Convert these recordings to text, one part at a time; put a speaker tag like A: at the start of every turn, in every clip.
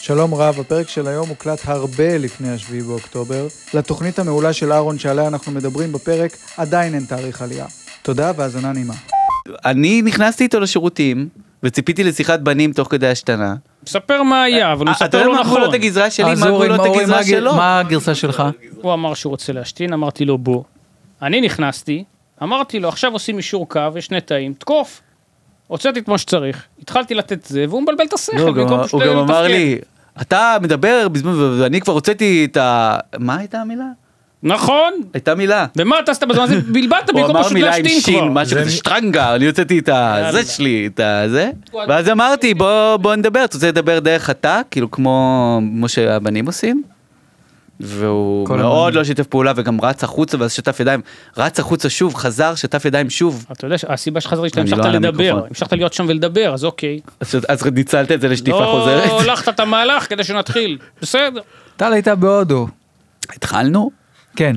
A: שלום רב, הפרק של היום הוקלט הרבה לפני השביעי באוקטובר. לתוכנית המעולה של אהרון שעליה אנחנו מדברים בפרק, עדיין אין תאריך עלייה. תודה והאזנה נעימה.
B: אני נכנסתי איתו לשירותים, וציפיתי לשיחת בנים תוך כדי השתנה.
C: ספר מה היה, אבל הוא
B: אה, אתה
C: מספר
B: יודע
C: לא
B: מה
C: נכון.
B: גבולות הגזרה שלי,
D: אז
B: אה, מה
D: אורי,
B: גבולות
D: אורי, מה
B: הגזרה
D: הג-
B: שלו?
D: מה הגרסה שלך?
C: הוא אמר שהוא רוצה להשתין, אמרתי לו בוא. אני נכנסתי, אמרתי לו עכשיו עושים אישור קו, יש שני תאים, תקוף. הוצאתי את מה שצריך, התחלתי לתת זה, והוא מבלבל את השכל,
B: לא, הוא גם-
C: במקום פשוט
B: הוא גם אמר
C: לתפקד.
B: לי, אתה מדבר בזמן, ו- ואני כבר הוצאתי את ה... מה הייתה המילה?
C: נכון,
B: הייתה מילה.
C: ומה אתה עשית בזמן הזה? בלבלת
B: הוא
C: במקום
B: אמר
C: פשוט
B: מילה עם
C: להשתין
B: שין,
C: כבר.
B: משהו כזה שטרנגה, אני הוצאתי את הזה
C: יאללה.
B: שלי, את הזה.
C: וואלה.
B: ואז אמרתי, בוא בוא נדבר, אתה רוצה לדבר דרך התא, כאילו כמו כמו שהבנים עושים? והוא
D: כל
B: מאוד
D: הבנים.
B: לא שיתף פעולה וגם רץ החוצה ואז שטף ידיים, רץ החוצה שוב, חזר, שטף ידיים שוב.
C: אתה יודע, הסיבה שחזרתי שאתה
B: אני לא
C: המשכת
B: על
C: לדבר,
B: המיקרופון.
C: המשכת להיות שם ולדבר, אז אוקיי.
B: אז אז ניצלת את זה לשטיפה חוזרת?
C: לא הלכת את המהלך כדי שנתחיל, בסדר.
D: טל הייתה בהודו.
B: התחלנו?
D: כן.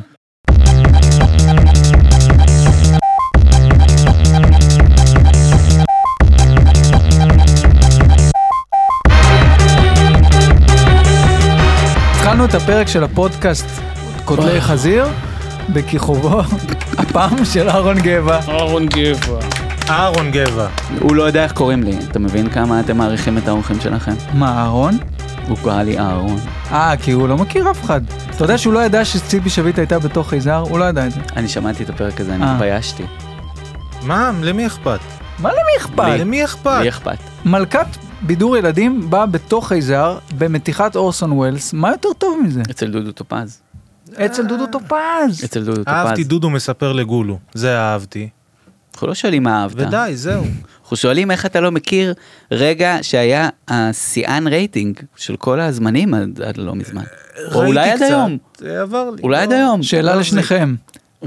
D: התחלנו את הפרק של הפודקאסט קוטלי חזיר בכיכובו הפעם של אהרון גבע.
C: אהרון גבע.
E: אהרון גבע.
B: הוא לא יודע איך קוראים לי, אתה מבין כמה אתם מעריכים את האורחים שלכם?
D: מה, אהרון?
B: הוא קרא לי אהרון.
D: אה, כי הוא לא מכיר אף אחד. אתה יודע שהוא לא ידע שציפי שביט הייתה בתוך חייזר? הוא לא ידע את זה.
B: אני שמעתי את הפרק הזה, אני
D: אה.
B: התביישתי.
E: מה, למי אכפת?
D: מה למי אכפת?
E: למי אכפת?
B: לי אכפת.
D: מלכת בידור ילדים באה בתוך חייזר במתיחת אורסון ווילס, מה יותר טוב מזה?
B: אצל דודו טופז.
D: אצל דודו טופז.
B: אצל דודו
E: אהבתי
B: טופז.
E: דודו מספר לגולו, זה אהבתי,
B: אנחנו לא שואלים מה אהבת.
E: ודי, זהו.
B: אנחנו שואלים איך אתה לא מכיר רגע שהיה השיאן רייטינג של כל הזמנים עד עד לא מזמן. או אולי
E: ראיתי
B: עד
E: קצת,
B: היום.
E: זה עבר לי.
B: אולי
E: לא.
B: עד היום.
D: שאלה
E: לא,
D: לשניכם,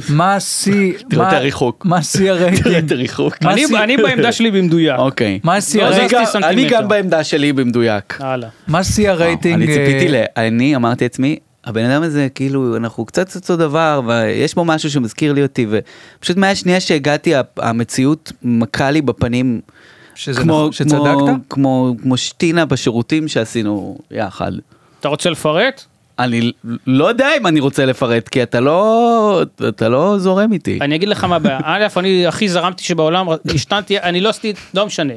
D: מה השיא...
B: תראה את
D: מה-
B: הריחוק.
D: מה שיא
B: תראה את
D: הרייטינג?
B: הריחוק.
D: מה
C: אני-
D: עשית?
C: אני בעמדה שלי במדויק.
B: אוקיי.
D: מה השיא
C: לא,
B: אני
C: זה-
D: הרייטינג?
B: גם-
C: זזתי
B: אני
C: סנטימטר.
B: גם בעמדה שלי במדויק.
C: הלאה.
D: מה שיא הרייטינג?
B: אני ציפיתי
D: אה,
B: ל... אני אמרתי לעצמי, הבן אדם הזה, כאילו, אנחנו קצת אותו דבר, ויש בו משהו שמזכיר לי אותי, ופשוט מהשנייה שהגעתי, ה- המציאות מכה לי בפנים.
D: שזה
B: כמו-
D: נכון, שצדקת?
B: כמו, כמו, כמו שטינה בשירותים שעשינו יחד.
C: אתה רוצה לפרט?
B: אני לא יודע אם אני רוצה לפרט, כי אתה לא, אתה לא זורם איתי.
C: אני אגיד לך מה הבעיה, א', אני הכי זרמתי שבעולם, השתנתי, אני לא עשיתי, לא משנה.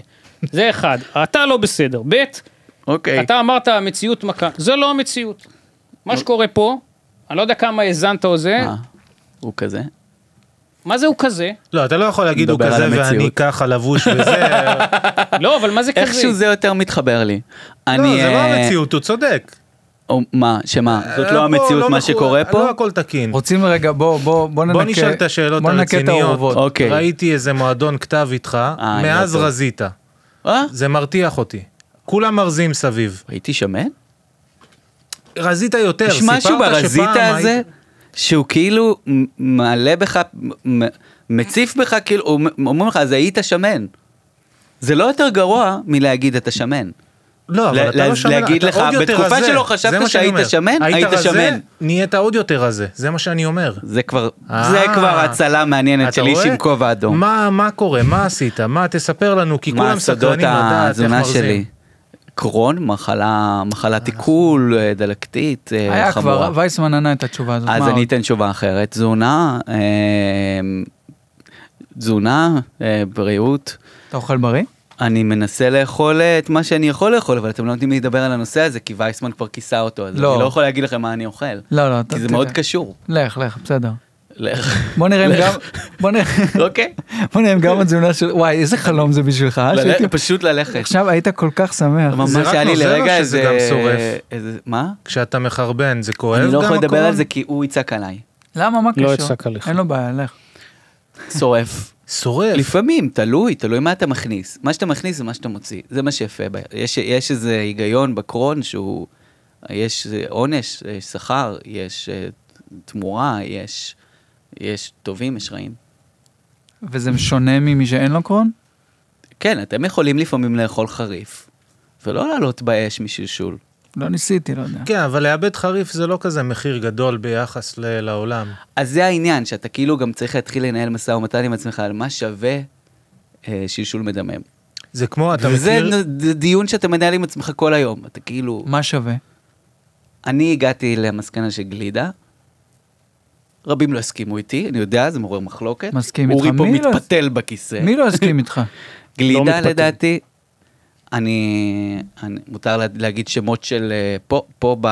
C: זה אחד, אתה לא בסדר. ב',
B: אוקיי.
C: אתה אמרת המציאות מכה, זה לא המציאות. מה שקורה פה, אני לא יודע כמה האזנת או זה,
B: מה? הוא כזה?
C: מה זה הוא כזה?
E: לא, אתה לא יכול להגיד הוא
B: מדבר על
E: כזה ואני
B: המציאות.
E: ככה לבוש וזה.
C: לא, אבל מה זה כזה?
B: איכשהו זה יותר מתחבר לי. אני...
E: לא, זה לא
B: אה,
E: המציאות, הוא צודק.
B: או, מה? שמה? זאת
E: פה
B: לא המציאות מה
E: מכו-
B: שקורה פה?
E: לא הכל תקין.
D: רוצים רגע, בוא, בוא, בוא ננקה...
E: בוא נשאל את השאלות
D: בוא ננקה את האורוות.
E: הרציניות.
B: אוקיי.
E: ראיתי איזה מועדון כתב איתך,
B: לא
E: מאז
B: טוב.
E: רזית.
B: אה?
E: זה מרתיח אותתי. כולם מרזים סביב.
B: הייתי שמן?
E: רזית יותר,
B: יש
E: כן, סיפרת
B: משהו ברזית
E: שפעם
B: הזה
E: היית-
B: שהוא כאילו מ- מעלה בך, מ- מ- מציף בך, כאילו, אומ- אומרים לך, אז היית שמן. זה לא יותר גרוע מלהגיד אתה שמן.
E: לא, אבל
B: לה-
E: אתה לא
B: לה-
E: שמן,
B: להגיד
E: אתה
B: לך,
E: עוד יותר
B: בתקופה
E: רזה.
B: שלא
E: זה
B: חשבת
E: מה שאני
B: שהיית
E: אומר.
B: שמן, היית
E: רזה,
B: שמן.
E: נהיית עוד יותר רזה, זה מה שאני אומר.
B: זה כבר,
E: אה,
B: זה כבר הצלה מעניינת
E: אתה
B: של איש
E: רואה?
B: עם כובע אדום.
E: מה, מה קורה? מה עשית? מה, תספר לנו, כי
B: מה
E: כולם
B: הסודות
E: סקרנים לדעת איך
B: התזונה
E: מרזים.
B: שלי? קרון, מחלה, מחלת עיכול, אה, דלקתית, אה,
D: היה
B: חמורה.
D: כבר, וייסמן ענה את התשובה הזאת.
B: אז
D: מה
B: אני
D: עוד?
B: אתן תשובה אחרת. תזונה, אה, תזונה, אה, בריאות.
D: אתה אוכל בריא?
B: אני מנסה לאכול אה, את מה שאני יכול לאכול, אבל אתם לא נותנים לי לדבר על הנושא הזה, כי וייסמן כבר כיסה אותו, אז
D: לא.
B: אני לא יכול להגיד לכם מה אני אוכל.
D: לא, לא, אתה...
B: כי זה
D: תדע.
B: מאוד קשור.
D: לך, לך, בסדר.
B: לך.
D: בוא נראה אם
B: לך.
D: גם... בוא נראה...
B: אוקיי.
D: בוא נראה אם גם התזונה של... וואי, איזה חלום זה בשבילך, אה?
B: ללכת,
D: שהייתי-
B: פשוט ללכת.
D: עכשיו היית כל כך שמח.
B: ממש
E: זה רק
B: היה לי
E: נוזל או
B: לרגע
E: שזה
B: איזה...
E: גם שורף?
B: איזה- מה?
E: כשאתה מחרבן, זה כואב גם
B: אני לא יכול לדבר
E: הכל?
B: על זה כי הוא יצעק עליי.
D: למה? מה קשור?
C: לא יצעק עליך.
D: אין לו בעיה, לך.
B: שורף.
E: שורף.
B: לפעמים, תלוי, תלוי מה אתה מכניס. מה שאתה מכניס זה מה שאתה מוציא, זה מה שיפה. ב- יש, יש איזה היגיון בקרון שהוא, יש אה, עונש, יש שכר, יש אה, תמורה, יש, יש טובים, יש רעים.
D: וזה שונה ממי שאין לו קרון?
B: כן, אתם יכולים לפעמים לאכול חריף, ולא לעלות באש משלשול.
D: לא ניסיתי, לא יודע.
E: כן, אבל לאבד חריף זה לא כזה מחיר גדול ביחס ל- לעולם.
B: אז זה העניין, שאתה כאילו גם צריך להתחיל לנהל משא ומתן עם עצמך על מה שווה אה, שלשול מדמם.
E: זה כמו, אתה
B: וזה
E: מכיר...
B: נ- ד- דיון שאתה מנהל עם עצמך כל היום. אתה כאילו,
D: מה שווה?
B: אני הגעתי למסקנה של גלידה. רבים לא הסכימו איתי, אני יודע, זה מעורר מחלוקת.
D: מסכים איתך.
B: אורי
D: מי
B: פה
D: לא-
B: מתפתל בכיסא.
D: מי לא יסכים איתך?
C: לא
B: גלידה
C: מתפתל.
B: לדעתי, אני, אני, מותר לה- להגיד שמות של אה, פה, פה ב...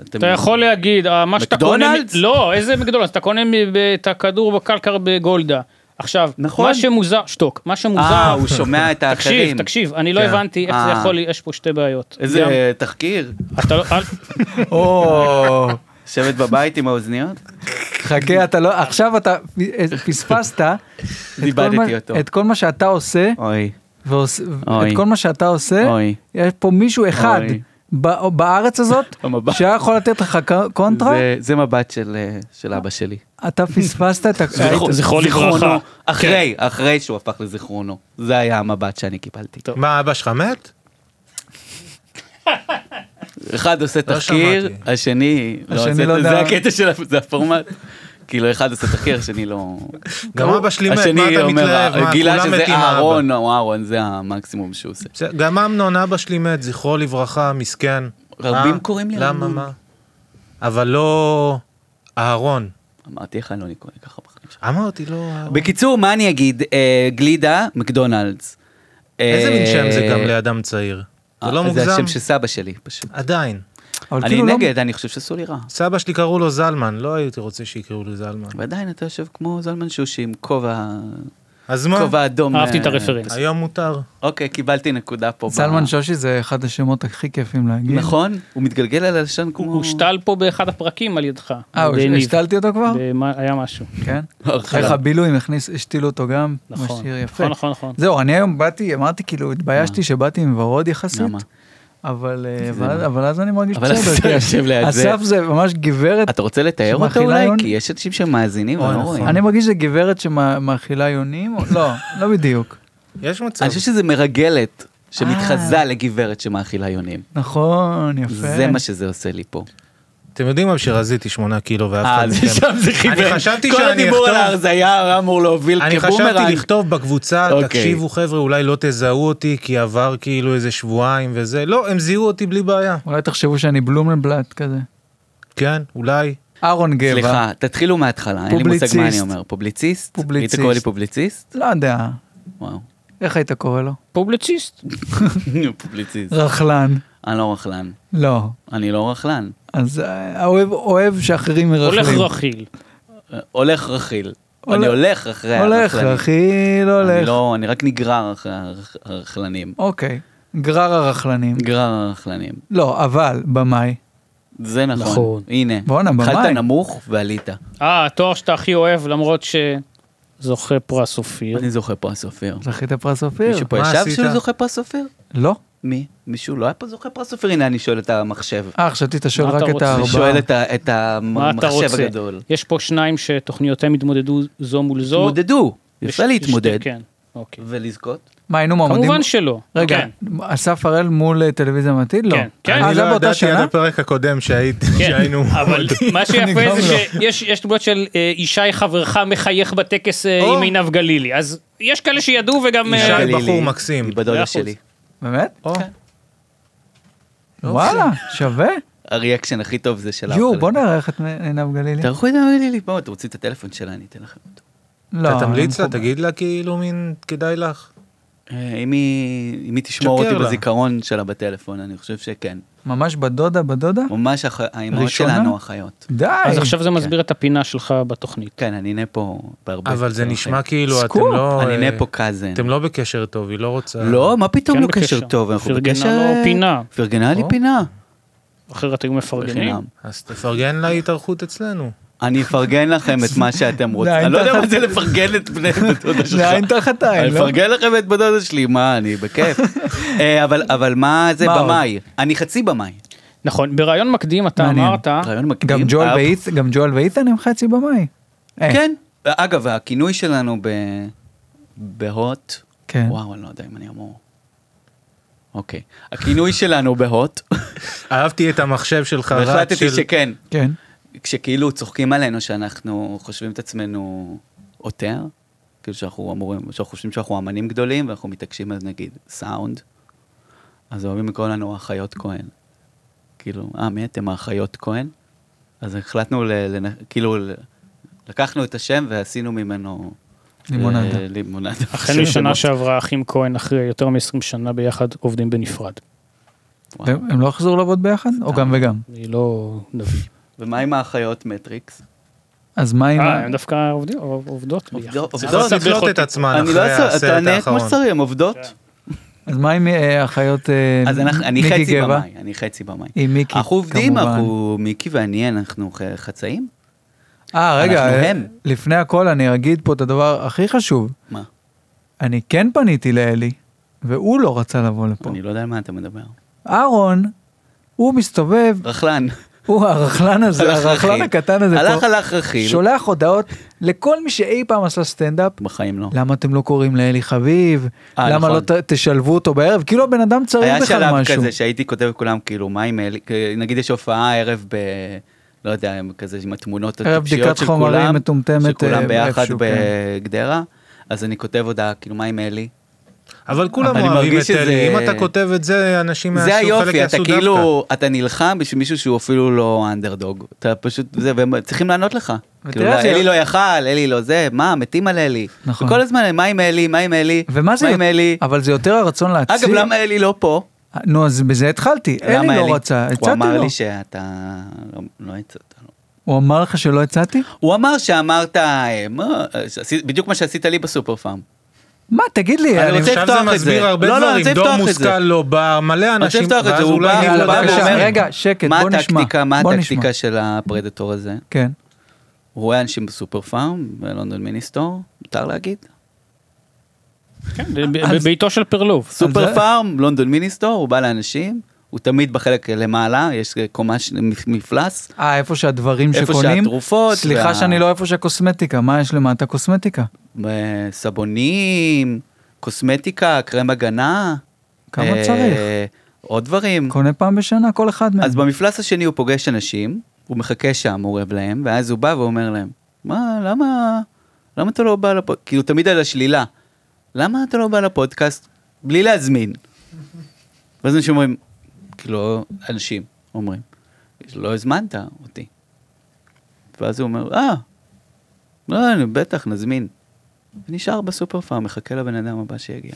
B: אתם-
C: אתה יכול להגיד, אה, מה שאתה קונה...
B: מקדונלדס?
C: מ- לא, איזה מקדונלדס? אתה קונה מ- ב- את הכדור בקלקר בגולדה. עכשיו,
B: נכון.
C: מה שמוזר, שתוק, מה
B: אה,
C: שמוזר,
B: הוא שומע את האחרים.
C: תקשיב, תקשיב, אני לא
E: כן.
C: הבנתי איך זה
B: אה.
C: יכול, יש פה שתי בעיות. גם-
B: איזה תחקיר,
C: אתה לא- אל-
D: או,
B: לשבת בבית עם האוזניות.
D: חכה, אתה לא, עכשיו אתה אה, פספסת את כל
B: איבדתי
D: מה-
B: אותו.
D: את כל מה שאתה עושה,
B: אוי,
D: ועוש-
B: אוי.
D: את כל מה שאתה עושה,
B: אוי.
D: יש פה מישהו אחד
B: אוי.
D: ב- בארץ הזאת,
B: המבט.
D: שהיה יכול לתת לך ק- קונטרה,
B: זה- זה מבט של, אה, של אבא שלי.
D: אתה פספסת את ה...
B: נכון,
C: זכרו- זכרו לברכה.
B: זיכרונו, אחרי, אחרי שהוא הפך לזיכרונו. זה היה המבט שאני קיבלתי.
E: מה, אבא שלך מת?
B: אחד עושה
E: לא
B: תחקיר,
E: שמעתי.
B: השני לא
D: השני
B: עושה,
D: לא
B: זה
D: יודע.
B: הקטע של, ה- זה הפורמט. כאילו אחד עושה תחקיר, השני לא...
E: גם אבא שלי מת,
B: השני
E: מה אתה
B: אומר, אה,
E: מתלהב? מה,
B: גילה
E: כולם
B: שזה
E: מתים, אבא.
B: אהרון, או אהרון, זה המקסימום שהוא עושה.
E: זה- גם אמנון אבא שלי מת, זכרו לברכה, מסכן.
B: רבים
E: אה?
B: קוראים לי
E: למה,
B: אמנון.
E: מה? אבל לא אהרון.
B: אמרתי לך, אני לא קורא ככה בחיים שלי.
E: אמרתי, לא אהרון.
B: בקיצור, מה אני אגיד? אה, גלידה, מקדונלדס.
E: איזה מין שם זה גם
B: אה,
E: לאדם צעיר? זה לא
B: אה, זה
E: מוגזם?
B: השם של סבא שלי, פשוט.
E: עדיין.
D: אבל
B: אני
D: כאילו לא-
B: נגד, אני חושב שעשו לי רע.
E: סבא שלי קראו לו זלמן, לא הייתי רוצה שיקראו לו זלמן.
B: ועדיין אתה יושב כמו זלמן שושי עם כובע
E: אז מה?
B: כובע אדום.
C: אהבתי
B: אה,
C: את הרפרנס.
E: היום מותר.
B: אוקיי, קיבלתי נקודה פה. ב-
D: סלמן שושי זה אחד השמות הכי כיפים להגיד.
B: נכון? הוא מתגלגל על הלשון
C: הוא
B: כמו...
C: הושתל פה באחד הפרקים על ידך.
D: אה, הוא-
C: בניב.
D: השתלתי אותו כבר?
C: במה- היה משהו.
D: כן.
B: בהתחלה.
D: איך הבילויים הכניס, השתילו אותו גם.
C: נכון.
D: משאיר יפה.
C: נכון, נכון, נכון.
D: זהו, אני היום באתי, אמרתי, כאילו, התביישתי שבאתי עם ורוד יחסית.
B: למה?
D: אבל, אה,
B: זה
D: אבל,
B: מה?
D: אבל אז אני מרגיש
B: אבל
D: בסדר,
B: אסף
D: כי
B: יושב ליד זה.
D: אסף זה ממש גברת,
B: אתה רוצה לתאר אותו
D: שמאכילה
B: אולי?
D: יון?
B: כי יש אנשים שמאזינים
E: אוי,
B: ולא
E: נכון.
B: רואים.
D: אני מרגיש שזה גברת שמאכילה יונים, או- לא, לא בדיוק,
E: יש מצב.
B: אני חושב שזה מרגלת
E: אה.
B: שמתחזה לגברת שמאכילה יונים.
D: נכון, יפה.
B: זה מה שזה עושה לי פה.
E: אתם יודעים מה שרזיתי 8 קילו ואף
B: אה,
E: אחד
B: זה
E: מכם.
B: שם זה חיוון.
E: כן. חשבתי
B: כל
E: שאני
B: הדיבור
E: אכתוב.
B: על ההרזייה היה אמור להוביל
E: אני חשבתי
B: כבומרנג.
E: לכתוב בקבוצה,
B: אוקיי.
E: תקשיבו חבר'ה, אולי לא תזהו אותי כי עבר כאילו איזה שבועיים וזה. לא, הם זיהו אותי בלי בעיה.
D: אולי תחשבו שאני בלומנבלט כזה.
E: כן, אולי.
D: אהרון גבע.
B: סליחה, תתחילו מההתחלה, אין לי מושג מה אני
D: פובליציסט.
B: אומר. פובליציסט?
D: פובליציסט.
B: היית קורא לי פובליציסט?
D: לא יודע,
B: וואו.
D: איך היית קורא לו?
C: פובליציסט.
B: פובליציסט.
D: רכלן.
B: אני לא רכלן.
D: לא.
B: אני לא רכלן.
D: אז אה, אוהב, אוהב שאחרים מרכלים.
C: הולך רכיל.
B: הולך רכיל.
D: הולך-
B: אני הולך אחרי
D: הולך,
B: הרכלנים.
D: רכיל
B: אני
D: הולך.
B: לא, אני רק נגרר אחרי הרכ- הרכלנים.
D: אוקיי, גרר הרכלנים.
B: נגרר הרכלנים.
D: לא, אבל, במאי.
B: זה נכון.
C: נכון.
B: הנה.
D: בואנה,
B: התחלת
D: במים.
B: נמוך ועלית.
C: אה, התואר שאתה הכי אוהב למרות שזוכה פרס אופיר.
B: אני זוכה פרס אופיר.
D: זכית פרס אופיר?
B: מישהו פה
E: מה
B: ישב
E: עשית?
B: שהוא זוכה פרס אופיר?
D: לא.
B: מי? מישהו לא היה פה זוכה פרס אופיר? הנה, אני שואל את המחשב.
D: אה, חשבתי אתה שואל
C: מה אתה
D: רק את
C: רוצה?
B: אני
D: הארבעה.
B: שואל את ה- את
C: מה אתה
B: המחשב
C: רוצה?
B: הגדול.
C: יש פה שניים שתוכניותיהם התמודדו זו מול זו.
B: התמודדו.
C: וש-
B: יפה להתמודד.
C: שתי- כן, אוקיי.
B: ולזכות.
D: מה, היינו מועמדים?
C: כמובן שלא.
D: לא, רגע,
C: כן,
D: אסף הראל מול אה, טלוויזיה מתיד? לא.
C: כן, כן.
D: אה,
E: אני
D: זה
E: לא
D: היה באותה
E: ידעתי
D: שנה?
E: עד הפרק הקודם שהיית-
C: כן,
E: שהיינו...
C: אבל מה שיפה
D: גם
C: זה שיש יש דמות של אה, ישי חברך מחייך בטקס אה,
E: או.
C: עם עינב גלילי, אז יש כאלה שידעו וגם... אה,
E: ישי
C: מאה
E: בחור
B: גלילי,
E: מקסים.
B: היא בדודה
C: אחוז.
B: שלי.
D: באמת?
E: או,
D: וואלה, שווה.
B: הריאקשן הכי טוב זה של
D: יו,
B: ההרכלה.
D: בוא נארח את מ- עינב גלילי.
B: תערכו את גלילי, בואו, אתם רוצים את הטלפון שלה, אני אתן לכם אותו.
D: לא,
E: אתה תמליץ לה,
D: אני-
E: תגיד לה כאילו מין כדאי לך.
B: אה, אם היא אם היא תשמור
E: תשקר
B: אותי
E: לה.
B: בזיכרון שלה בטלפון, אני חושב שכן.
D: ממש בדודה, בדודה?
B: ממש אח- האימהות
D: ראשונה?
B: שלנו אחיות.
D: די.
C: אז עכשיו זה מסביר את הפינה שלך בתוכנית.
B: כן, אני נהנה פה בהרבה...
E: אבל זה
B: דרכים.
E: נשמע כאילו אתם
D: סקופ.
E: לא...
B: אוקיי. אני
E: אה,
B: נהנה פה קאזן.
E: אתם לא בקשר טוב, היא לא רוצה...
B: לא, מה פתאום
C: כן
B: לא
C: בקשר.
B: קשר טוב, אנחנו
C: פרגנה
B: בקשר...
C: לו פינה.
B: פרגנה לי
E: או.
B: פינה.
C: אחרת היו מפרגנים.
B: בחינם.
E: אז תפרגן לה התארחות אצלנו.
B: אני אפרגן לכם את מה שאתם רוצים.
D: די,
B: אני לא יודע
D: תחת-
B: מה זה לפרגן את בני בת דודה שלך.
D: זה עין תחת
B: אני
D: עין, לא?
B: אפרגן לכם את בת דודה שלי, מה, אני בכיף. אה, אבל- אבל מה זה
D: מה עוד?
B: במאי? אני חצי במאי.
C: נכון, בריאיון מקדים אתה
D: מעניין.
C: אמרת,
B: רעיון מקדים.
D: גם ג'ואל
B: אה,
D: ואיתן- גם ג'ואל ואיתן הם חצי במאי. אה,
B: כן. אגב, הכינוי שלנו ב... בהוט.
D: כן.
B: וואו, אני לא יודע אם אני אמור. אוקיי. הכינוי שלנו בהוט.
E: אהבתי את המחשב שלך, רץ
B: והחלטתי
E: של...
B: שכן.
D: כן.
B: כשכאילו צוחקים עלינו שאנחנו חושבים את עצמנו עותר, כאילו שאנחנו אמורים, שאנחנו חושבים שאנחנו אמנים גדולים, ואנחנו מתעקשים על נגיד סאונד, אז אוהבים לקרוא לנו האחיות כהן. כאילו, אה, מי אתם האחיות כהן? אז החלטנו, ל, לנ... כאילו, ל- לקחנו את השם ועשינו ממנו...
D: לימונדה.
B: אה, לימונדה.
C: החל משנה שעברה, אחים כהן, אחרי יותר מ-20 שנה ביחד, עובדים בנפרד.
B: וואו.
D: והם הם לא יחזרו לעבוד ביחד? או גם וגם?
C: אני לא נביא.
B: ומה עם האחיות מטריקס?
D: אז מה עם...
C: אה,
D: ה-
C: הם דווקא עובדים- עובדות ביחד.
B: עובדות,
E: צריכות
B: עובדות,
E: לתלות את עצמן
B: אני לא
E: אחרי
B: אעשה,
E: הסרט
B: תענה כמו
E: האחרון.
B: שצריך, הם עובדות.
D: אז מה עם אה, אחיות אה,
B: אז אנחנו- אני
D: מיקי
B: חצי
D: גבע?
B: במאי, אני חצי במאי.
D: עם מיקי,
B: אנחנו עובדים,
D: כמובן.
B: אנחנו, מיקי ואני, אנחנו ח- חצאים?
D: אה, רגע,
B: אנחנו
D: אה,
B: הם.
D: לפני הכל אני אגיד פה את הדבר הכי חשוב.
B: מה?
D: אני כן פניתי לאלי, והוא לא רצה לבוא לפה.
B: אני לא יודע על מה אתה מדבר.
D: אהרון, הוא מסתובב,
B: רכלן.
D: הוא הרכלן הזה,
B: הלך
D: הרכלן
B: רכיל.
D: הקטן הזה
B: הלך
D: פה,
B: על אח רכיל.
D: שולח הודעות לכל מי שאי פעם עשה סטנדאפ.
B: בחיים לא.
D: למה אתם לא קוראים לאלי חביב?
B: אה,
D: למה
B: נכון.
D: לא ת- תשלבו אותו בערב? כאילו הבן אדם צריך
B: היה
D: בכלל
B: שלב
D: משהו.
B: כזה שהייתי כותב לכולם, כאילו, מה עם אלי, כ- נגיד יש הופעה הערב ב... לא יודע, הם כזה עם התמונות
D: ערב
B: הטיפשיות
D: בדיקת
B: של
D: חומרים
B: כולם,
D: מטומטמת,
B: של
D: אה,
B: כולם ביחד
D: איפשהו, כן.
B: בגדרה, אז אני כותב הודעה, כאילו, מה עם אלי?
E: אבל כולם
B: אני
E: אוהבים
B: מרגיש
E: את אלי.
B: שזה-
E: אם אתה כותב את זה, אנשים
B: זה
E: יעשו חלק
B: היופי, אתה
E: יעשו דווקא.
B: כאילו, אתה נלחם בשביל מישהו שהוא אפילו לא אנדרדוג. אתה פשוט, זה, והם צריכים לענות לך.
D: ותראה
B: כאילו, לא,
D: זה-
B: אלי לא יכל, אלי לא זה, מה, מתים על אלי.
D: נכון.
B: וכל הזמן, מה עם אלי, מה עם אלי,
D: ומה זה,
B: מה
D: יו-
B: עם אלי.
D: אבל זה יותר הרצון להציל.
B: אגב, למה אלי לא פה?
D: נו, אז בזה התחלתי. אלי
B: למה
D: לא רצה,
B: הוא
D: הצעתי
B: אמר
D: לו.
B: לי שאתה... לא- לא הצעת לו.
D: הוא אמר לך שלא הצעתי?
B: הוא אמר שאמרת, אה, מה, שעשית- בדיוק מה שעשית לי בסופר פארם.
D: מה, תגיד לי, אני...
B: רוצה
E: עכשיו זה
B: לפתוח את
E: מסביר
B: זה.
E: הרבה
B: לא, לא, אני
E: דברים,
B: רוצה
E: דור
B: לפתוח את
E: מושכל
B: זה.
E: לא בא, מלא
B: אני רוצה
E: אנשים,
B: לפתוח את זה,
E: ואז
B: הוא בא-
E: אולי
B: הוא
D: יאללה,
B: בא
D: בבקשה,
B: ואומר,
D: רגע, שקט,
B: מה
D: בוא נשמע,
B: הטקטיקה, מה
D: בוא
B: הטקטיקה
D: נשמע."
B: של הפרדטור הזה?
D: כן.
B: הוא רואה אנשים בסופר פארם, בלונדון מיניסטור, מותר להגיד?
C: כן, ב- ב- ביתו של פרלוב.
B: סופר
D: זה-
B: פארם, לונדון מיניסטור, הוא בא לאנשים, הוא תמיד בחלק למעלה, יש קומה, ש- מפלס,
D: אה, איפה שהדברים
B: איפה
D: שקונים?
B: שהתרופות
D: סליחה
B: וה-
D: שאני לא איפה שהקוסמטיקה, מה יש למטה קוסמטיקה?
B: אה, סבונים, קוסמטיקה, קרם הגנה.
D: כמה
B: אה,
D: צריך?
B: עוד דברים.
D: קונה פעם בשנה כל אחד מהם.
B: אז במפלס השני הוא פוגש אנשים, הוא מחכה שם, הוא אוהב להם, ואז הוא בא ואומר להם, מה, למה, למה אתה לא בא לפודקאסט? כאילו, תמיד על השלילה. למה אתה לא בא לפודקאסט בלי להזמין? ואז אנשים אומרים, כאילו, אנשים אומרים, לא הזמנת אותי. ואז הוא אומר, אה, לא, אני בטח, נזמין. ונשאר בסופר פארם, מחכה לבן אדם הבא שיגיע.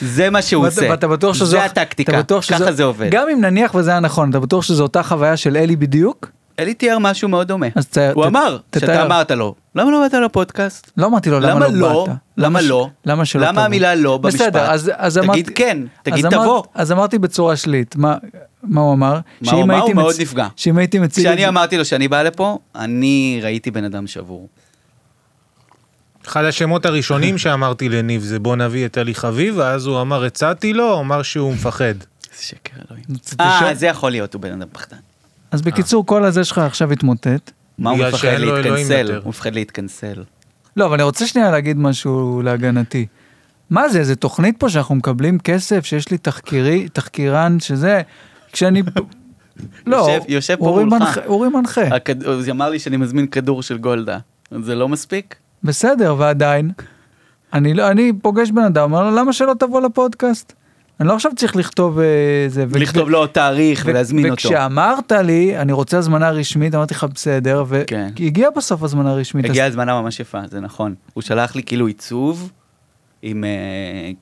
B: זה מה שהוא
D: ואתה-
B: עושה.
D: ואתה בטוח שזו...
B: זה הטקטיקה,
D: אתה בטוח שזו-
B: ככה זה עובד.
D: גם אם נניח וזה היה נכון, אתה בטוח שזו אותה חוויה של אלי בדיוק?
B: אלי תיאר משהו מאוד דומה.
D: אז ת-
B: הוא
D: ת-
B: אמר,
D: תתאר.
B: שאתה אמרת לו, למה לא באת לפודקאסט?
D: לא אמרתי לו למה לא באת.
B: למה
D: ש-
B: לא?
D: למה שלא
B: למה
D: תבוא?
B: המילה לא במשפט?
D: בסדר, אז, אז
B: תגיד
D: אמרתי...
B: כן, תגיד
D: אז אמרת-
B: תבוא.
D: אז אמרתי בצורה שלילית, מה, מה הוא אמר?
B: מה
D: שאם
B: הוא אמר?
D: הייתי
B: הוא מאוד נפגע.
D: שאם הייתי מציג... את
B: כשאני
D: זה-
B: אמרתי לו שאני בא לפה, אני ראיתי בן אדם שבור.
E: אחד השמות הראשונים שאמרתי לניב זה בוא נביא את אלי חביב, ואז הוא אמר הצעתי לו, הוא אמר שהוא מפחד.
B: איזה שקר אלוהים.
D: רציתי לשאול-
B: אה, זה יכול להיות, הוא בן אדם פחדן.
D: אז בקיצור,
B: אה.
D: כל הזה שלך עכשיו התמוטט.
B: מה הוא
E: בגלל
B: מפחד
E: שאין לו אלוהים
B: להתכנסל?
E: יותר.
B: הוא מפחד להתכנסל.
D: לא, אבל אני רוצה שנייה להגיד משהו להגנתי. מה זה, איזה תוכנית פה שאנחנו מקבלים כסף, שיש לי תחקירי, תחקירן, שזה, כשאני... לא,
B: יושב- יושב פה
D: אורי
B: מולך.
D: מנחה- אורי מנחה,
B: הכד- הוא אמר לי שאני מזמין כדור של גולדה. זה לא מספיק?
D: בסדר, ועדיין, אני, לא- אני פוגש בן אדם, אומר לו, למה שלא תבוא לפודקאסט? אני לא עכשיו צריך לכתוב אה, זה. ו-
B: לכתוב לו תאריך
D: ו-
B: ולהזמין אותו.
D: וכשאמרת לי, אני רוצה הזמנה רשמית, אמרתי לך, בסדר,
B: כן.
D: והגיעה בסוף הזמנה רשמית.
B: הגיע
D: אז-
B: הזמן הממש יפה, זה נכון. הוא שלח לי כאילו עיצוב, עם אה,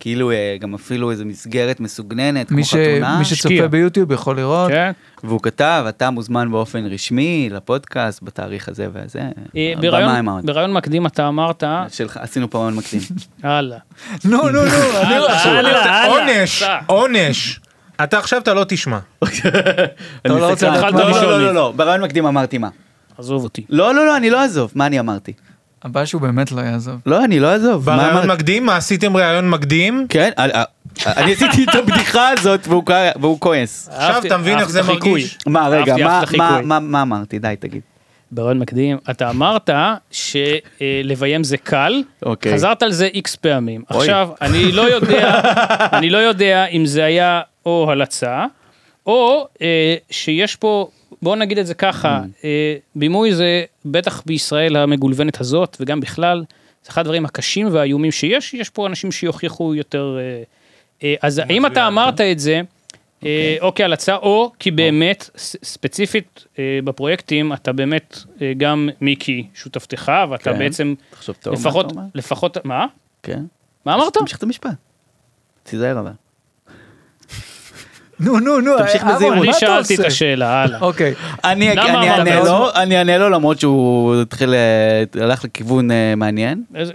B: כאילו אה, גם אפילו איזה מסגרת מסוגננת, כמו
D: מי ש-
B: חתונה,
D: מי
C: השקיע.
D: שצופה ביוטיוב יכול לראות.
C: כן.
B: והוא כתב, אתה מוזמן באופן רשמי לפודקאסט בתאריך הזה והזה.
C: אה,
B: במה
C: בראיון-
B: עם העוד?
C: בראיון מקדים אתה אמרת,
B: שלך, עשינו פעמון מקדים.
C: הלאה.
D: נו, נו, נו, אני
C: הלאה, הלאה, הלאה.
E: עונש,
C: סע.
E: עונש. אתה עכשיו אתה לא תשמע.
B: אני
D: לא רוצה
B: סקרן.
D: לדעת
B: לא,
C: מה
B: לא,
C: לשאול
B: לא,
C: לי.
B: לא, לא, בראיון מקדים אמרתי מה.
C: עזוב אותי.
B: לא, לא, לא, אני לא אעזוב, מה אני אמרתי?
D: הבעיה שהוא באמת לא יעזוב.
B: לא, אני לא אעזוב. מה
E: בראיון
B: אמרתי?
E: מקדים, מה עשיתם ראיון מקדים?
B: כן, אה, אה, אני עשיתי את הבדיחה הזאת והוא כ- והוא כועס.
E: עכשיו
C: אהבתי-
E: אתה מבין איך
C: אהבתי
E: זה
C: את החיקוי.
E: מרגיש.
B: מה, רגע,
C: אהבתי,
B: מה-
C: אהבתי
B: מה-
C: חיקוי.
B: מה- מה אמרתי? די, תגיד.
C: בראיון מקדים, אתה אמרת שלביים זה קל,
B: אוקיי.
C: חזרת על זה איקס פעמים.
B: אוי.
C: עכשיו, אני לא יודע, אני לא יודע אם זה היה או הלצה, או אה, שיש פה, בואו נגיד
B: Mm.
C: את זה ככה, אה, בימוי זה בטח בישראל המגולבנת הזאת, וגם בכלל, זה אחד הדברים הקשים והאיומים שיש, יש פה אנשים שיוכיחו יותר... אה, אה, אז האם אתה אמרת את זה, אה, אוקיי, על הצעה, או כי באמת, ס- ספציפית אה, בפרויקטים, אתה באמת, אה, גם מיקי שותפתך, ואתה
B: כן.
C: בעצם,
B: תחשוב טוב, מה
C: לפחות,
B: אתה אומר?
C: לפחות, מה?
B: כן.
C: מה אמרת?
B: תמשיך את המשפט. תיזהר אבל.
D: נו, נו, נו, אה,
B: תמשיך
D: אהרון,
B: בזהירות.
C: אני
D: מה אתה
C: שאלתי את
D: עושה?
C: השאלה, הלאה.
D: אוקיי,
B: אני
C: למה
B: אני
C: אמרת
B: אענה
C: את זה?
B: לו, אני אענה לו למרות שהוא התחיל, אה, הלך לכיוון אה, מעניין.
C: איזה-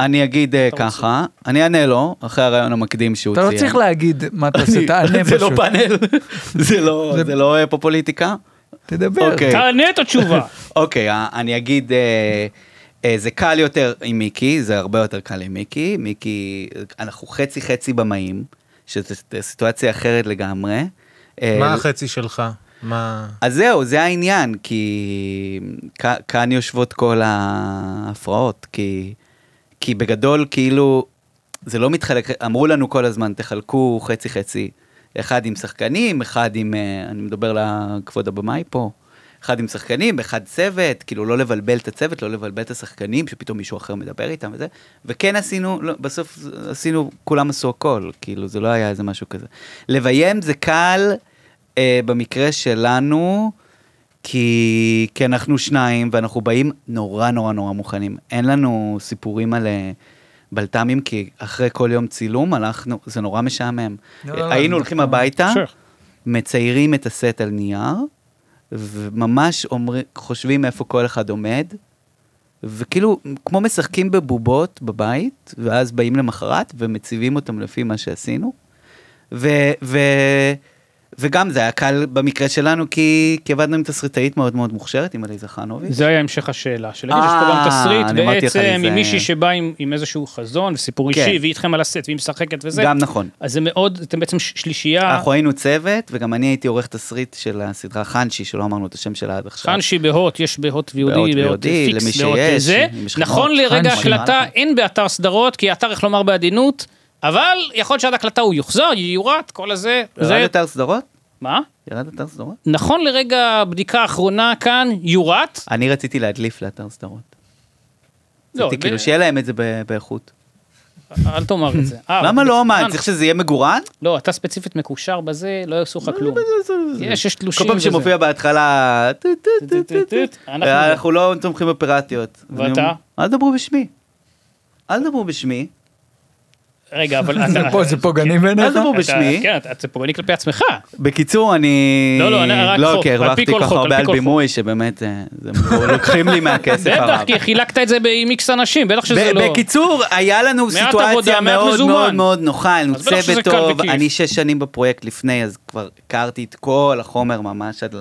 B: אני אגיד אה, ככה, אני אענה לו, אחרי הרעיון המקדים שהוא
D: אתה
B: ציין.
D: לא צריך להגיד מה אתה עושה,
B: אני-
D: תענה
B: זה לא
D: פשוט.
B: פאנל, זה לא- זה לא אה, פופוליטיקה.
D: תדבר.
B: אוקיי.
C: תענה את התשובה.
B: אוקיי, אה, אני אגיד, אה, אה, זה קל יותר עם מיקי, זה הרבה יותר קל עם מיקי. מיקי, אה, אנחנו חצי חצי במאים, שזו סיטואציה אחרת לגמרי. אה,
E: מה החצי שלך? מה...
B: אז זהו, זה העניין, כי כ- כאן יושבות כל ההפרעות, כי, כי בגדול, כאילו, זה לא מתחלק, אמרו לנו כל הזמן, תחלקו חצי-חצי, אחד עם שחקנים, אחד עם, אה, אני מדבר לכבוד הבמאי פה, אחד עם שחקנים, אחד צוות, כאילו לא לבלבל את הצוות, לא לבלבל את השחקנים, שפתאום מישהו אחר מדבר איתם וזה, וכן עשינו, לא, בסוף עשינו, כולם עשו הכל, כאילו, זה לא היה איזה משהו כזה. לביים זה קל, אה, במקרה שלנו, כי, כי אנחנו שניים ואנחנו באים נורא נורא נורא מוכנים. אין לנו סיפורים על אה, בלת"מים, כי אחרי כל יום צילום הלכנו, זה נורא משעמם.
D: לא, לא,
B: היינו
D: לא,
B: הולכים
D: לא.
B: הביתה,
C: המשך.
B: מציירים את הסט על נייר, וממש אומר, חושבים איפה כל אחד עומד, וכאילו, כמו משחקים בבובות בבית, ואז באים למחרת ומציבים אותם לפי מה שעשינו. ו, ו, וגם זה היה קל במקרה שלנו, כי, כי עבדנו עם תסריטאית מאוד מאוד מוכשרת, עם עליזה חנוביץ'.
C: זה היה המשך השאלה, שלהגיד שיש פה
B: אה,
C: גם
B: אני
C: תסריט
B: אמרתי לך
C: בעצם
B: להיזהר.
C: עם מישהי שבאה עם עם איזשהו חזון וסיפור
B: כן.
C: אישי, והיא איתכם על הסט והיא משחקת וזה,
B: גם אה, נכון.
C: אז זה אה. מאוד, אתם בעצם ש- שלישייה,
B: אנחנו היינו צוות, וגם אני הייתי עורך תסריט של הסדרה חנשי, שלא אמרנו את השם שלה עד עכשיו.
C: חנשי בהוט, יש בהוט
B: בהוט
C: ויהודי, בהוט
B: VOD, למי
C: פיקס, בהוט
B: שיש,
C: זה.
B: עם משכנות.
C: נכון לרגע
D: חנשי.
C: הקלטה אין באתר סדרות, כי האתר, איך לומר בעדינות, אבל יכול להיות שעד הקלטה הוא יוחזר, ייורט, כל הזה,
B: ירד
C: זה,
B: אתר סדרות?
C: מה?
B: ירד אתר סדרות?
C: נכון לרגע הבדיקה האחרונה כאן, יורט,
B: אני רציתי להדליף לאתר סדרות.
C: לא,
B: רציתי
C: ב-
B: כאילו שיהיה להם את זה ב- באיכות.
C: אל תאמר את זה. אה,
B: למה
C: אבל-
B: לא? מה,
C: אה,
B: אני צריך שזה יהיה מגורן?
C: לא, אתה ספציפית מקושר בזה, לא יעשו לך כלום. יש, יש
B: לא. כל
C: תלושים
B: פעם
C: וזה.
B: שמופיע בהתחלה, טו, טו, טו, טו, טו.
C: אנחנו-
B: אנחנו לא תומכים בפיראטיות. ואני
C: ואתה?
B: אומר, אל תדברו בשמי. אל תדברו בשמי.
C: רגע, אבל אתה...
D: זה פה- זה פוגעני
B: אל
D: בעיניך?
B: תדברו
C: אתה-
B: בשמי.
C: כן, אתה- אתה פוגעני כלפי עצמך.
B: בקיצור, אני...
C: לא, לא, אני- רק חוק,
B: כי
C: על פי
B: הרווחתי
C: כל
B: כל כך
C: חוק, על
B: הרבה
C: פי
B: על
C: כל
B: בימוי, שבאמת, אה, זה- לוקחים לי מהכסף
C: בטח,
B: הרב.
C: כי חילקת את זה ב- עם איקס אנשים, בטח שזה
B: ב-
C: לא...
B: בקיצור, היה לנו
C: מעט
B: סיטואציה
C: עבודה, מעט
B: מאוד
C: מזומן.
B: מאוד מאוד נוחה, היה לנו
C: אז בטח שזה
B: צוות
C: קל
B: טוב,
C: וכיף.
B: אני שש שנים בפרויקט לפני, אז כבר הכרתי את כל החומר ממש עד ל-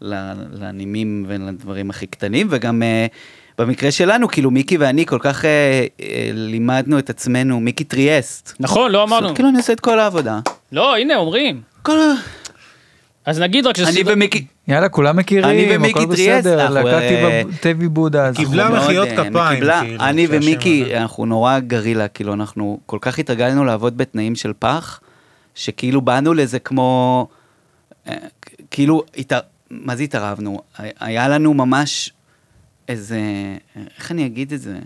B: ל- לנימים ולדברים הכי קטנים, וגם אה, במקרה שלנו, כאילו מיקי ואני כל כך אה, אה, לימדנו את עצמנו, מיקי טריאסט.
C: נכון, לא אמרנו.
B: כאילו אני עושה את כל העבודה.
C: לא, הנה, אומרים.
B: כל...
C: אז נגיד רק שזה...
B: אני
C: סדרה-
B: ומיקי...
D: יאללה, כולם
B: אני
D: מכירים,
B: ומיקי
D: הכל
B: טריאסט,
D: בסדר,
B: אנחנו, אה,
D: להקת טבי בודה. אז-
E: קיבלה
B: אנחנו מאוד,
E: מחיאות
B: אה,
E: כפיים,
B: קיבלה.
E: כאילו,
B: אני
E: שהשם
B: ומיקי,
E: הזה.
B: אנחנו נורא גרילה, כאילו, אנחנו כל כך התרגלנו לעבוד בתנאים של פח, שכאילו באנו לזה כמו... אה, כאילו, התע- מה זה התערבנו? היה לנו ממש איזה... איך אני אגיד את זה?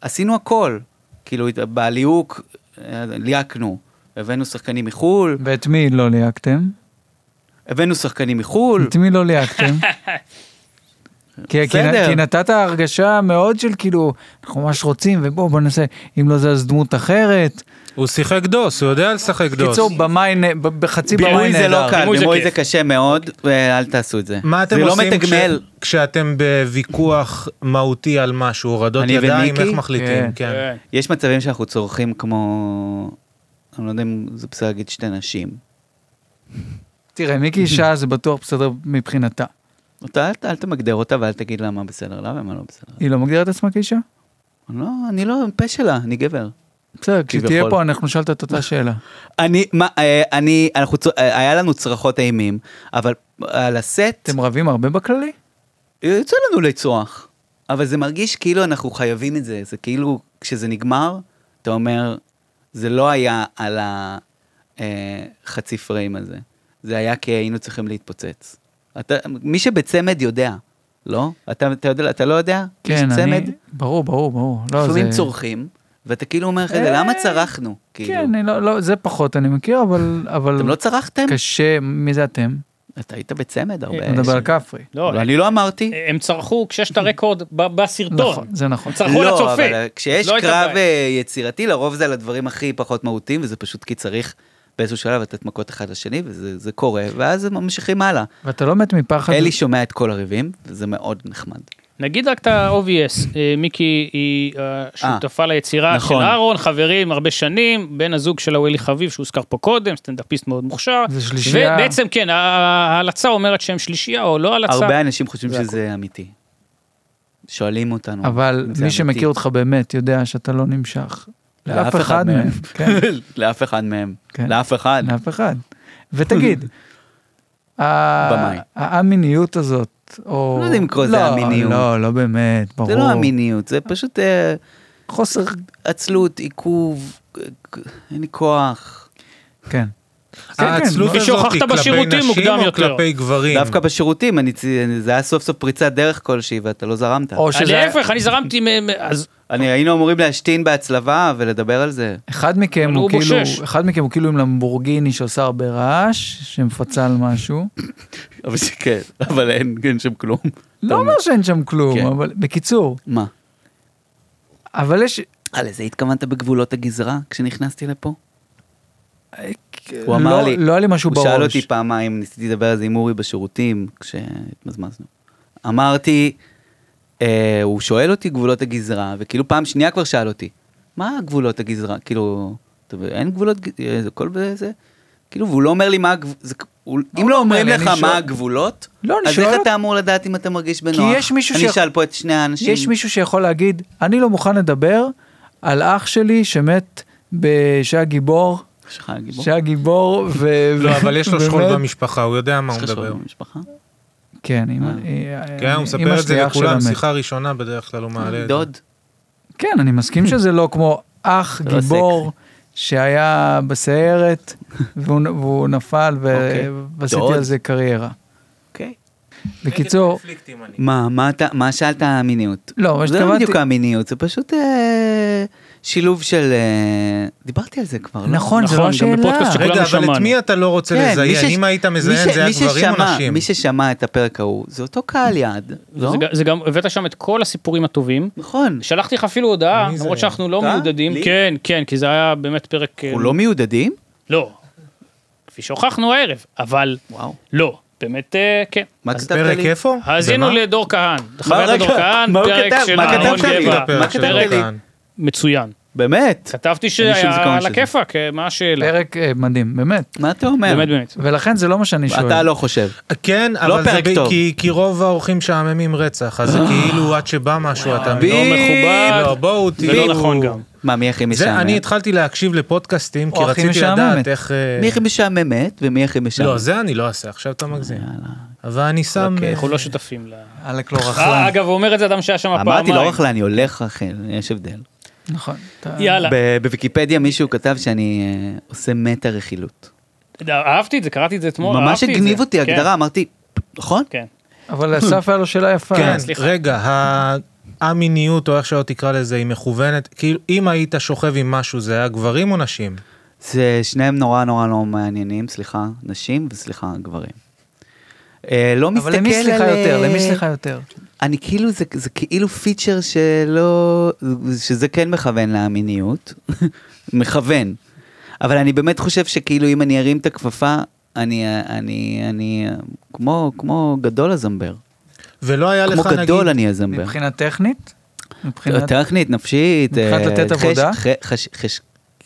B: עשינו הכל. כאילו, הת- בליהוק, אה, ליהקנו. הבאנו שחקנים מחו"ל,
D: ואת מי לא ליהקתם?
B: הבאנו שחקנים מחו"ל.
D: את מי לא ליהקתם? כי, כי,
B: בסדר.
D: כי נתת הרגשה מאוד של כאילו, אנחנו ממש רוצים, ובוא, בוא נעשה, אם לא זה אז דמות אחרת.
E: הוא שיחק דוס, הוא יודע לשחק דוס.
D: קיצור, במאי, נ- ב- בחצי במאי נהדר.
B: בימוי זה לא קל,
C: בימוי זה
B: בימוי זה
C: כיף.
B: קשה מאוד, ואל תעשו את זה.
E: מה אתם
B: זה
E: עושים
B: לא מתגמל.
E: כש- כשאתם בוויכוח מהותי על משהו, הורדות
B: אני
E: ידיים,
B: ומיקי?
E: איך מחליטים?
D: כן.
E: כן.
C: כן.
B: יש מצבים שאנחנו צורכים כמו... אני לא יודע אם זה בסדר להגיד שתי נשים.
D: תראה, מיקי אישה זה בטוח בסדר מבחינתה.
B: אותה, אל, אל תמגדר אותה ואל תגיד לה מה בסדר לה ומה לא בסדר לה.
D: היא לא מגדירה את עצמה כאישה?
B: אני לא, אני לא הפה שלה, אני גבר.
D: בסדר, כשתהיה
B: כביכול.
D: פה אנחנו נשאל את אותה שאלה.
B: אני, מה, אה, אני, אנחנו, צו- אה, היה לנו צרחות אימים, אבל אה, על הסט,
D: אתם רבים הרבה בכללי?
B: יוצא לנו לצרוח. אבל זה מרגיש כאילו אנחנו חייבים את זה, זה כאילו, כשזה נגמר, אתה אומר, זה לא היה על אה, החצי פריים הזה, זה היה כי היינו צריכים להתפוצץ. אתה, מי שבצמד יודע, לא? אתה, אתה, יודע, אתה לא יודע?
D: כן,
B: יש
D: אני...
B: צמד?
D: ברור, ברור, ברור. לא,
B: לפעמים
D: זה- אה,
B: צורכים, ואתה כאילו אומר, רגע, למה צרחנו? כאילו,
D: כן, אני לא, לא, זה פחות אני מכיר, אבל... אבל
B: אתם לא צרחתם?
D: קשה, מי זה אתם?
B: אתה היית בצמד הרבה.
D: אני מדבר על כפרי.
C: לא,
B: אני לא אמרתי.
C: הם צרחו כשיש את הרקורד ב- בסרטון.
D: נכון, זה נכון.
C: צרחו
B: לא,
C: לצופה.
B: אבל כשיש
C: לא הייתה
B: קרב
C: בעיה.
B: אה, יצירתי, לרוב זה על הדברים הכי פחות מהותיים, וזה פשוט כי צריך באיזשהו שלב לתת מכות אחד לשני, וזה זה קורה, ואז הם ממשיכים הלאה.
D: ואתה לא מת מפחד...
B: אלי שומע את כל הריבים, וזה מאוד נחמד.
C: נגיד רק את ה-OVS, אה, מיקי היא אה, שותפה ליצירה של
B: נכון.
C: אהרון, חברים הרבה שנים, בן הזוג של הווילי חביב שהוזכר פה קודם, סטנדאפיסט מאוד מוכשר.
D: זה שלישייה.
C: ובעצם כן, ה- ההלצה אומרת שהם שלישייה או לא הלצה.
B: הרבה אנשים חושבים שזה אמיתי. שואלים אותנו.
D: אבל
B: אם זה
D: מי
B: אמיתי.
D: שמכיר אותך באמת יודע שאתה לא נמשך. לאף אחד מהם. כן,
B: לאף אחד מהם.
D: כן.
B: לאף אחד.
D: לאף אחד. ותגיד, ה-
B: במאי.
D: המיניות הזאת, או...
B: לא יודע אם לקרוא לזה
D: לא,
B: המיניות.
D: לא, לא באמת, ברור.
B: זה לא המיניות, זה פשוט אה,
D: חוסר...
B: עצלות, עיכוב, אה, אין לי כוח.
D: כן.
B: אה,
D: כן, כן,
E: העצלות
D: ברור.
C: כפי שהוכחת
E: הזאת היא כלפי
C: בשירותים
E: נשים
C: מוקדם
E: או
C: יותר.
E: כלפי גברים?
B: דווקא בשירותים, אני צי- זה היה סוף סוף פריצת דרך כלשהי ואתה לא זרמת.
D: או
C: אני
D: שזה...
C: אה,
D: נכון,
C: להפך, אני זרמתי, מ- מ- אז
B: אני היינו אמורים להשתין בהצלבה ולדבר על זה.
D: אחד מכם
C: אבל
D: הוא
C: הוא
D: כאילו,
C: בושש.
D: אחד מכם הוא כאילו עם למבורגיני שעושה הרבה רעש, שמפצל משהו.
B: אבל זה כן, אבל אין, אין שם כלום.
D: לא אומר שאין שם
B: כן.
D: כלום, אבל בקיצור,
B: מה?
D: אבל יש...
B: אה, לזה התכוונת בגבולות הגזרה כשנכנסתי לפה? הוא
D: לא-
B: אמר לי,
D: לא היה לי משהו
B: הוא
D: בראש.
B: שאל אותי פעמיים, ניסיתי לדבר על זה עם אורי בשירותים, כשהתמזמזנו. אמרתי, אה, הוא שואל אותי גבולות הגזרה, וכאילו פעם שנייה כבר שאל אותי, מה גבולות הגזרה? כאילו, טוב, אין גבולות, ג- אה, זה הכל בזה? כאילו, והוא לא אומר לי מה הגבולות, אם לא
D: אומר
B: אומרים
D: לי,
B: לך
D: אני
B: מה
D: שואל-
B: הגבולות,
D: לא, אני
B: אז
D: שואל
B: איך
D: אותו.
B: אתה אמור לדעת אם אתה מרגיש בנוח?
D: יש מישהו
B: אני
D: שיכול-
B: אשאל פה את שני האנשים.
D: יש מישהו שיכול להגיד, אני לא מוכן לדבר על אח שלי שמת בשעה גיבור,
B: יש לך גיבור?
D: שהיה גיבור, ו...
E: לא, אבל יש לו שכול
D: באמת-
E: במשפחה, הוא יודע מה הוא
B: יש לך
E: מדבר.
B: שואלים במשפחה?
D: כן, אמא
E: כן, הוא מספר את זה לכולם, שיחה ראשונה בדרך כלל הוא מעלה את זה.
B: דוד.
D: כן, אני מסכים שזה לא כמו אח
B: זה לא
D: גיבור שהיה בסיירת, והוא והוא נפל,
B: אוקיי.
D: ו- ועשיתי
B: דוד.
D: על זה קריירה.
B: אוקיי.
D: בקיצור,
B: מה, מה אתה, מה שאלת המיניות?
D: לא, מה
B: זה לא
D: שהתכוונתי-
B: בדיוק המיניות, זה פשוט אה, שילוב של... אה, דיברתי על זה כבר, לא?
D: נכון, זה
C: נכון,
D: לא
C: גם
D: שאלה.
C: בפודקאסט שכל-
E: רגע,
C: כולנו
E: אבל את
C: שמענו.
E: מי אתה לא רוצה
B: כן, מי
E: לזיין?
B: שש-
E: אם היית
B: מי
E: מזיין
B: ש-
E: זה היה
B: מי
E: גברים או
B: ששמע-
E: נשים?
B: מי ששמע את הפרק ההוא, זה אותו קהל יעד, לא?
C: זה ג- זה גם, הבאת שם את כל הסיפורים הטובים.
B: נכון.
C: שלחתי לך אפילו הודעה,
E: מי זה?
C: למרות שאנחנו לא
B: אתה?
C: מעודדים.
B: לי?
C: כן, כן, כי זה היה באמת פרק... אה,
B: אנחנו לא מיודדים?
C: לא. כפי שהוכחנו הערב, אבל
B: וואו.
C: לא. באמת, אה, כן.
B: מה כתבת
E: פרק
B: לי?
E: איפה?
C: האזינו
E: במה?
C: לדור כהן, חבר
B: רגע,
C: הדור כהן,
B: מה הוא
C: פרק
B: כתב?
C: של
B: מה
C: אהרון
B: כתבת לי? לא,
C: גבע,
B: מה
E: לפרק של
B: כתבת
C: פרק
B: לי?
E: דורקן.
C: מצוין.
B: באמת?
C: כתבתי
B: אין לי שום
C: שהיה
B: זיכרון
C: על
B: של זה.
C: הכיפאק, אה, מה השאלה?
D: פרק אה, מדהים, באמת.
B: מה אתה אומר?
C: באמת באמת.
D: ולכן זה לא מה שאני שואל.
B: אתה לא חושב.
E: כן,
B: לא
E: אבל זה
B: פרק
E: ב-
B: טוב. אה.
E: כי- כי רוב האורחים משעממים רצח, אז זה כאילו עד שבא משהו אתה...
C: לא מכובד,
E: לא, בואו
C: זה
E: תהיו...
C: לא נכון גם.
B: מה, מי הכי משעמם?
E: זה, אני התחלתי להקשיב לפודקאסטים, כי
D: או הכי
E: רציתי
D: משעממת.
E: לדעת איך... אה,
B: מי הכי משעממת ומי הכי משעמם?
E: לא, זה אני לא אעשה, עכשיו אתה מגזים. אבל אני שם...
B: אוקיי,
E: אה,
C: אנחנו לא שותפים ל...
D: על
E: נכון.
D: הקלורחלן.
C: אה, אגב, אומר את זה אדם שהיה שם פעמיים.
B: אמרתי לא רכלה, אני הולך אחר, יש הבדל.
D: נכון. אתה-
C: יאללה.
B: ב- בוויקיפדיה מישהו כתב שאני אה, עושה מטה רכילות.
C: אהבתי את זה, קראתי את זה אתמול, אהבתי את
B: ממש
C: זה.
B: הגניב אותי
C: כן,
B: הגדרה, אמרתי, נכון?
C: כן.
D: אבל אסף היה לו שאלה יפה.
E: כן,
D: אז-
C: סליחה.
E: רגע, ה- המיניות, או איך שלא תקרא לזה, היא מכוונת, כאילו, אם היית שוכב עם משהו, זה היה גברים או נשים?
B: זה שניהם נורא נורא לא מעניינים, סליחה, נשים וסליחה, גברים. אה, לא מסתכל
D: אבל
B: על...
D: למי סליחה
B: אה,
D: יותר? למי סליחה יותר?
B: אני כאילו, זה, זה כאילו פיצ'ר שלא, שזה כן מכוון למיניות, מכוון. אבל אני באמת חושב שכאילו אם אני ארים את הכפפה, אני, אני, אני כמו, כמו גדול הזמבר.
E: ולא היה
B: כמו
E: לך, נגיד...
B: גדול אני הזמבר.
D: מבחינה טכנית? מבחינת
B: טכנית, נפשית.
D: מבחינת
B: אה,
D: לתת
B: חש-
D: עבודה?
B: ח- חש-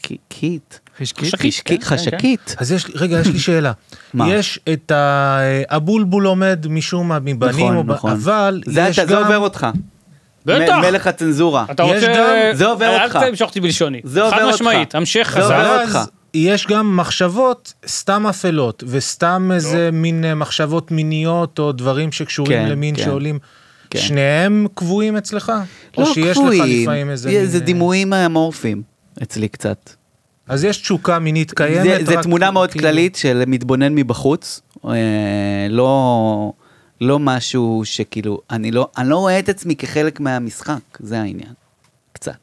B: חשקית.
D: חשקית?
E: כן?
B: חשקית, חשקית.
E: אז יש לי, רגע, יש לי שאלה.
B: מה?
E: יש את ה... הבולבול עומד משום מה מבנים,
B: נכון,
E: או ב-
B: נכון.
E: אבל
B: זה
E: יש
B: אתה- זה
E: גם...
B: עובר אותך.
C: בטח.
B: מ- מלך הצנזורה.
C: אתה
E: יש
C: רוצה... אה,
E: גם-
B: זה עובר אותך.
C: אל תמשוך אותי בלשוני.
B: זה עובר
C: חד
B: אותך.
C: משמעית, המשך
B: זה עובר
C: חזרה.
E: אבל אז
B: אותך.
E: יש גם מחשבות סתם אפלות, וסתם איזה מין אה, מחשבות מיניות, או דברים שקשורים
B: כן,
E: למין
B: כן.
E: שעולים.
B: כן.
E: שניהם קבועים אצלך? או
B: לא
E: שיש לך
B: קפואים,
E: לפעמים איזה... מין,
B: זה
E: אה,
B: דימויים אמורפיים אצלי קצת.
E: אז יש תשוקה מינית
B: זה
E: קיימת.
B: זה
E: רק
B: תמונה מאוד
E: כאילו-
B: כללית של מתבונן מבחוץ, אה, לא לא משהו שכאילו, אני לא, אני לא רואה את עצמי כחלק מהמשחק, זה העניין, קצת.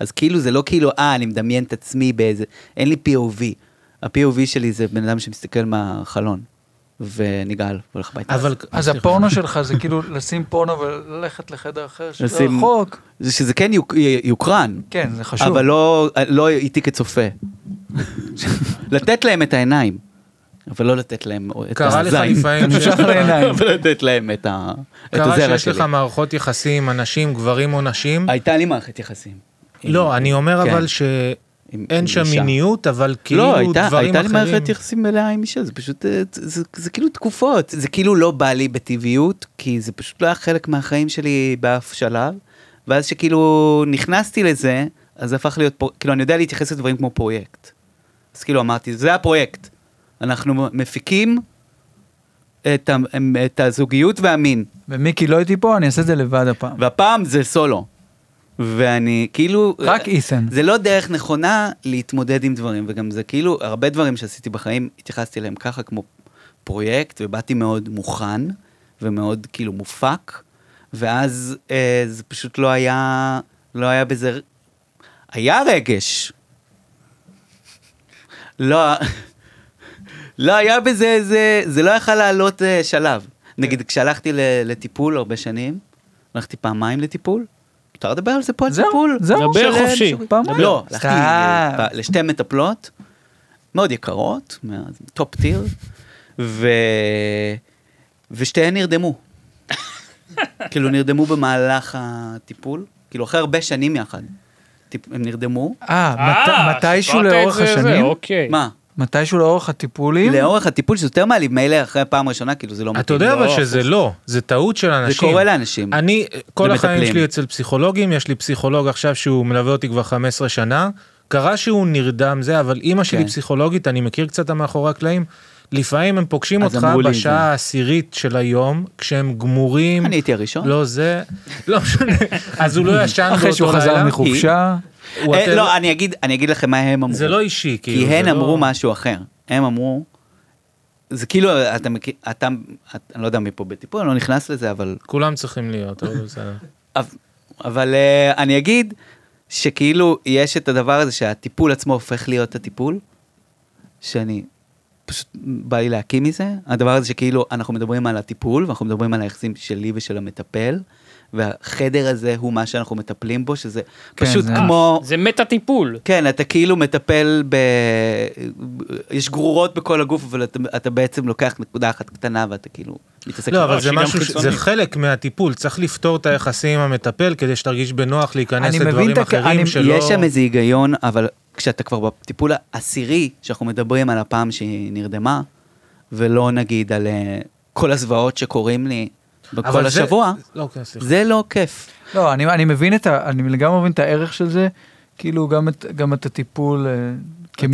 B: אז כאילו זה לא כאילו, אה, אני מדמיין את עצמי באיזה, אין לי POV. ה-POV שלי זה בן אדם שמסתכל מהחלון, ונגעל, הולך הביתה.
E: אבל...
D: אז
E: סליחה.
D: הפורנו שלך זה כאילו לשים פורנו וללכת לחדר אחר שזה
B: לשים-
D: רחוק.
B: זה שזה כן יוק, יוקרן,
D: כן, זה חשוב.
B: אבל לא, לא איתי כצופה. לתת להם את העיניים, אבל לא לתת להם את
E: קרה לך
B: הזין.
E: לפעמים ש-
D: נמשך לעיניים.
B: אבל לתת להם את, ה... את
E: קרה
B: הזרע
E: שיש
B: שלי.
E: לך מערכות יחסים, אנשים, גברים או נשים.
B: הייתה לי מערכת יחסים.
E: לא, אני אומר
B: אה, כן.
E: אבל שאין
B: עם- עם
E: שם
B: אישה.
E: מיניות, אבל כאילו
B: לא,
E: דברים
B: הייתה,
E: אחרים.
B: הייתה לי מערכת יחסים מלאה עם אישה, זה פשוט, אה, זה, זה, זה כאילו תקופות, זה כאילו לא בא לי בטבעיות, כי זה פשוט לא היה חלק מהחיים שלי באף שלב, ואז שכאילו נכנסתי לזה, אז זה הפך להיות, פר... כאילו אני יודע להתייחס לדברים כמו פרויקט. אז כאילו אמרתי, זה הפרויקט, אנחנו מפיקים את, ה... את הזוגיות והמין,
D: ומיקי לא איתי פה, אני אעשה את זה לבד הפעם.
B: והפעם זה סולו. ואני כאילו...
D: רק איתן.
B: זה לא דרך נכונה להתמודד עם דברים, וגם זה כאילו, הרבה דברים שעשיתי בחיים, התייחסתי אליהם ככה כמו פרויקט, ובאתי מאוד מוכן, ומאוד כאילו מופק, ואז אה, זה פשוט לא היה, לא היה בזה, היה רגש. לא, לא היה בזה, זה, זה לא יכל לעלות אה, שלב.
D: כן.
B: נגיד, כשהלכתי ל- לטיפול הרבה שנים, הלכתי פעמיים לטיפול, מותר לדבר על זה פה על
D: זהו,
B: טיפול?
D: זהו.
C: דבר
B: שלם,
C: חופשי.
B: שוב.
D: פעמיים.
B: לא,
D: דבר.
B: הלכתי
D: סתם.
B: אה, לשתי מטפלות, מאוד יקרות, טופ טיר, ו... ושתיהן נרדמו. כאילו נרדמו במהלך הטיפול, כאילו אחרי הרבה שנים יחד. טיפ- הם נרדמו.
D: אה, מת- מתישהו
C: שמעת את
D: לאורך
C: זה, זה,
D: השנים?
C: אוקיי.
B: מה?
D: מתישהו לאורך הטיפולים?
B: לאורך הטיפול שזה יותר מעליב, מילא אחרי הפעם הראשונה, כאילו זה לא מתאים.
E: אתה יודע אבל
B: לא,
E: שזה לא, זה טעות של
B: זה
E: אנשים.
B: קורה לאנשים.
E: אני, כל החיים
B: למטפלים.
E: שלי אצל פסיכולוגים, יש לי פסיכולוג עכשיו שהוא מלווה אותי כבר 15 שנה, קרה שהוא נרדם זה, אבל אימא שלי
B: כן.
E: פסיכולוגית, אני מכיר קצת מאחורי הקלעים, לפעמים הם פוגשים
B: אז
E: אותך
B: אמרו לי את
E: בשעה
B: זה.
E: העשירית של היום, כשהם גמורים,
B: אני הייתי הראשון.
E: לא זה, לא משנה, אז הוא לא ישן
D: אחרי שהוא
E: באותו
D: חזר
E: לילה,
D: מחופשה?
E: הוא
B: אה,
E: עטר-
B: לא, אני אגיד- אני אגיד לכם מה הם אמרו.
E: זה לא אישי, כאילו,
B: כי
E: זה
B: הן
E: לא-
B: אמרו משהו אחר. הם אמרו, זה כאילו, אתה מכיר, אתה, את- אני לא יודע מי פה בטיפול, אני לא נכנס לזה, אבל
E: כולם צריכים להיות, אבל בסדר.
B: אב- אבל אה, אני אגיד שכאילו יש את הדבר הזה שהטיפול עצמו הופך להיות הטיפול, שאני, פשוט בא לי להקיא מזה, הדבר הזה שכאילו אנחנו מדברים על הטיפול ואנחנו מדברים על היחסים שלי ושל המטפל, והחדר הזה הוא מה שאנחנו מטפלים בו, שזה
D: כן,
B: פשוט
D: זה-
B: כמו...
E: אה,
C: זה מטה טיפול.
B: כן, אתה כאילו מטפל ב... יש גרורות בכל הגוף, אבל אתה, אתה בעצם לוקח נקודה אחת קטנה ואתה כאילו מתעסק...
E: לא,
B: עם-
E: אבל זה
C: שהיא גם
E: משהו, ש- זה
C: חיצונית.
E: חלק מהטיפול, צריך לפתור את היחסים עם המטפל כדי שתרגיש בנוח להיכנס
D: אני מבין את
E: לדברים
D: הכ-
E: אחרים
D: אני-
E: שלא...
B: יש שם איזה היגיון, אבל כשאתה כבר בטיפול העשירי, שאנחנו מדברים על הפעם שהיא נרדמה, ולא נגיד על אה, כל הזוועות שקורים לי
E: אבל
B: בכל
E: זה-
B: השבוע,
E: אוקיי, סליחה.
B: זה לא כיף.
D: לא, אני, אני מבין את ה... אני לגמרי מבין את הערך של זה, כאילו גם את, גם את הטיפול אה,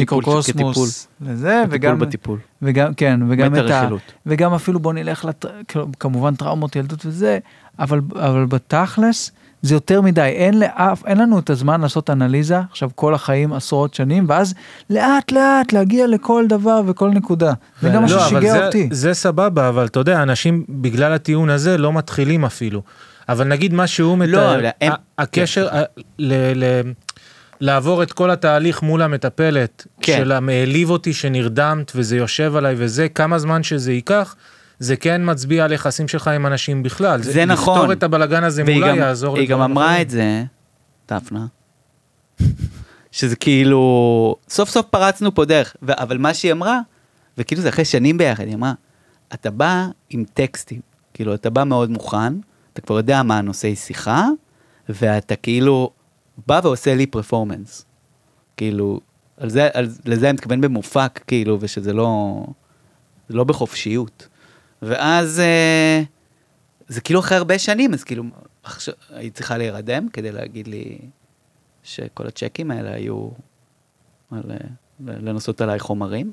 D: כמיקרוקוסמוס לזה,
B: הטיפול
D: וגם,
B: בטיפול.
D: וגם, כן, וגם
B: מת
D: את ה...
B: הרכילות.
D: וגם אפילו בוא נלך, לט... כאילו, כמובן טראומות ילדות וזה, אבל, אבל בתכלס זה יותר מדי, אין, לאף, אין לנו את הזמן לעשות אנליזה, עכשיו כל החיים עשרות שנים, ואז לאט לאט להגיע לכל דבר וכל נקודה. זה גם מה
E: לא, אבל
D: ששיגע
E: זה-
D: אותי.
E: זה סבבה, אבל אתה יודע, אנשים בגלל הטיעון הזה לא מתחילים אפילו. אבל נגיד מה שהוא מתאר,
B: לא, אבל הם- כן.
E: ה- הקשר, ה- ל- ל- לעבור את כל התהליך מול המטפלת,
B: כן.
E: של המעליב אותי שנרדמת וזה יושב עליי וזה, כמה זמן שזה ייקח, זה כן מצביע על יחסים שלך עם אנשים בכלל.
B: זה נכון.
E: לפתור את הבלגן הזה
B: והיא
E: מולה
B: גם-
E: יעזור
B: היא גם
E: לדברים
B: אמרה
E: אחרים.
B: את זה, דפנה, שזה כאילו, סוף סוף פרצנו פה דרך, ו- אבל מה שהיא אמרה, וכאילו זה אחרי שנים ביחד, היא אמרה, אתה בא עם טקסטים, כאילו אתה בא מאוד מוכן, אתה כבר יודע מה הנושאי שיחה, ואתה כאילו בא ועושה לי פרפורמנס. כאילו, על זה, על, לזה אני מתכוון במופק, כאילו, ושזה לא, זה לא בחופשיות. ואז אה, זה כאילו אחרי הרבה שנים, אז כאילו, עכשיו, היא צריכה להירדם כדי להגיד לי שכל הצ'קים האלה היו על אה, לנסות עליי חומרים.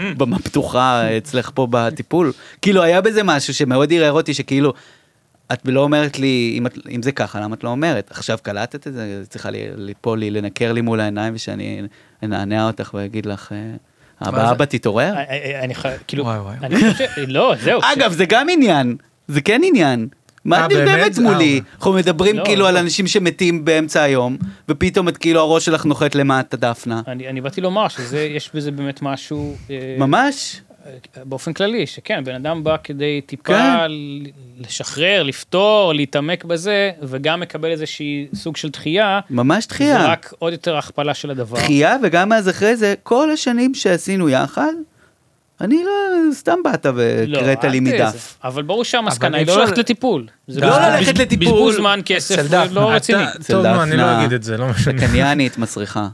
B: במה פתוחה אצלך פה בטיפול. כאילו, היה בזה משהו שמאוד ערער אותי, שכאילו, את לא אומרת לי, אם, את, אם זה ככה, למה את לא אומרת? עכשיו קלטת את זה, אז צריכה לי- ליפול לי, לנקר לי מול העיניים, ושאני אנענע אותך ואגיד לך, אה, אבא אבא תתעורר?
C: אני- אני חי- כאילו,
D: וואי, וואי.
C: אני חושב, לא, זהו.
B: אגב, זה גם עניין, זה כן עניין. מה
E: אה,
B: אתם
E: באמת?
B: באמת מולי?
E: אה.
B: אנחנו מדברים
C: לא,
B: כאילו
C: לא.
B: על אנשים שמתים באמצע היום, ופתאום את כאילו הראש שלך נוחת למטה דפנה.
C: כן. אני אני באתי לומר שזה, יש בזה באמת משהו... אה,
B: ממש?
C: באופן כללי, שכן, בן אדם בא כדי טיפה
B: כן.
C: ל- לשחרר, לפתור, להתעמק בזה, וגם מקבל איזושהי סוג של דחייה,
B: ממש
C: זה
B: דחייה.
C: רק עוד יותר הכפלה של הדבר.
B: דחייה, וגם אז אחרי זה, כל השנים שעשינו יחד, אני לא, סתם באת והקראת
C: לא, אל
B: לי
C: תהיה
B: מדף.
C: זה. אבל ברור שהמסקנה היא
D: אי
C: לא
D: אפשר-
C: ללכת לטיפול. זה
B: לא
C: בזבוז-
B: ללכת
C: בז-
B: לטיפול.
C: בזבוז זמן, כסף,
D: אצל דפנה,
C: לא
D: אתה-
C: רציני.
E: אתה- טוב, נו, אני לא אגיד את זה, לא משנה.
B: קניינית מסריחה.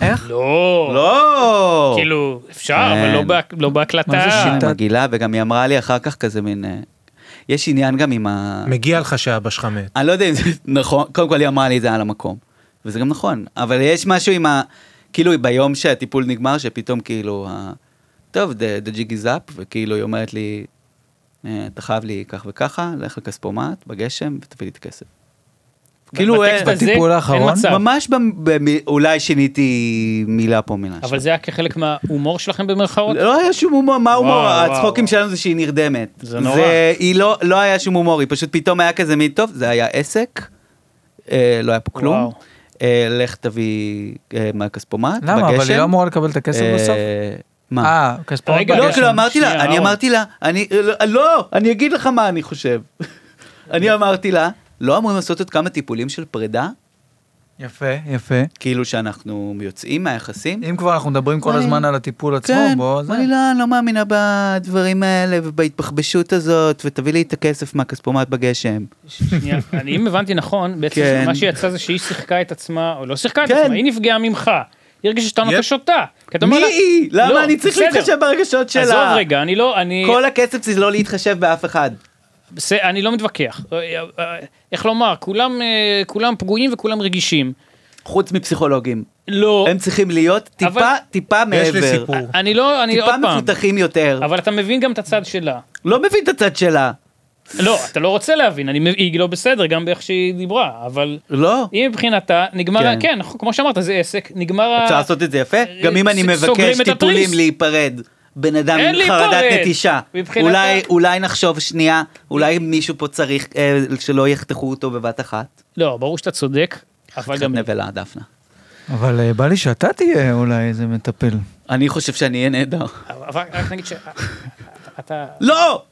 D: איך?
C: לא,
B: לא!
C: כאילו, אפשר, אבל
B: כן.
C: לא בה- לא בהקלטה.
D: מה זה
B: אה,
D: שיטת-
B: מגעילה, וגם היא אמרה לי אחר כך כזה מין... אה, יש עניין גם עם ה...
E: מגיע לך שאבא שלך מת.
B: אני לא יודע אם זה נכון, קודם כל היא אמרה לי את זה על המקום, וזה גם נכון, אבל יש משהו עם ה... כאילו ביום שהטיפול נגמר, שפתאום כאילו, ה... טוב, the the jig is up, וכאילו היא אומרת לי, "אה, אתה חייב לי כך וככה, לך לכספומט, בגשם, ותביא לי את הכסף. כאילו, אה,
C: בטקסט הזה
D: בטיפול
C: אין
D: האחרון?
C: מצב.
B: ממש במ... במ... אולי שיניתי מילה פה מילה.
C: אבל
B: שם.
C: זה היה כחלק מההומור שלכם במרכאות?
B: לא היה שום הומור, מה הומור?
C: וואו,
B: הצחוקים
C: וואו.
B: שלנו זה שהיא נרדמת.
C: זה נורא.
B: היא לא, לא היה שום הומור, היא פשוט פתאום היה כזה מין טוב, זה היה עסק, אה, לא היה פה כלום.
C: וואו.
B: אה, לך תביא אה, מהכספומט, בגשם.
D: למה? אבל היא לא אמורה לקבל את הכסף
B: אה,
D: בסוף?
B: מה?
D: אה, כספורט
C: רגע,
B: לא,
D: בגשם.
B: כאילו אמרתי לה,
C: שנייה,
B: אני
C: אהרון.
B: אמרתי לה, אני, לא, לא, אני אגיד לך מה אני חושב. אני אמרתי לה, לא אמורים לעשות עוד כמה טיפולים של פרידה,
D: יפה, יפה.
B: כאילו שאנחנו יוצאים מהיחסים.
D: אם כבר אנחנו מדברים כל
B: מה לי-
D: הזמן על הטיפול עצמו,
B: כן,
D: בוא... זה-
B: אני לא, אני לא מאמינה בדברים האלה ובהתבחבשות הזאת, ותביא לי את הכסף מהכספומט בגשם.
C: שנייה, אני, אם הבנתי נכון, בעצם
B: כן.
C: מה שיצא זה שהיא שיחקה את עצמה, או לא שיחקה את
B: כן.
C: עצמה, היא נפגעה ממך. היא הרגישה שאתה נותן
E: יפ.
C: שותה. כי אתה אומר
B: מי
C: לה-
B: היא?
C: לא,
B: למה אני צריך
C: בסדר.
B: להתחשב ברגשות שלה?
C: עזוב רגע, אני לא, אני,
B: כל הכסף זה לא להתחשב באף אחד.
C: בס- אני לא מתווכח. אה, אה, איך לומר, כולם, אה, כולם פגועים וכולם רגישים.
B: חוץ מפסיכולוגים.
C: לא,
B: הם צריכים להיות טיפה,
C: אבל-
B: טיפה מעבר.
E: יש לי סיפור.
C: אני לא, אני עוד
B: טיפה
C: פעם,
B: מפותחים יותר.
C: אבל אתה מבין גם את הצד שלה.
B: לא מבין את הצד שלה.
C: לא, אתה לא רוצה להבין, אני, מב- היא לא בסדר, גם באיך שהיא דיברה, אבל
B: לא.
C: היא מבחינתה, נגמר,
B: כן.
C: ה- כן, כמו שאמרת, זה עסק, נגמר, ה-
B: אפשר לעשות את זה יפה? גם אם אני
C: אה, ס- סוגרים
B: מבקש
C: את התריס.
B: טיפולים להיפרד. בן אדם
C: אין
B: עם חרדת
C: להיפרד.
B: נטישה.
C: מבחינתו-
B: אולי אולי נחשוב שנייה, אולי מישהו פה צריך אה, שלא יחתכו אותו בבת אחת.
C: לא, ברור שאתה צודק, אבל
B: חתיכת
C: גם,
B: נבלה, דפנה.
D: אבל אה, בא לי שאתה תהיה אולי איזה מטפל.
B: אני חושב שאני אהיה נהדר.
C: אבל רק נגיד ש... אתה,
B: לא!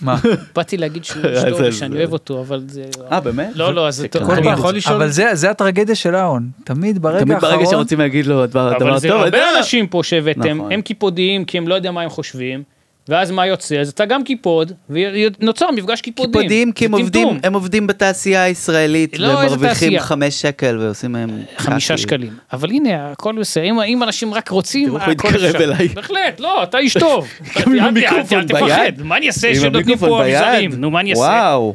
D: מה?
C: באתי להגיד שהוא
B: זה-
C: אשתו
B: זה-
C: ושאני אוהב אותו, אבל זה...
B: אה, כן. באמת?
C: לא, לא, אז זה טוב.
D: כל
E: אני
D: פעם.
E: יכול לשאול?
D: אבל זה זה הטרגדיה של אהרון. תמיד ברגע
B: תמיד ברגע
D: האחרון...
B: שרוצים להגיד לו דבר דבר
C: אבל זה
B: טוב, אתה יודע,
C: הרבה אנשים פה שהבאתם,
B: נכון.
C: הם קיפודיים, כי הם לא יודע מה הם חושבים, ואז מה יוצא? אז אתה גם קיפוד, ונוצר מפגש קיפודים.
B: קיפודים, כי הם
C: זה
B: עובדים,
C: טמטום.
B: הם עובדים בתעשייה הישראלית,
C: לא,
B: והם
C: איזה
B: מרוויחים
C: תעשייה?
B: חמש שקל ועושים מהם...
C: חמישה
B: קקי.
C: שקלים. אבל הנה, הכל בסדר, אם- אם אנשים רק רוצים,
B: תראו איך הוא
C: הכל
B: מתקרב
C: אפשר.
B: אליי.
C: בהחלט, לא, אתה איש טוב.
B: גם עם
C: אל- אל-
B: המיקרופון
C: אל תפחד,
B: ביד.
C: מה אני אעשה
B: עם
C: שנותנים
B: המיקרופון
C: פה
B: ביד.
C: אביזרים? נו, מה אני אעשה?
B: וואו,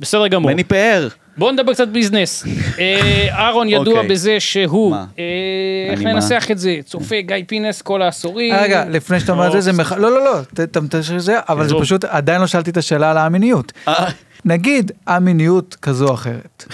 C: בסדר גמור.
B: מני פאר.
C: בואו נדבר קצת ביזנס. אה, אהרון ידוע
B: אוקיי.
C: בזה שהוא,
B: מה?
C: אה, איך
B: אני מה?
C: ננסח את זה? צופה גיא פינס כל העשורים.
D: אה,
B: כאילו,
D: רגע, לפני שאתה אומר את זה, זה מח... לא, לא, לא, ת- תמתש את זה, אבל זה
C: טוב.
D: פשוט, עדיין לא שאלתי את השאלה על המיניות.
B: אה,
D: נגיד, המיניות כזו או אחרת.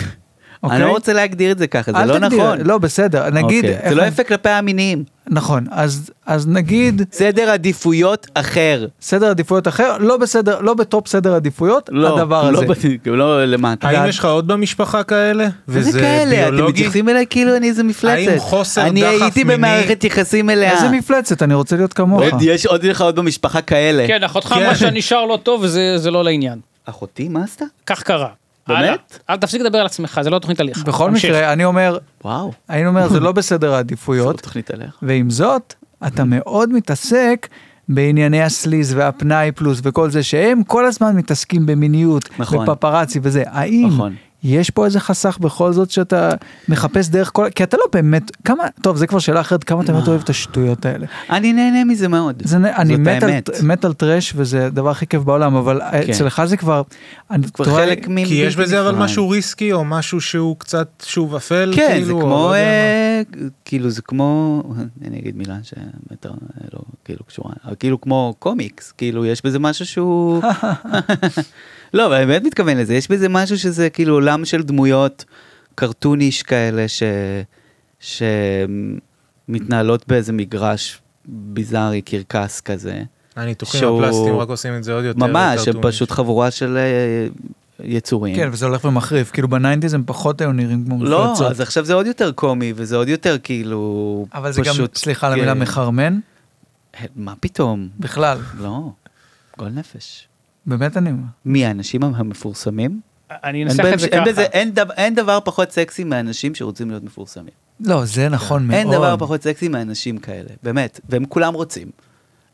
B: אני לא רוצה להגדיר את זה ככה, זה
D: אוקיי? אל
B: לא
D: תגדיר,
B: נכון.
D: לא, בסדר, נגיד...
B: אוקיי.
D: איך
B: זה לא
D: אני-
B: יפה כלפי המיניים.
D: נכון, אז, אז נגיד
B: סדר עדיפויות אחר.
D: סדר עדיפויות אחר, לא בסדר, לא בטופ סדר עדיפויות,
B: לא,
D: הדבר
B: לא
D: הזה.
B: בדיוק, לא למטה.
E: האם יש לך עוד במשפחה כאלה?
B: מה זה
E: וזה
B: כאלה? אתם
E: ביולוגי?
B: מתייחסים אליי כאילו אני איזה מפלצת.
E: האם חוסר
B: אני
E: דחף
B: הייתי
E: מיני-
B: במערכת יחסים אליה.
D: איזה אוקיי. מפלצת, אני רוצה להיות כמוך.
B: עוד יש עוד לך עוד במשפחה כאלה.
C: כן, אחותך
E: כן.
C: מה שנשאר לא טוב זה זה לא לעניין.
B: אחותי, מה עשתה?
C: כך קרה.
B: באמת?
C: הלאה. אל תפסיק לדבר על עצמך, זה לא תוכנית עליך.
D: בכל
C: תמשיך.
D: מקרה, אני אומר,
B: וואו.
D: אני אומר, זה לא בסדר
B: זאת
D: העדיפויות,
B: תוכנית עליך.
D: ועם זאת, אתה מאוד מתעסק בענייני הסליז והפנאי פלוס וכל זה, שהם כל הזמן מתעסקים במיניות,
B: נכון.
D: בפפרצי וזה. האם
B: נכון.
D: יש פה איזה חסך בכל זאת שאתה מחפש דרך כל... כי אתה לא באמת, כמה, טוב, זה כבר שאלה אחרת, כמה אתה באמת אוהב את השטויות האלה.
B: אני נהנה מזה מאוד.
D: זה, אני
B: אה. זאת
D: מת על,
B: האמת.
D: מת על טרש וזה הדבר הכי כיף בעולם, אבל
B: כן.
D: אצלך זה כבר... אני
B: כבר
D: תוהה-
B: חלק מ...
E: כי יש
B: בלתי
E: בזה אבל
B: נפרד.
E: משהו ריסקי או משהו שהוא קצת שוב אפל?
B: כן,
E: כאילו,
B: זה
E: או
B: כמו...
E: לא יודע מה.
B: אה, כאילו זה כמו... אני אגיד מילה שבאמת לא כאילו קשורה. אבל כאילו כמו קומיקס. כאילו יש בזה משהו שהוא... לא, אבל אני באמת מתכוון לזה. יש בזה משהו שזה כאילו עולם של דמויות קרטוניש כאלה ש... שמתנהלות באיזה מגרש ביזארי, קרקס כזה.
E: הניתוחים
B: שהוא-
E: הפלסטיים רק עושים את זה עוד יותר.
B: ממש, הם
E: קרטוני.
B: פשוט חבורה של אה, יצורים.
D: כן, וזה הולך ומחריף, כאילו בניינטיז הם פחות היו נראים כמו
B: לא,
D: מפלצות.
B: אז עכשיו זה עוד יותר קומי, וזה עוד יותר כאילו...
D: אבל זה גם,
B: פשוט-
D: סליחה על המילה
B: כן.
D: מחרמן,
B: מה פתאום?
D: בכלל,
B: לא, גועל נפש.
D: באמת אני אומר.
B: מי האנשים המפורסמים?
C: אני
B: אין
C: אנסח
B: בהם-
C: את זה
B: אין בזה-
C: ככה.
B: אין דבר- אין דבר פחות סקסי מאנשים שרוצים להיות מפורסמים.
D: לא, זה נכון
B: כן.
D: מאוד.
B: אין דבר פחות סקסי מאנשים כאלה, באמת, והם כולם רוצים.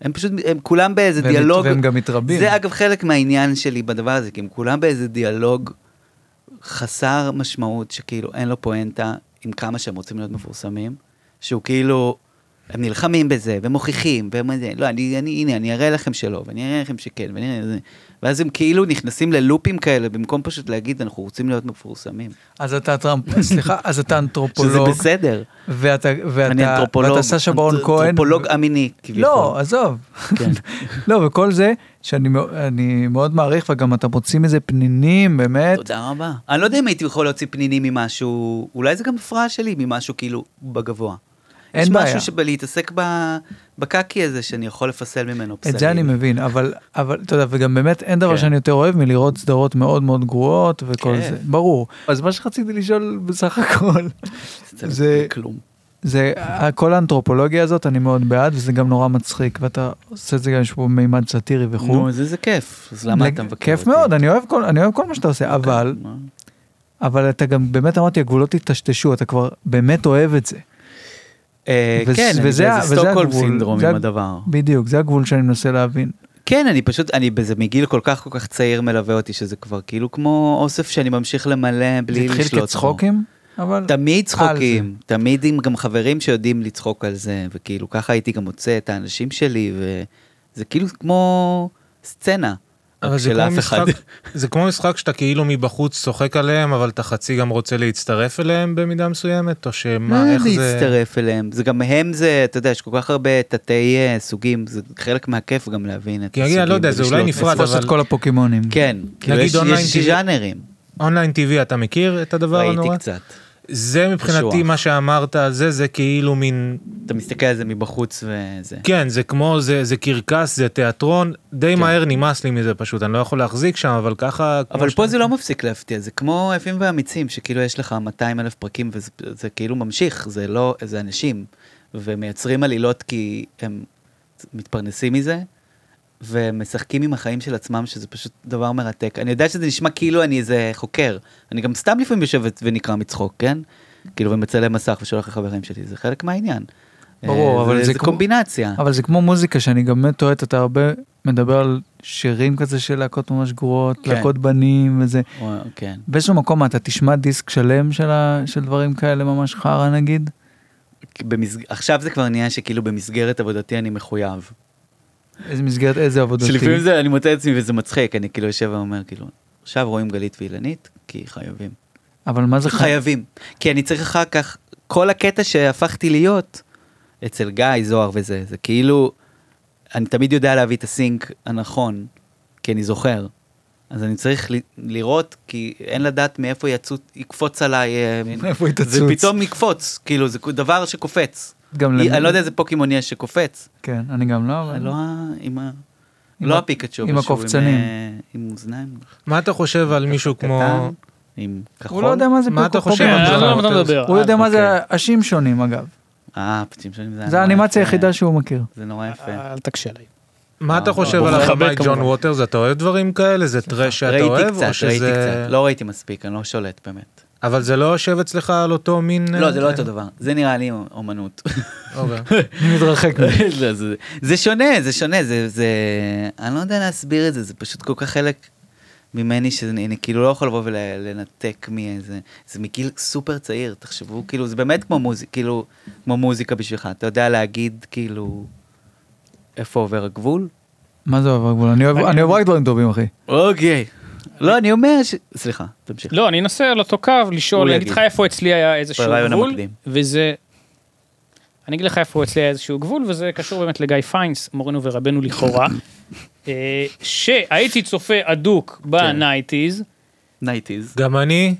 B: הם פשוט, הם כולם באיזה
D: והם-
B: דיאלוג,
D: והם גם מתרבים.
B: זה אגב חלק מהעניין שלי בדבר הזה, כי הם כולם באיזה דיאלוג חסר משמעות, שכאילו אין לו פואנטה עם כמה שהם רוצים להיות מפורסמים, שהוא כאילו, הם נלחמים בזה, ומוכיחים, והם זה, לא, אני, אני, הנה, אני אראה לכם שלא, ואני אראה לכם שכן, ואני אראה זה, ואז הם כאילו נכנסים ללופים כאלה, במקום פשוט להגיד, אנחנו רוצים להיות מפורסמים,
D: אז אתה טראמפ, סליחה, אז אתה
B: שזה
D: אנתרופולוג,
B: בסדר.
D: ואתה,
B: אני
D: ואתה,
B: אנתרופולוג.
D: ואתה סשה באון
B: אנתרופולוג
D: כהן.
B: אנתרופולוג אמיני, כביכול.
D: לא, עזוב.
B: כן.
D: לא, וכל זה, שאני מאו- אני מאוד מעריך, וגם אתה מוציא מזה פנינים, באמת.
B: תודה רבה. אני לא יודע אם הייתי יכול להוציא פנינים ממשהו, אולי זה גם הפרעה שלי, ממשהו כאילו בגבוה.
D: אין
B: יש
D: בעיה.
B: משהו שבלהתעסק ב- בקקי הזה שאני יכול לפסל ממנו פסלים.
D: את זה אני מבין, אבל, אבל, אתה יודע, וגם באמת אין דבר
B: כן.
D: שאני יותר אוהב מלראות סדרות מאוד מאוד גרועות וכל
B: כן.
D: זה, ברור. אז מה שרציתי לשאול בסך הכל, זה-
B: זה לא כלום.
D: זה כל האנתרופולוגיה הזאת, אני מאוד בעד, וזה גם נורא מצחיק, ואתה עושה את זה גם, יש פה מימד סאטירי וכו'.
B: נו, אז איזה כיף. אז למה
D: לג-
B: אתה מבקר
D: כיף
B: אותי? אוקיי.
D: מאוד, אני אוהב כל- אני אוהב כל מה שאתה עושה, אבל,
B: מה?
D: אבל אתה גם, באמת אמרתי, הגבולות התטשטשו, אתה כבר באמת אוהב את זה.
B: אה,
D: וזה-
B: כן, אני
D: וזה-
B: באיזה
D: וזה
B: סטוקהולם
D: הגבול,
B: סינדרום
D: זה
B: עם
D: הג-
B: הדבר.
D: בדיוק, זה הגבול שאני מנסה להבין.
B: כן, אני פשוט, אני בזה מגיל כל כך כל כך צעיר מלווה אותי, שזה כבר כאילו כמו אוסף שאני ממשיך למלא
D: זה
B: בלי לשלוט.
D: התחיל
B: בו.
D: כצחוקים, אבל...
B: תמיד
D: על זה.
B: צחוקים, תמיד עם גם חברים שיודעים לצחוק על זה, וכאילו ככה הייתי גם מוצא את האנשים שלי, וזה כאילו כמו סצנה.
E: אבל
B: רק
E: זה
B: של
E: כמו,
B: אף
E: משחק,
B: אחד.
E: זה כמו משחק שאתה כאילו מבחוץ צוחק עליהם, אבל אתה חצי גם רוצה להצטרף אליהם במידה מסוימת, או
B: מה
E: שמה, איך זה...
B: אה, להצטרף אליהם? זה גם הם זה, אתה יודע, יש כל כך הרבה תתי אה, סוגים, זה חלק מהכיף גם להבין את
E: כי נגיד, אני לא יודע, זה אולי
B: ולשלוט.
E: נפרד.
D: לתפוס
E: אבל-
D: את כל הפוקימונים.
B: כן, כאילו
E: נגיד
B: יש
E: אונליין
B: יש
E: TV.
B: ז'אנרים,
E: אונליין TV, אתה מכיר את הדבר הנורא?
B: ראיתי קצת.
E: זה מבחינתי
B: קשוח.
E: מה שאמרת על זה, זה כאילו מין...
B: אתה מסתכל על זה מבחוץ וזה.
E: כן, זה כמו, זה, זה קרקס, זה תיאטרון, די מהר נמאס לי מזה פשוט, אני לא יכול להחזיק שם, אבל ככה... כמו
B: כן. אבל
E: ש-
B: פה זה לא מפסיק להפתיע, זה כמו יפים ואמיצים, שכאילו יש לך 200 אלף פרקים וזה זה כאילו ממשיך, זה לא, זה אנשים, ומייצרים עלילות כי הם מתפרנסים מזה, ומשחקים עם החיים של עצמם, שזה פשוט דבר מרתק. אני יודע שזה נשמע כאילו אני איזה חוקר, אני גם סתם לפעמים יושב ו- ונקרע מצחוק, כן? כאילו ומצלם מסך ושולח לחברים שלי, זה חלק מהעניין.
D: ברור,
B: אה,
D: אבל זה
B: זה
D: כמו-
B: קומבינציה.
D: אבל זה כמו מוזיקה שאני גם באמת טועה, אתה הרבה מדבר על שירים כזה של להקות ממש גרועות,
B: כן.
D: להקות בנים וזה.
B: וואו, כן.
D: באיזשהו מקום מה, אתה תשמע דיסק שלם של, ה... של דברים כאלה ממש חרא נגיד?
B: במסג... עכשיו זה כבר נהיה שכאילו במסגרת עבודתי אני מחויב.
D: איזה מסגרת, איזה עבודתי.
B: שלפעמים זה, אני מוצא את עצמי וזה מצחיק, אני כאילו יושב ואומר, כאילו, עכשיו רואים גלית ואילנית, כי חייבים.
D: אבל מה זה חי...
B: חייבים. כי אני צריך אחר כך, כל הקטע שהפכתי להיות, אצל גיא זוהר וזה, זה כאילו, אני תמיד יודע להביא את הסינק הנכון, כי אני זוכר. אז אני צריך ל- לראות, כי אין לדעת מאיפה יצוץ, יקפוץ עליי, אה, מין-
D: איפה היא
B: זה
D: תצוץ?
B: פתאום יקפוץ, כאילו, זה דבר שקופץ.
D: גם למי-
B: אני לא יודע איזה פוקימון יש שקופץ.
D: כן, אני גם לא, אבל...
B: לא ה- עם ה...
D: עם
B: לא
D: ה-
B: הפיקאצ'ו,
D: עם
B: אבל שהוא
D: הקופצנים.
B: אה, עם אוזניים
E: מה אתה חושב על מישהו כמו...
B: קטן, אה, עם כחול.
D: הוא לא יודע מה זה
E: מה אתה
D: פוקו-
E: חושב
C: כן,
E: על
C: אני
D: פוקימון.
C: לא
E: זה?
C: יודע מה אתה מדבר.
D: הוא יודע מה זה
B: אוקיי.
D: השמשונים אגב.
B: אה, פצ'ים שונים זה...
D: זו
B: נורא
D: האנימציה
B: יפה.
D: היחידה שהוא מכיר.
B: זה נורא יפה.
C: אל תקשה עליי.
E: מה אתה
B: אה,
E: חושב
B: ברור.
E: על
C: מכבד,
E: הרמאי ג'ון
C: כמובן.
E: ווטרס? אתה אוהב דברים כאלה? זה טרש שאתה
B: ראיתי
E: אוהב? או
B: קצת, ראיתי
E: שזה-
B: קצת. לא ראיתי מספיק, אני לא שולט באמת.
E: אבל זה לא יושב אצלך על אותו מין...
B: לא,
E: אה,
B: זה
D: אוקיי.
B: לא אותו דבר. זה נראה לי אומנות.
E: אוקיי.
D: אני מתרחק. מזה.
B: לא, זה- זה שונה, זה שונה, זה... זה- אני לא יודע להסביר את זה, זה פשוט כל כך חלק ממני, שאני אני כאילו לא יכול לבוא ולנתק מאיזה... זה מגיל סופר צעיר, תחשבו, כאילו, זה באמת כמו מוזיקה, כאילו, כמו מוזיקה בשבילך. אתה יודע להגיד, כאילו, איפה עובר הגבול?
D: מה זה עבר גבול? אני אוהב- אני אוהב רק דברים טובים אחי.
B: אוקיי. לא, אני אומר ש... סליחה, תמשיך.
C: לא, אני אנסה על אותו קו לשאול,
B: הוא
C: אני אגיד
B: יגיד.
C: לך איפה אצלי היה איזשהו
B: ברעיון
C: גבול,
B: המקדים.
C: וזה... אני אגיד לך איפה אצלי היה איזשהו גבול, וזה קשור באמת לגיא פיינס, מורנו ורבנו לכאורה, אה, שהייתי צופה אדוק
B: כן.
C: בנייטיז,
B: נייטיז.
E: גם אני,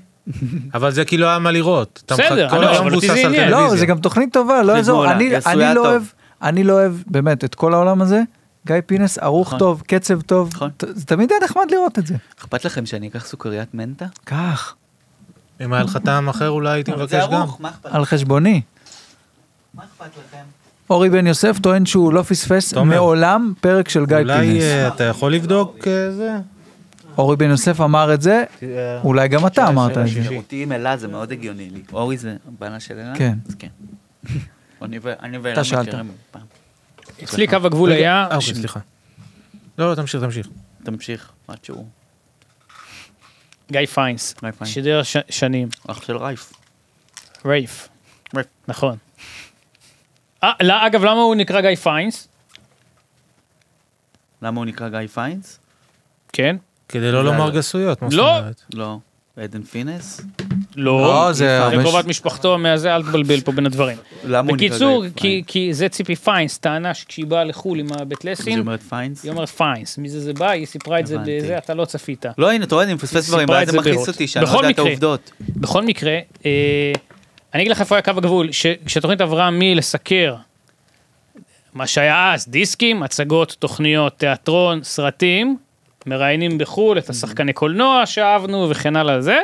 E: אבל זה כאילו היה מה לראות. אתה
C: בסדר,
E: מחכה- כל
C: לא,
E: היום
C: אבל אותי
E: מבוסס
C: זה
E: על
C: עניין.
E: כן, טלוויזיה.
D: לא, זה גם תוכנית טובה, לא
B: תוכנית
D: יעזור.
B: מעולה,
D: אני
B: היא
D: אני
B: עשויה
D: לא
B: טוב.
D: אוהב, אני לא אוהב באמת את כל העולם הזה. גיא פינס ערוך
B: נכון.
D: טוב, קצב טוב,
B: נכון.
D: ת- זה תמיד היה נחמד לראות את זה.
B: אכפת לכם שאני אקח סוכריית מנטה?
D: כך,
E: אם היה לך טעם אחר אולי הייתי
B: אבל
E: מבקש
B: זה
E: גם.
B: ערוך, מה אכפת-
D: על חשבוני.
B: מה אכפת לכם?
D: אורי בן יוסף טוען שהוא לא פספס
E: תומר.
D: מעולם פרק של גיא
E: אולי
D: פינס.
E: אה, אתה יכול לבדוק אה, זה?
D: אורי בן יוסף אמר את זה,
E: אה,
D: אולי גם אתה
E: שאלה,
D: אמרת
E: שאלה,
D: את זה.
E: שאלה.
B: אותי עם אלה זה מאוד הגיוני לי. אורי זה בנה של אלה?
D: כן.
B: אז כן. אני ו- אני ואלה
D: אתה שאלת.
B: מכירים פעם.
C: אצלי קו הגבול
E: רגע,
C: היה...
E: אה, אוקיי, סליחה. לא, לא, תמשיך, תמשיך.
B: תמשיך, עד שהוא.
C: גיא פיינס,
B: גיא פיינס.
C: שידר ש- שנים,
B: אח של רייף.
C: רייף.
B: רייף.
C: נכון. אה, לא, אגב, למה הוא נקרא גיא פיינס?
B: למה הוא נקרא גיא פיינס?
C: כן.
E: כדי לא לומר גסויות, מה זאת
C: לא.
E: אומרת?
B: לא. עדן פינס?
C: לא,
D: לא, זה
C: זה
D: הרבה ש-
C: קרובת משפחתו מהזה, אל תבלבל פה בין הדברים.
B: למה הוא נקרא גיא פיינס?
C: בקיצור, כי- כי זה ציפי פיינס, טענה שכשהיא באה לחו"ל עם הבית
B: אז היא
C: לסין,
B: אומרת פיינס?
C: היא אומרת פיינס, מי זה זה בא, היא סיפרה את זה
B: הבנתי.
C: בזה, אתה לא צפית.
B: לא, הנה, אתה רואה, אני מפספס
C: סיפרה
B: דברים, ואז
C: את
B: זה
C: זה
B: מכעיס
C: ברוט.
B: אותי, שאני לא
C: בכל
B: יודע את
C: מקרה.
B: העובדות.
C: בכל מקרה, אה, אני אגיד לך איפה היה קו הגבול, ש- כשהתוכנית עברה מלסקר, מה שהיה אז, דיסקים, הצגות, תוכניות, תיאטרון, סרטים, מראיינים בחו"ל את השחקני קולנוע שאהבנו וכן הלאה זה,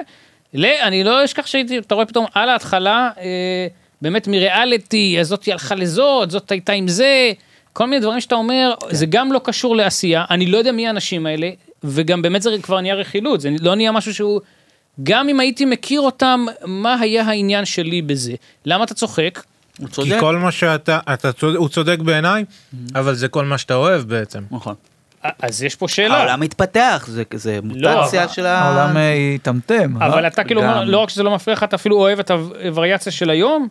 C: ל... אני לא אשכח שהייתי, אתה רואה פתאום על ההתחלה, אה, באמת מריאליטי, אז זאתי הלכה לזאת, זאת הייתה עם זה, כל מיני דברים שאתה אומר, זה גם לא קשור לעשייה, אני לא יודע מי האנשים האלה, וגם באמת זה כבר נהיה רכילות, זה לא נהיה משהו שהוא... גם אם הייתי מכיר אותם, מה היה העניין שלי בזה? למה אתה צוחק?
B: הוא
E: כי
B: צודק. Mm-hmm.
E: כל מה שאתה, אתה צודק, הוא צודק בעיניי, אבל זה כל מה שאתה אוהב בעצם.
B: נכון.
C: אז יש פה שאלה.
B: העולם מתפתח, זה- זה מוטציה
C: לא, אבל-
B: של ה...
D: העולם אה, יטמטם.
C: אבל
D: לא?
C: אתה כאילו אומר,
B: גם.
C: לא רק שזה לא מפריע לך, אתה אפילו אוהב את הווריאציה של היום?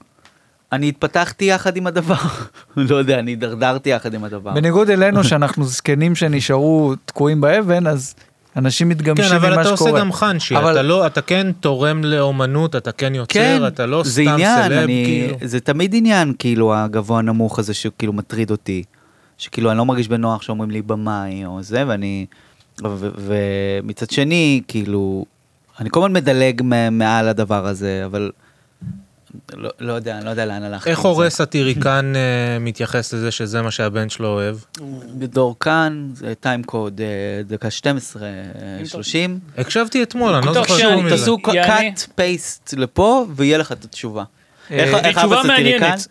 B: אני התפתחתי יחד עם הדבר, לא יודע, אני הידרדרתי יחד עם
E: אה.
B: הדבר.
D: בניגוד אלינו שאנחנו זקנים שנשארו תקועים באבן, אז אנשים מתגמשים
E: כן,
D: ממה שקורה.
E: אבל אתה עושה גם חנשי,
D: אבל-
E: אתה לא, אתה כן תורם לאומנות, אתה כן
B: כן,
E: יוצר, אתה לא
B: זה
E: סתם
B: עניין,
E: סלב,
B: אני,
E: כאילו.
B: זה תמיד עניין, כאילו, הגבוה הנמוך הזה שכאילו מטריד אותי. שכאילו, אני לא מרגיש בנוח שאומרים לי במאי או זה, ואני... ומצד שני, כאילו, אני כל הזמן מדלג מ- מעל הדבר הזה, אבל... לא, לא יודע, אני לא יודע לאן הלכתי.
E: איך
B: עם זה.
E: הורה סטיריקן אה, מתייחס לזה שזה מה שהבן שלו אוהב?
B: דור כאן, זה טיים קוד, אה, דקה 12, אה, 30.
E: הקשבתי אתמול, אני לא
C: מתוך
E: זוכר
C: שאני-
E: שום מזה.
B: תעשו
C: יעני.
B: cut paste לפה, ויהיה לך את התשובה. איך
C: היא
B: איך אבא
C: אה, תשובה
B: סטיריקן?
C: מעניינת.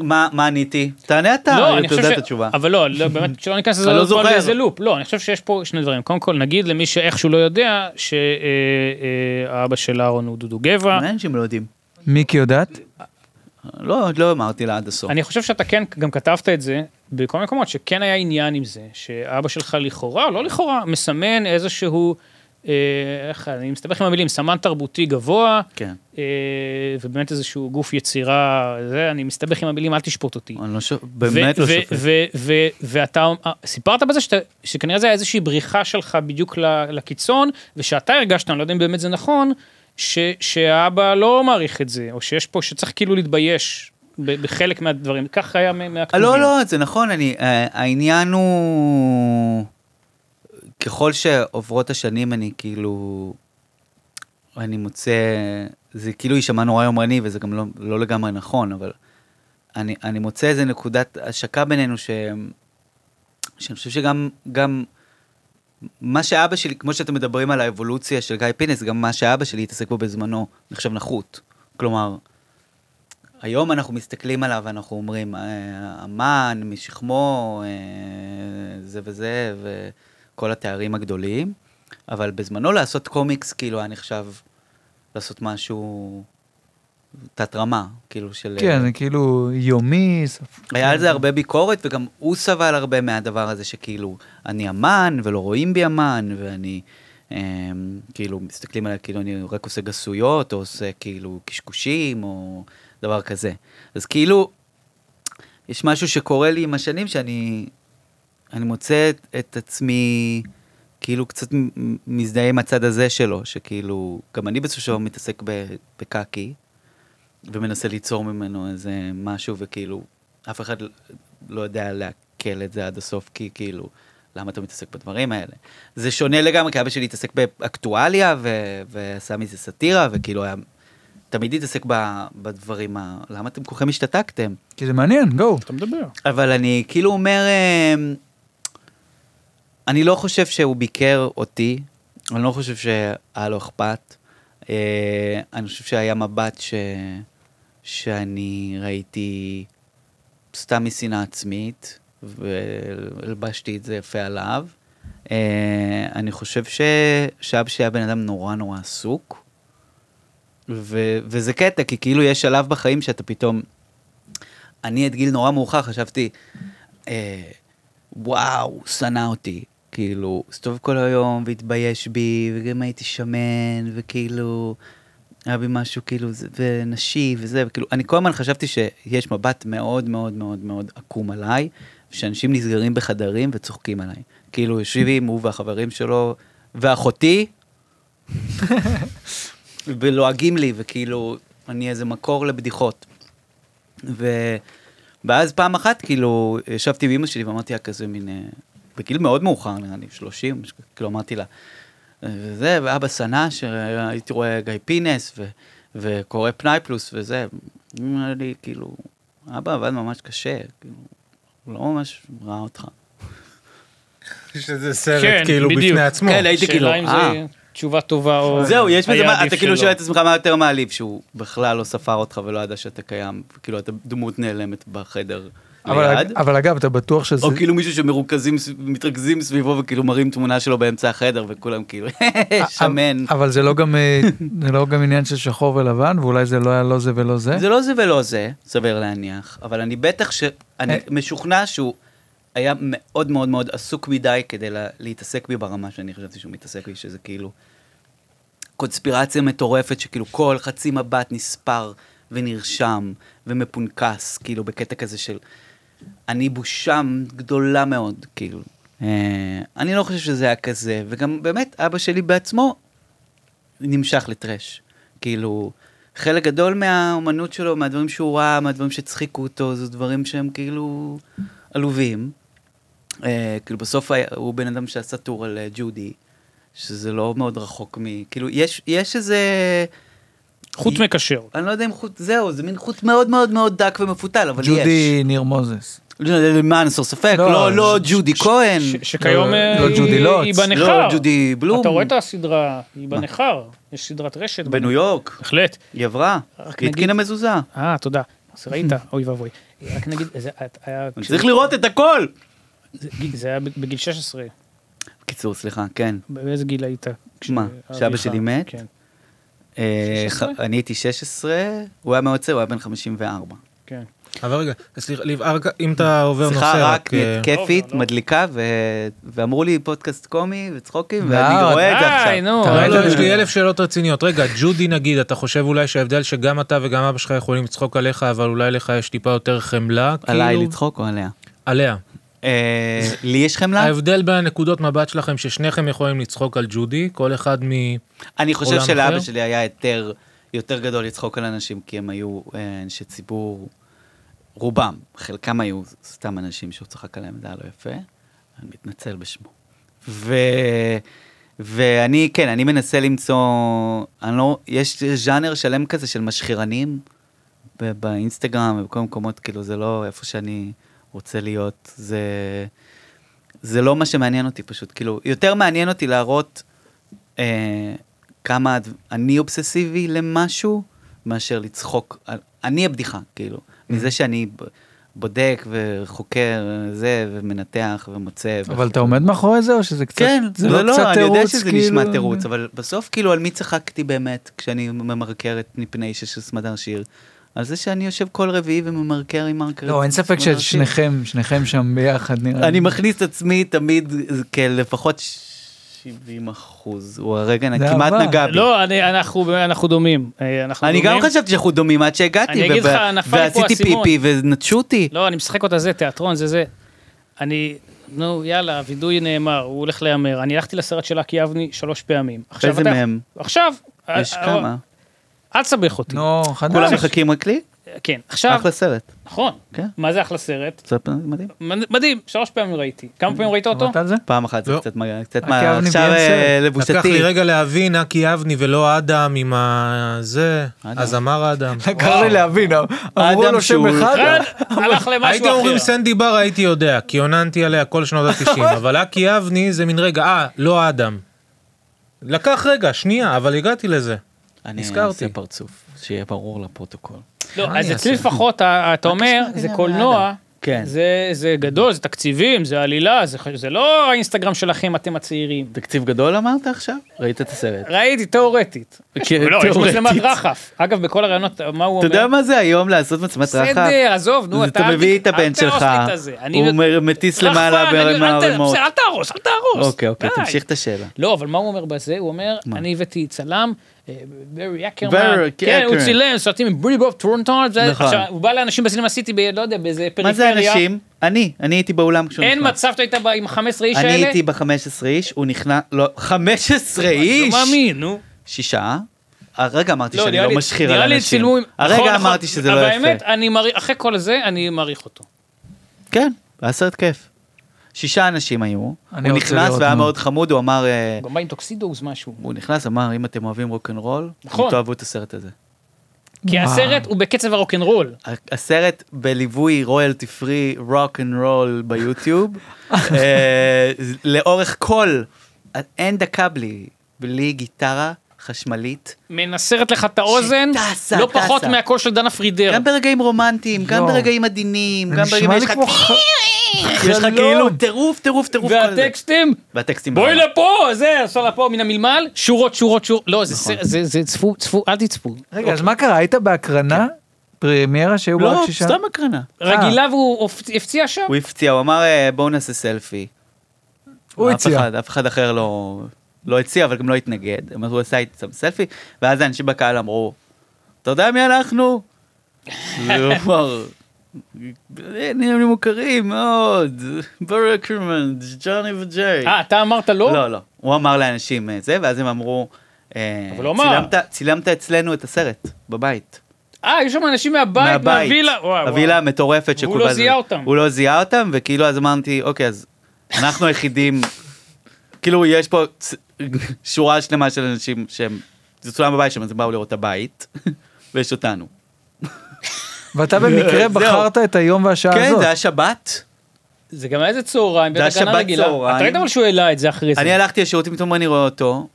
B: מה מה עניתי? תענה אתה,
C: לא, אני
B: אתה
C: חושב
B: יודע את
C: ש-
B: התשובה.
C: אבל לא, לא, באמת, שלא ניכנס לזה
B: אני לא
C: עוד פעם
B: זוכר.
C: לאיזה לופ. לא, אני חושב שיש פה שני דברים. קודם כל, נגיד למי שאיכשהו לא יודע, שהאבא של אהרון הוא דודו גבע.
B: מעניין שהם לא יודעים.
D: מיקי יודעת?
B: לא, עוד לא אמרתי לה עד הסוף.
C: אני חושב שאתה כן, גם כתבת את זה, בכל מיני מקומות, שכן היה עניין עם זה, שאבא שלך לכאורה, לא לכאורה, מסמן איזשהו, אה, איך, אני מסתבך עם המילים, סמן תרבותי גבוה,
B: כן.
C: אה, ובאמת איזשהו גוף יצירה, זה, אני מסתבך עם המילים, אל תשפוט אותי.
B: אני לא ש-
C: ו-
B: באמת לא
C: ו-
B: שופט.
C: ו- ו- ואתה אה, סיפרת בזה שאתה- שכנראה זה היה איזושהי בריחה שלך בדיוק ל- לקיצון, ושאתה הרגשת, אני לא יודע אם באמת זה נכון, ש- שהאבא לא מעריך את זה, או שיש פה, שצריך כאילו להתבייש ב- בחלק מהדברים, כך היה מה-
B: אה,
C: מהכתובים.
B: לא, לא, זה נכון, אני, אה, העניין הוא... ככל שעוברות השנים אני כאילו... אני מוצא... זה כאילו יישמע נורא יומרני, וזה גם לא, לא לגמרי נכון, אבל... אני, אני מוצא איזה נקודת השקה בינינו, ש... שאני חושב שגם... גם מה שאבא שלי, כמו שאתם מדברים על האבולוציה של גיא פינס, גם מה שאבא שלי התעסק בו בזמנו נחשב נחות. כלומר, היום אנחנו מסתכלים עליו ואנחנו אומרים, "אה, אמן, משכמו, אה, זה וזה, וכל התארים הגדולים, אבל בזמנו לעשות קומיקס, כאילו, היה נחשב לעשות משהו תת-רמה, כאילו, של...
E: אה,
D: כן, זה כאילו יומי, ספ-
B: היה על זה הרבה ביקורת, וגם הוא סבל הרבה מהדבר הזה שכאילו, אני אמן, ולא רואים בי אמן, ואני, אמ, כאילו, מסתכלים עליי, כאילו, אני רק עושה גסויות, או עושה כאילו קשקושים, או דבר כזה. אז כאילו, יש משהו שקורה לי עם השנים, שאני אני מוצא את, את עצמי, כאילו, קצת מ- מ- מזדהה עם הצד הזה שלו, שכאילו, גם אני בסופו של דבר מתעסק ב- בקקי. ומנסה ליצור ממנו איזה משהו, וכאילו, אף אחד לא יודע לעכל את זה עד הסוף, כי כאילו, למה אתה מתעסק בדברים האלה? זה שונה לגמרי, כי אבא שלי התעסק באקטואליה, ו- ועשה מזה סאטירה, וכאילו היה תמיד להתעסק ב- בדברים ה... למה אתם כולכם השתתקתם?
D: כי זה מעניין, גו.
C: אתה מדבר.
B: אבל אני כאילו אומר, אמ, אני לא חושב שהוא ביקר אותי, אני לא חושב שהיה לו אכפת. אה, אני חושב שהיה מבט ש... שאני ראיתי סתם משנאה עצמית, והלבשתי את זה יפה עליו. אה, אני חושב ש... שאבא שלי היה בן אדם נורא נורא עסוק, ו... וזה קטע, כי כאילו יש שלב בחיים שאתה פתאום... אני את גיל נורא מאוחר חשבתי, אה, וואו, שנא אותי. כאילו, הסתובב כל היום והתבייש בי, וגם הייתי שמן, וכאילו, היה בי משהו כאילו, זה- ונשי וזה, וכאילו, אני כל הזמן חשבתי שיש מבט מאוד מאוד מאוד מאוד עקום עליי, שאנשים נסגרים בחדרים וצוחקים עליי. כאילו, יושבים הוא והחברים שלו, ואחותי, ולועגים לי, וכאילו, אני איזה מקור לבדיחות. ו... ואז פעם אחת, כאילו, ישבתי עם אמא שלי ואמרתי לה כזה מין, אה, בגיל מאוד מאוחר, נראה לי, 30, משהו כזה, כאילו אמרתי לה, אה, וזה, ואבא שנא, שהייתי רואה גיא פינס, ו... וקורא פנאי פלוס וזה, היא אמרה לי, כאילו, אבא עבד ממש קשה, כאילו, הוא לא ממש ראה אותך.
E: שזה סרט
C: כן,
E: כאילו
C: בדיוק.
E: בפני עצמו.
B: כן, הייתי כאילו,
C: שאלה אם
B: אה.
C: זו תשובה טובה או...
B: זהו, יש בזה,
C: היה
B: מה-
C: עדיף
B: אתה כאילו
C: שלא.
B: שואל את עצמך מה יותר מעליב, שהוא בכלל לא ספר אותך ולא ידע שאתה קיים, כאילו, אתה דמות נעלמת בחדר
D: אבל,
B: ליד.
D: אבל אגב, אתה בטוח שזה...
B: או
E: אוקיי,
B: כאילו מישהו שמרוכזים, ס- מתרכזים סביבו וכאילו מראים תמונה שלו באמצע החדר וכולם כאילו
D: אה,
B: שמן.
D: אבל זה לא גם אה, זה לא גם עניין של שחור ולבן, ואולי זה לא היה לא זה ולא זה.
B: זה לא זה ולא זה, סביר להניח, אבל אני בטח ש... אני
D: אה.
B: משוכנע שהוא היה מאוד מאוד מאוד עסוק מדי כדי לה, להתעסק בי ברמה שאני חשבתי שהוא מתעסק בי, שזה כאילו קונספירציה מטורפת שכאילו כל חצי מבט נספר ונרשם ומפונקס, כאילו בקטע כזה של... אני בושה גדולה מאוד, כאילו. אה, אני לא חושב שזה היה כזה, וגם באמת, אבא שלי בעצמו נמשך לטרש. כאילו, חלק גדול מהאומנות שלו, מהדברים שהוא ראה, מהדברים שצחיקו אותו, זה דברים שהם כאילו עלובים. אה, כאילו, בסוף היה- הוא בן אדם שעשה טור על אה, ג'ודי, שזה לא מאוד רחוק מ... כאילו, יש, יש איזה...
C: חוט מקשר.
B: אני לא יודע אם חוט, זהו, זה מין חוט מאוד מאוד מאוד דק ומפותל, אבל יש. לא,
D: ג'ודי ניר מוזס.
B: ג'ודי... למען הסוף ספק,
D: לא,
B: לא, לא
D: ש-
B: ג'ודי כהן.
C: ש- שכיום
D: לא,
C: אה,
D: לא
C: היא-
D: ג'ודי לוץ.
C: היא
B: לא,
C: בניכר.
B: ג'ודי בלום.
C: אתה רואה את הסדרה, היא בניכר. יש סדרת רשת.
B: בניו יורק,
C: בהחלט.
B: היא עברה,
C: רק
B: היא
C: נגיד-
B: התקינה מזוזה.
C: אה, תודה. אז ראית, אוי ואבוי. רק נגיד, זה היה...
B: אני צריך לראות את הכל!
C: זה היה בגיל 16.
B: בקיצור, סליחה, כן.
C: באיזה גיל היית? כש-
B: מה,
C: אביך-
B: שאבא שלי מת?
C: כן,
B: אה,
C: 16?
B: ח- אני הייתי 16, הוא היה מאוד צעיר, הוא היה בן 54.
C: כן.
E: אבל רגע, סליחה, ליב, ארק- אם אתה עובר נושא,
B: שיחה רק כן,
E: אה,
B: כיפית,
C: לא, לא.
B: מדליקה, ו- ואמרו לי פודקאסט קומי וצחוקים, ואני
D: לא,
B: רואה את זה
C: די,
B: עכשיו.
C: נו.
D: אתה
E: לא,
D: ראית
E: לא,
D: את
E: יש
D: זה?
E: לי אלף שאלות רציניות. רגע, ג'ודי נגיד, אתה חושב אולי שההבדל שגם אתה וגם אבא שלך יכולים לצחוק עליך, אבל אולי לך יש טיפה יותר חמלה, כאילו?
B: עליי לצחוק או עליה?
E: עליה.
B: אה, לי יש חמלה?
E: ההבדל בין הנקודות מבט שלכם, ששניכם יכולים לצחוק על ג'ודי, כל אחד מ...
B: אני חושב
E: עולם
B: שלאבא
E: אחר?
B: שלי היה היתר יותר גדול לצחוק על אנשים, כי הם היו אה, אנשי ציבור, רובם, חלקם היו סתם אנשים שהוא צחק עליהם, זה היה לא יפה, אני מתנצל בשמו. ו... ואני, כן, אני מנסה למצוא, אני לא, יש ז'אנר שלם כזה של משחירנים ב- באינסטגרם ובכל מיני מקומות, כאילו זה לא איפה שאני רוצה להיות, זה, זה לא מה שמעניין אותי פשוט, כאילו, יותר מעניין אותי להראות אה, כמה את- אני אובססיבי למשהו, מאשר לצחוק. על- אני הבדיחה, כאילו.
D: Mm-hmm.
B: מזה שאני ב- בודק וחוקר אה, זה, ומנתח ומוצא.
D: אבל אתה עומד מאחורי זה, או שזה קצת...
B: נכון. כן,
D: זה
B: לא, לא,
D: קצת
B: אני יודע
D: תירוץ,
B: שזה
D: כאילו?
B: נשמע תירוץ, אבל בסוף כאילו על מי צחקתי באמת כשאני ממרקר את מפני אישה של סמדר שיר? על זה שאני יושב כל רביעי וממרקר עם מרקר.
D: לא,
B: את
D: אין ספק
B: סמדר שיר.
D: ששניכם, שניכם שם ביחד, נראה לי.
B: אני מכניס את עצמי תמיד אה, כלפחות 70 אחוז, הוא הרגע
D: זה
B: כמעט
D: עבר.
B: נגע בי.
C: לא, אני- אנחנו אנחנו דומים. אה, אנחנו
B: אני גם
C: דומים.
B: חשבתי שאנחנו דומים עד שהגעתי,
C: אני אגיד
B: ו-
C: לך, נפל פה
B: ועשיתי
C: האסימון.
B: פיפי ונטשו אותי.
C: לא, אני משחק אותה זה, תיאטרון, זה זה. אני, נו, יאללה, וידוי נאמר, הוא הולך להמר. אני הלכתי לסרט של אקי אבני שלוש פעמים. עכשיו
B: איזה
C: אתה-
B: מהם?
C: עכשיו.
B: יש
C: אה,
B: כמה.
C: אל תסבך אותי.
D: נו, חדש.
B: כולם מחכים רק לי?
C: כן, עכשיו,
B: אחלה סרט.
C: נכון,
B: כן.
C: מה זה אחלה סרט?
B: סרט מדהים.
C: מד- מדהים, שלוש פעמים ראיתי. כמה פעמים ראית אותו?
D: עבדת על זה?
B: פעם אחת זה
E: לא.
B: קצת מגע, קצת
D: רק
B: מה,
D: יבני
B: עכשיו
D: ביים
B: אה,
D: סרט.
E: לקח לי
B: לבושתי.
E: רגע להבין, אקי אבני ולא אדם עם ה... זה,
B: אדם.
E: אז אמר אדם.
D: קר לי להבין, אמרו
B: אדם
D: לו שם
B: שהוא- כן,
D: אחד,
C: אחד כן, הלך
E: הייתם
C: למשהו
E: אומרים
C: אחר.
E: סנדי בר הייתי יודע, כי עוננתי עליה כל שנות ה-90, אבל אקי אבני זה מין רגע, אה, לא אדם. לקח רגע, שנייה, אבל הגעתי לזה.
B: אני
E: נזכרתי.
B: אעשה פרצוף, שיהיה ברור לפרוטוקול.
C: לא,
E: מה
C: אז
E: אני
C: אצלי
E: אעשה?
C: לפחות, ה- אתה אומר,
B: שנייה,
C: זה
B: כן,
C: קולנוע,
B: אדם. כן.
C: זה- זה גדול, זה תקציבים, זה עלילה, זה ח- זה לא האינסטגרם שלכם, אתם הצעירים.
B: תקציב גדול אמרת עכשיו? ראית את הסרט.
C: ראיתי תיאורטית.
B: כן,
C: לא, יש
B: תיאורטית.
C: מצלמת רחף. אגב, בכל הרעיונות, מה הוא
B: אתה
C: אומר?
B: יודע מה זה היום לעשות מצלמת רחב?
C: בסדר, עזוב, נו,
B: אז
C: אתה...
B: אתה
C: אל
B: מביא
C: ת-
B: את הבן
C: אל תהרוס
B: שלך,
C: לי את הזה. אני-
B: הוא אומר, מטיס
C: רחפן,
B: למעלה
C: אני- אל ת-
B: מהרימות.
C: בסדר, אל תהרוס, אל תהרוס.
B: אוקיי, אוקיי,
C: די.
B: תמשיך את השאלה.
C: לא, אבל מה הוא אומר בזה? הוא אומר,
B: מה?
C: אני הבאתי צלם, אה, ברי אקרמן,
B: ברי
C: כן, הוא
B: אקרמן.
C: צילם סרטים עם ברי בוב טורנטון, זה-
B: נכון.
C: עכשיו, הוא בא לאנשים בסינמה סיטי, ב- לא יודע, באיזה פריפריה.
B: מה זה אנשים? אני, אני הייתי באולם כשהוא
C: אין
B: נכנס.
C: מצב שאתה היית בא עם 15 איש האלה?
B: אני הייתי ב-15 איש, הוא נכנס, לא, 15
C: אני
B: איש!
C: לא מאמין, נו.
B: שישה. הרגע אמרתי שאני
C: נראה
B: לא
C: לי-
B: משחיר
C: נראה
B: על
C: לי
B: אנשים.
C: צילמו עם- נכון,
B: הרגע
C: נכון,
B: אמרתי שזה לא
C: אבל
B: יפה.
C: האמת, אני מעריך- אחרי כל זה, אני מעריך אותו.
B: כן, היה סרט כיף. שישה אנשים היו, הוא
D: אני רוצה
B: נכנס
D: לראות
B: והיה
D: מאוד.
B: מאוד חמוד, הוא אמר, אה,
C: הוא גם בא עם טוקסידוס משהו.
B: הוא נכנס, אמר, אם אתם אוהבים רוקנרול,
C: נכון.
B: אתם תאהבו את הסרט הזה.
C: כי הסרט הוא בקצב הרוקנרול.
B: ה- הסרט בליווי רויאלטי פרי רוק אנד רול ביוטיוב, אה, לאורך כל, אין דקה בלי, בלי גיטרה חשמלית,
C: מנסרת לך את האוזן,
B: שטסה,
C: לא
B: טסה.
C: פחות מהקול של דנה פרידר.
B: גם ברגעים רומנטיים, גם
D: כן. יואו.
B: ברגעים עדינים,
D: זה
B: גם ברגעים
D: נשמע
B: יש
D: לי
B: לך
D: כמו ח-
B: יש לך
D: חלום.
B: כאילו טירוף, טירוף, טירוף. כל זה.
C: והטקסטים,
B: והטקסטים.
C: בואי
B: ברמה.
C: לפה, זה, עשה לה פה מן המלמל, שורות, שורות, שורות. לא, זה
B: נכון.
C: סרט, זה- זה צפו, צפו, אל תצפו.
B: אה.
D: רגע, אז מה קרה, היית בהקרנה? פרמיירה שהיו בה
B: אוקיי. כן. לא,
D: רק שישה?
B: סתם הקרנה.
C: רגילה והוא הפצ- הפציע שם?
B: הוא הפציע, הוא אמר "אה, בואו נעשה סלפי.
D: הוא
B: אף
D: הציע.
B: אחד- אף אחד אחר לא לא הציע, אבל גם לא התנגד. אז הוא עשה איתם סלפי, ואז האנשים בקהל אמרו, אתה יודע מי אנחנו? והוא אמר, נראים לי מוכרים מאוד, ברי אקרמן, ג'וני וג'רי.
C: אה, אתה אמרת לא?
B: לא, לא. הוא אמר לאנשים אה, זה, ואז הם אמרו, אה,
C: אבל הוא אמר.
B: "צילמת- צילמת אצלנו את הסרט, בבית.
C: אה, יש שם אנשים מהבית, מהווילה. וואו, וואו.
B: הווילה המטורפת
C: והוא
B: שכולם-
C: לא זיהה אותם.
B: הוא לא זיהה אותם, וכאילו אז אמרתי, אוקיי, אז אנחנו היחידים, כאילו יש פה צ- שורה שלמה של אנשים שהם, זה צולם בבית שלהם, אז הם באו לראות את הבית, ויש אותנו.
D: ואתה במקרה
B: זהו.
D: בחרת את היום והשעה
B: כן,
D: הזאת.
B: זה היה שבת,
C: זה גם היה איזה צהריים,
B: זה היה
C: בטח הגנה
B: שבת
C: רגילה.
B: צהריים.
C: אתה ראית אבל שהוא העלה את זה אחרי זה.
B: אני הלכתי לשירותים, פתאום אני רואה אותו,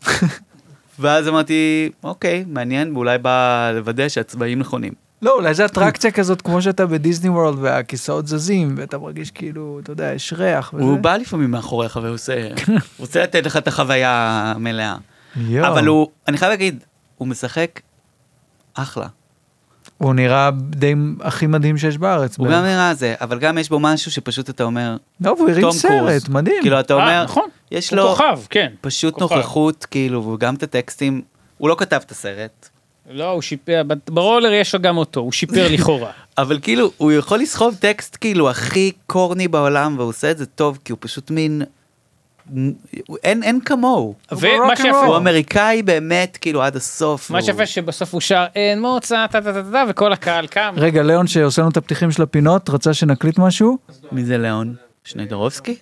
B: ואז אמרתי, אוקיי, מעניין, ואולי בא לוודא שהצבעים נכונים.
D: לא, אולי זה אטרקציה כזאת, כמו שאתה בדיסני וורלד והכיסאות זזים, ואתה מרגיש כאילו, אתה יודע, יש ריח וזה. כן.
B: הוא בא לפעמים מאחוריך ועושה, רוצה לתת לך את החוויה המלאה.
D: יואו.
B: אבל הוא, אני חייב להגיד, הוא משחק אחלה.
D: הוא נראה די הכי מדהים שיש בארץ.
B: הוא
D: בערך.
B: גם נראה זה, אבל גם יש בו משהו שפשוט אתה אומר,
D: לא, והוא הרים
B: תום
D: סרט,
B: קרוז.
D: מדהים.
B: כאילו אתה
C: אה,
B: אומר,
C: נכון.
B: יש
C: הוא
B: לו
C: כוכב, כן.
B: פשוט
C: כוכב.
B: נוכחות, כאילו, וגם את הטקסטים, הוא לא כתב את הסרט,
C: לא, הוא שיפר, ב- ברולר יש לו גם אותו, הוא שיפר לכאורה.
B: אבל כאילו, הוא יכול לסחוב טקסט כאילו הכי קורני בעולם, והוא עושה את זה טוב, כי הוא פשוט מין, אין אין כמוהו.
C: ומה
B: הוא
C: שיפה,
B: אמריקאי באמת, כאילו, עד הסוף.
C: מה
B: הוא-
C: שיפה שבסוף הוא שר אין מוצא, טה טה טה טה טה, וכל הקהל קם.
D: רגע, ליאון שעושה לנו את הפתיחים של הפינות, רצה שנקליט משהו?
B: מי זה ליאון? שניידרובסקי?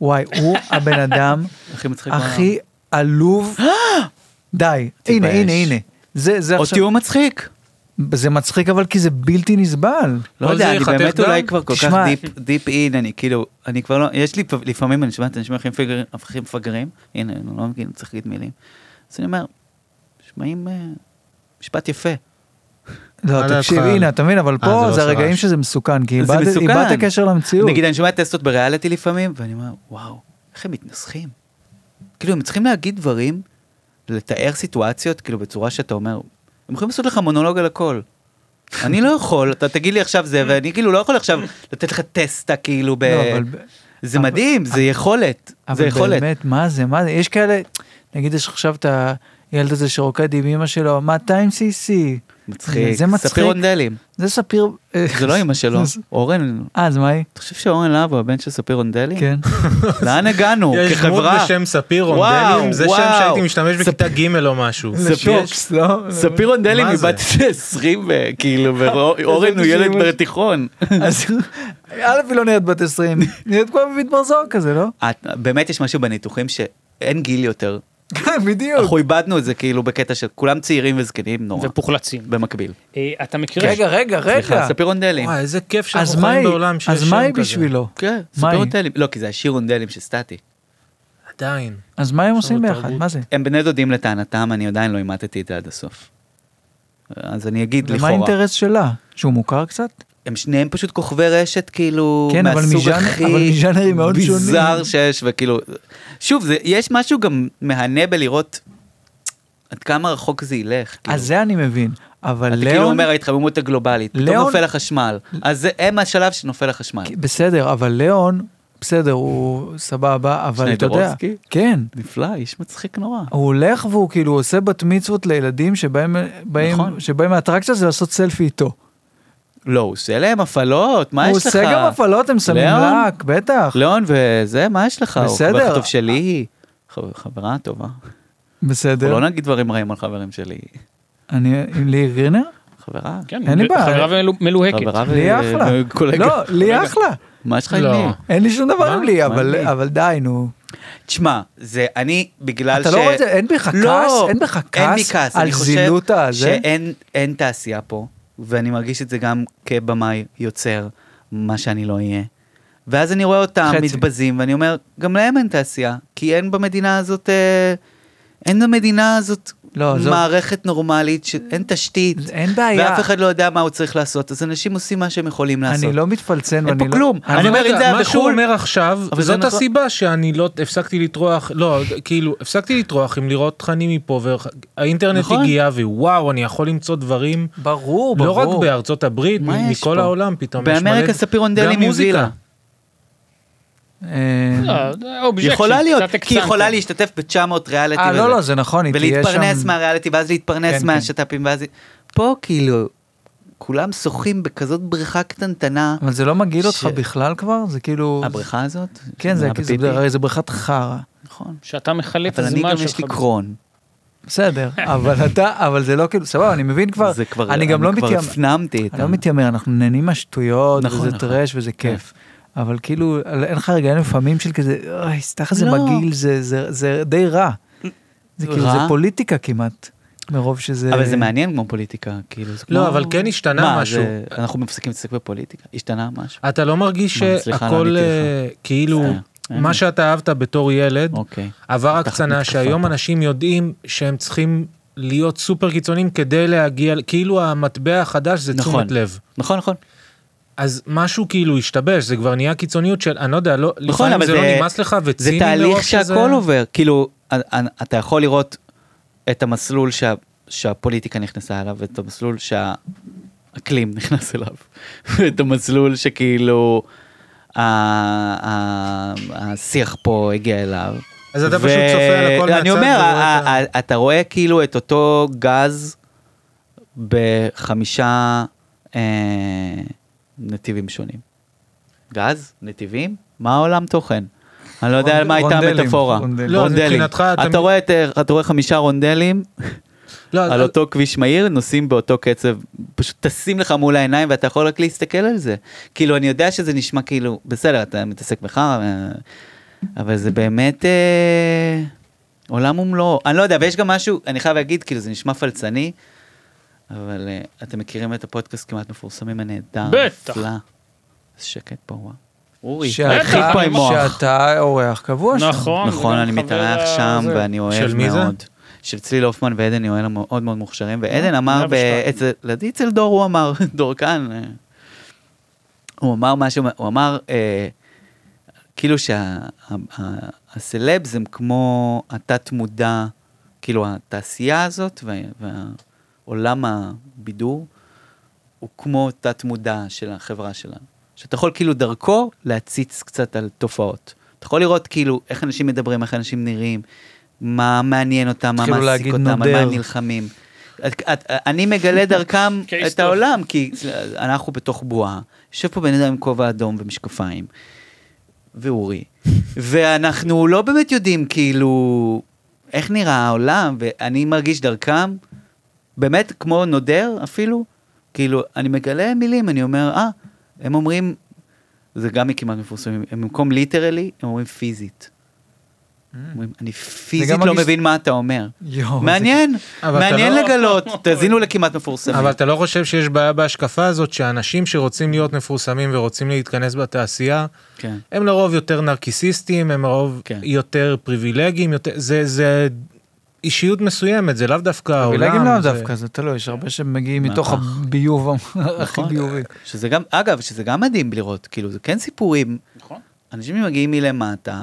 D: וואי, הוא הבן אדם
B: הכי מצחיק בעולם.
D: הכי עלוב. די, הנה,
B: תתבייש.
D: הנה, הנה. זה, זה
B: אותי
D: עכשיו,
B: הוא מצחיק.
D: זה מצחיק אבל כי זה בלתי נסבל.
B: לא
E: אבל זה
B: יודע, אני
E: ייחתך
B: באמת
E: דם.
B: אולי כבר כל כך
D: תשמע.
B: דיפ- דיפ אין, אני כאילו, אני כבר לא, יש לי פ- לפעמים, אני שומע את האנשים הכי מפגרים- הכי מפגרים, הנה, אני לא מבין, צריך להגיד מילים. אז אני אומר, נשמעים אה, משפט יפה.
D: לא,
E: על
D: תקשיב,
E: ההתחלה.
D: הנה, אתה מבין, אבל
E: אה, זה
D: פה
E: לא
D: זה הרגעים
E: שרש.
D: שזה מסוכן, כי
B: זה
D: איבדת-
B: מסוכן.
D: איבדת קשר למציאות.
B: נגיד, אני שומע טסטות בריאליטי לפעמים, ואני אומר, וואו, איך הם מתנסחים. כאילו, הם צריכים להגיד דברים, לתאר סיטואציות, כאילו, בצורה שאתה אומר, הם יכולים לעשות לך מונולוג על הכל. אני לא יכול, אתה תגיד לי עכשיו זה, ואני כאילו לא יכול עכשיו לתת לך טסטה, כאילו, ב...
D: לא, אבל ב-
B: זה
D: אבל-
B: מדהים, זה יכולת, זה
D: אבל
B: יכולת.
D: באמת, מה זה, מה זה, יש כאלה, נגיד יש עכשיו את הילד הזה שרוקד עם אמא שלו, 200 cc,
B: מצחיק.
D: זה מצחיק.
B: ספיר רונדלים.
D: זה ספיר...
B: זה לא אמא שלו. אורן,
D: אה, אז מה היא?
B: אתה חושב שאורן להב הוא הבן של ספיר רונדלי?
D: כן.
B: לאן הגענו?
E: יש דמות
B: כחברה?
E: בשם ספיר
B: וואו,
E: רונדלים, זה שם
B: וואו.
E: שהייתי משתמש בכיתה ג' או משהו.
D: לשוקס, לא?
B: ספיר רונדלי
E: מה זה?
B: מבת 20 ו- כאילו, ואורן הוא ילד בתיכון.
D: אז א' היא לא נראית בת 20, נראית כמו אביבית בר זוהר כזה, לא?
B: את- באמת יש משהו בניתוחים שאין גיל יותר.
D: כן, בדיוק.
B: אנחנו איבדנו את זה כאילו בקטע של כולם צעירים וזקנים נורא.
C: ופוחלצים.
B: במקביל.
C: אה, אתה מכיר...
B: כן.
D: רגע, רגע, רגע.
B: סליחה, ספיר רונדלים.
E: וואי, איזה כיף
D: אז
E: שאנחנו
D: מה
E: חיים
D: היא?
E: בעולם שיש
D: אז
E: שם
D: מה היא
E: כזה.
D: בשבילו?
B: כן,
D: לא. מה
B: ספיר
D: היא?
B: רונדלים. לא, כי זה השיר רונדלים של סטטי.
E: עדיין.
D: אז מה הם עושים
E: בתרבות.
D: ביחד? מה זה?
B: הם בני דודים לטענתם, אני עדיין לא אימתתי את זה עד הסוף. אז אני אגיד
D: ומה
B: לכאורה.
D: האינטרס שלה? שהוא מוכר קצת?
B: הם שניהם פשוט כוכבי רשת, כאילו,
D: כן, אבל
B: מהסוג
D: מז'אנר-
B: הכי
D: אבל מז'אנרים מאוד שונים.
B: ביזאר שיש, וכאילו, שוב, זה, יש משהו גם מהנה בלראות עד כמה רחוק זה ילך. כאילו.
D: אז זה אני מבין, אבל
B: אתה כאילו
D: ליאון...
B: אומר ההתחממות הגלובלית, פתאום
D: ליאון-
B: נופל החשמל, אז זה, הם השלב שנופל החשמל.
D: בסדר, אבל ליאון, בסדר, הוא סבבה, אבל אתה יודע...
B: שניידרובסקי?
D: כן.
B: נפלא, איש מצחיק נורא.
D: הוא הולך והוא כאילו עושה בת מצוות לילדים שבאים, באים,
B: נכון.
D: שבאים האטרקציה זה לעשות סלפי איתו.
B: לא, הוא עושה להם הפעלות, מה יש
D: הוא
B: לך?
D: עושה גם הפעלות, הם שמים
B: ליאון?
D: לק, בטח.
B: ליאון וזה, מה יש לך? הוא
D: בסדר.
B: חבר טוב שלי, היא חבר- חברה טובה.
D: בסדר.
B: אנחנו לא נגיד דברים רעים על חברים שלי,
D: אני, עם לי גרינר?
B: חברה.
C: כן,
D: אין לי בעיה.
C: חברה ומלו- מלוהקת.
B: חברה ו-
D: לי אחלה.
B: וקולגה.
D: לא, לי אחלה.
B: מה יש לך עם
E: לא.
B: לי?
D: אין לי שום דבר עם לי, אבל-
B: לי?
D: אבל די, נו.
B: תשמע, זה אני, בגלל ש...
D: אתה לא רואה את זה? אין בך כעס? אין בך
B: אין בי
D: כעס
B: כעס,
D: על
B: אני חושב
D: זילות הזה?
B: שאין אין תעשייה פה, ואני מרגיש את זה גם כבמאי יוצר, מה שאני לא אהיה. ואז אני רואה אותם
D: חצי.
B: מתבזים, ואני אומר, גם להם אין תעשייה, כי אין במדינה הזאת, אה, אין במדינה הזאת
D: לא, עזוב.
B: מערכת נורמלית, ש... אין תשתית,
D: אין בעיה.
B: ואף אחד לא יודע מה הוא צריך לעשות, אז אנשים עושים מה שהם יכולים לעשות.
D: אני לא מתפלצן
B: אין
D: ואני
B: פה
D: לא...
B: כלום.
D: אני-
B: אני
E: אבל
B: אומר, אם
E: רגע,
B: זה היה
E: מה שהוא
B: בחו"ל-
E: אומר עכשיו,
B: אבל זה
E: זאת
B: נכון.
E: הסיבה שאני לא הפסקתי לטרוח, לא, כאילו, הפסקתי לטרוח עם לראות תכנים מפה, והאינטרנט
B: נכון.
E: הגיע, ווואו, אני יכול למצוא דברים,
D: ברור,
E: לא
D: ברור.
E: רק בארצות הברית,
B: מה
E: מ-
B: יש
E: מכל
B: פה?
E: העולם פתאום. יש
B: באמריקה
E: מלא-
B: ספירון דלי
E: גם מוזיקה.
B: מוזילה.
D: אה,
C: לא, זה אובג'קשן,
B: יכולה להיות,
C: קצת
B: כי היא יכולה
C: הקצנתם.
B: להשתתף ב-900 ריאליטי.
D: אה, לא,
B: וזה.
D: לא, זה נכון, היא תהיה שם...
B: ולהתפרנס מהריאליטי, ואז
D: כן,
B: להתפרנס
D: כן.
B: מהשת"פים, ואז... פה כאילו, כולם שוחים בכזאת בריכה קטנטנה.
D: אבל זה לא מגעיל אותך
B: ש-
D: בכלל כבר? זה כאילו...
B: הבריכה הזאת?
D: כן, זה
B: מה,
D: כי זה-
B: בפיפי?
D: הרי זה בריכת חרא.
B: נכון.
C: שאתה מחלק
B: אבל אני
C: זמן
B: גם
C: שלך.
B: יש לי קרון.
D: בסדר, אבל אתה, אבל זה לא כאילו, סבבה, אני מבין כבר,
B: זה כבר,
D: אני גם לא
B: כבר
D: מתיימר,
B: הפנמתי את
D: אני
B: ה...
D: לא מתיימר, אנחנו נהנים מהשטויות,
B: נכון,
D: וזה
B: נכון.
D: טרש וזה כיף. אבל כאילו, אין לך רגעים לפעמים של כזה, אוי, סתך זה
B: לא.
D: מגעיל, זה- זה- זה די רע. זה כאילו, זה
B: רע?
D: פוליטיקה כמעט, מרוב שזה...
B: אבל זה מעניין כמו פוליטיקה, כאילו, זה כמו...
E: לא, אבל כן השתנה
B: מה,
E: משהו.
B: זה- אנחנו מפסיקים להתעסק בפוליטיקה? השתנה משהו?
E: אתה לא מרגיש
B: מה, סליחה, לא
E: שהכל,
B: עניתי
E: אה, כאילו,
B: בסדר, אין לי.
E: מה שאתה אהבת בתור ילד,
B: אוקיי.
E: עבר
B: תחת
E: הקצנה
B: מתקפה
E: שהיום
B: פה.
E: אנשים יודעים שהם צריכים להיות סופר קיצוניים כדי להגיע, כאילו המטבע החדש זה
B: נכון.
E: תשומת לב.
B: נכון, נכון.
E: אז משהו כאילו השתבש, זה כבר נהיה קיצוניות של, אני לא יודע, לא, לפעמים
B: נכון, אבל
E: זה,
B: זה-
E: לא נמאס לך
B: זה
E: וציני
B: תהליך
E: מרוב שזה...
B: שהכל עובר, כאילו, אה, אה, אתה יכול לראות את המסלול שה- שהפוליטיקה נכנסה אליו, ואת המסלול שהאקלים נכנס אליו, ואת המסלול שכאילו ה- ה- השיח פה הגיע אליו.
E: אז אתה פשוט צופה על הכל
B: אני
E: מהצד
B: אומר,
E: ורואה
B: ה-
E: את
B: ה- ה- אתה רואה כאילו את אותו גז בחמישה אה, נתיבים שונים. גז? נתיבים? מה העולם תוכן? אני לא יודע על מה הייתה
D: רונדלים,
B: המטאפורה.
D: רונדלים.
E: לא, אז מבחינתך אתה-
B: אתה רואה את, אה, אתה רואה חמישה רונדלים
E: לא,
B: על אותו כביש מהיר, נוסעים באותו קצב, פשוט טסים לך מול העיניים ואתה יכול רק להסתכל על זה. כאילו, אני יודע שזה נשמע כאילו, בסדר, אתה מתעסק בך, אה, אבל זה באמת אה, עולם ומלואו. אני לא יודע, ויש גם משהו, אני חייב להגיד, כאילו, זה נשמע פלצני, אבל אה, אתם מכירים את הפודקאסט כמעט מפורסמים הנהדר,
C: בטח.
B: נפלא. שקט פה, וואו. אורי,
D: שאתה-
B: התחיל פה עם מוח.
D: שאתה אורח קבוע שם.
C: נכון,
B: נכון,
C: וגם
B: אני
C: חבר
B: מתארח
C: הזה.
B: שם ואני אוהב
E: של מי זה?
B: מאוד. של צליל הופמן ועדן יואל מאוד מאוד מוכשרים,
C: אה,
B: ועדן אמר, ב-
C: 102.
B: אצל- לדעתי אצל דור הוא אמר, דורקן, אה, הוא אמר משהו, הוא אמר, אה, כאילו שהסלבס הם כמו התת מודע, כאילו התעשייה הזאת וה- והעולם הבידור, הוא כמו תת מודע של החברה שלנו. שאתה יכול כאילו דרכו להציץ קצת על תופעות. אתה יכול לראות כאילו איך אנשים מדברים, איך אנשים נראים, מה מעניין אותם, מה
D: התחילו
B: מעסיק
D: להגיד
B: אותם, על מה
D: נודר.
B: הם נלחמים. את, את, אני מגלה דרכם
C: קייס
B: את
C: טוב.
B: העולם, כי אנחנו בתוך בועה. יושב פה בן אדם עם כובע אדום ומשקפיים, ואורי, ואנחנו לא באמת יודעים כאילו איך נראה העולם, ואני מרגיש דרכם, באמת כמו נודר אפילו, כאילו, אני מגלה מילים, אני אומר, אה, הם אומרים, זה גם מכמעט מפורסמים, הם במקום ליטרלי, הם אומרים פיזית. אומרים, אני פיזית לא
D: Mm. מרגיש-
B: מבין מה אתה אומר.
D: יואו, זה-
B: מעניין,
E: אבל אתה
B: מעניין
E: לא-
B: לגלות, תאזינו לכמעט מפורסמים.
E: אבל אתה לא חושב שיש בעיה בהשקפה הזאת שאנשים שרוצים להיות מפורסמים ורוצים להתכנס בתעשייה,
B: כן.
E: הם לרוב יותר נרקיסיסטים, הם לרוב
B: כן.
E: יותר פריבילגיים, יותר- זה- זה אישיות מסוימת, זה לאו דווקא העולם.
D: פריבילגים לאו
E: זה-
D: דווקא, זה תלוי, יש הרבה שמגיעים מתוך
B: מהפך.
D: הביוב הכי
B: נכון.
D: ביובי.
B: שזה גם, אגב, שזה גם מדהים לראות, כאילו, זה כן סיפורים.
C: נכון.
B: אנשים מגיעים מלמטה,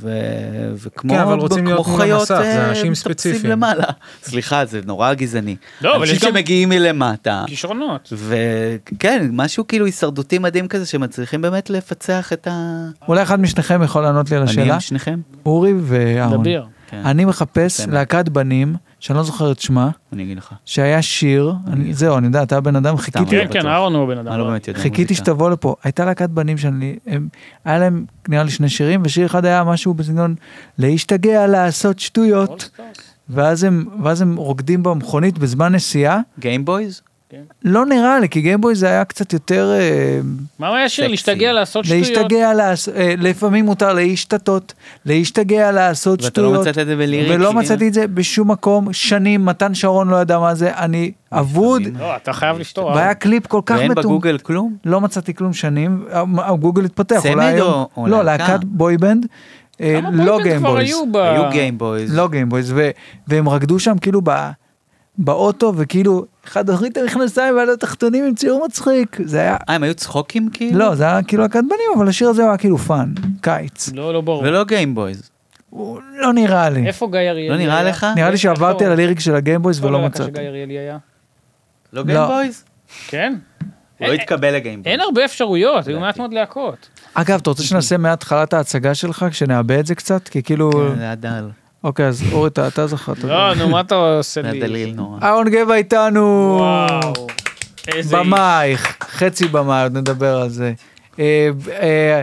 B: ו- וכמו
E: כן, אבל רוצים להיות
B: כמו
E: מול
B: חיות,
E: המסך, זה
B: אה,
E: אנשים
B: מטפסים
E: ספציפיים.
B: למעלה. סליחה, זה נורא גזעני.
C: לא, אבל
B: אנשים
C: יש גם-
B: שמגיעים מלמטה,
C: כישרונות.
B: וכן, משהו כאילו הישרדותי מדהים כזה, שמצליחים באמת לפצח את ה...
D: אולי אחד משניכם יכול לענות לי על
B: אני
D: השאלה?
B: עם שניכם?
D: אורי ואהרון.
C: דבר.
B: כן,
D: אני מחפש
B: בסדר.
D: להקת בנים, שאני לא זוכר את שמה,
B: אני אגיד לך.
D: שהיה שיר, אני-
B: כן.
D: זהו, אני יודע, אתה הבן אדם, חיכיתי
B: לא
C: כן,
B: בטוח.
C: כן, אהרון הוא הבן
B: אני לא
C: אדם.
B: באמת יודע
D: חיכיתי
B: מוזיקה.
D: שתבוא לפה. הייתה להקת בנים שאני, הם, היה להם נראה לי שני שירים, ושיר אחד היה משהו בסגנון להשתגע לעשות שטויות, ואז הם, ואז הם רוקדים במכונית בזמן נסיעה.
B: גיימבויז?
D: לא נראה לי, כי גיימבוי זה היה קצת יותר אה,
C: מה היה שיר?
B: סקסי.
C: להשתגע לעשות שטויות?
D: להשתגע, לעש... אה, לפעמים מותר להשתתות, להשתגע לעשות
B: ואתה לא
D: שטויות.
B: מצאת את זה בלירי?
D: ולא
B: כאילו?
D: מצאתי את זה בשום מקום, שנים, מתן שרון לא ידע מה זה, אני אבוד,
C: לא, אתה חייב לפתור.
D: והיה קליפ כל כך
B: ואין
D: מטומטם.
B: בגוגל כלום?
D: לא מצאתי כלום שנים, אה, גוגל התפתח.
B: צמד
D: אולי היום-
B: או- או
D: לא,
B: להקה?
D: להקת בויבנד, אה,
C: כמה
D: לא
C: בויבנד כבר
D: גיימבויז.
C: היו ב...
B: היו גיימבויז.
D: לא גיימבויז, ו- והם רקדו שם כאילו ב- באוטו, וכאילו, אחד הוריד את המכנסיים ועד התחתונים עם ציור מצחיק. זה היה,
B: אה, הם היו צחוקים כאילו?
D: לא, זה היה כאילו להקת בנים, אבל השיר הזה היה כאילו פאן, קיץ.
C: לא, לא ברור.
B: ולא גיימבויז.
D: הוא לא נראה לי.
C: איפה גיא אריאלי
B: לא נראה
C: היה?
B: לך?
D: נראה לי
C: איך
D: שעברתי
C: לא?
D: על הליריק של הגיימבויז
C: איפה לא,
D: ולא
C: הלהקה
D: מצאתי.
C: שגיא אריאלי היה?
B: לא
D: גיימבויז?
B: גיימבויז?
C: כן.
B: הוא לא התקבל לגיימבויז.
C: אין הרבה אפשרויות, היו מעט מאוד להקות.
D: אגב, אתה רוצה שנעשה מההתחלת ההצגה שלך, כשנעבה את זה קצת? כי כאילו...
B: כן, זה היה דל.
D: אוקיי, אז אורי, אתה אתה זוכר. אתה יודע.
C: לא, נו, מה אתה עושה
B: זה היה
C: לי?
B: דליל נורא.
D: אהרון גבע איתנו!
C: וואו. איזה
D: במאייך, חצי במאי, עוד נדבר על זה. אה, אה,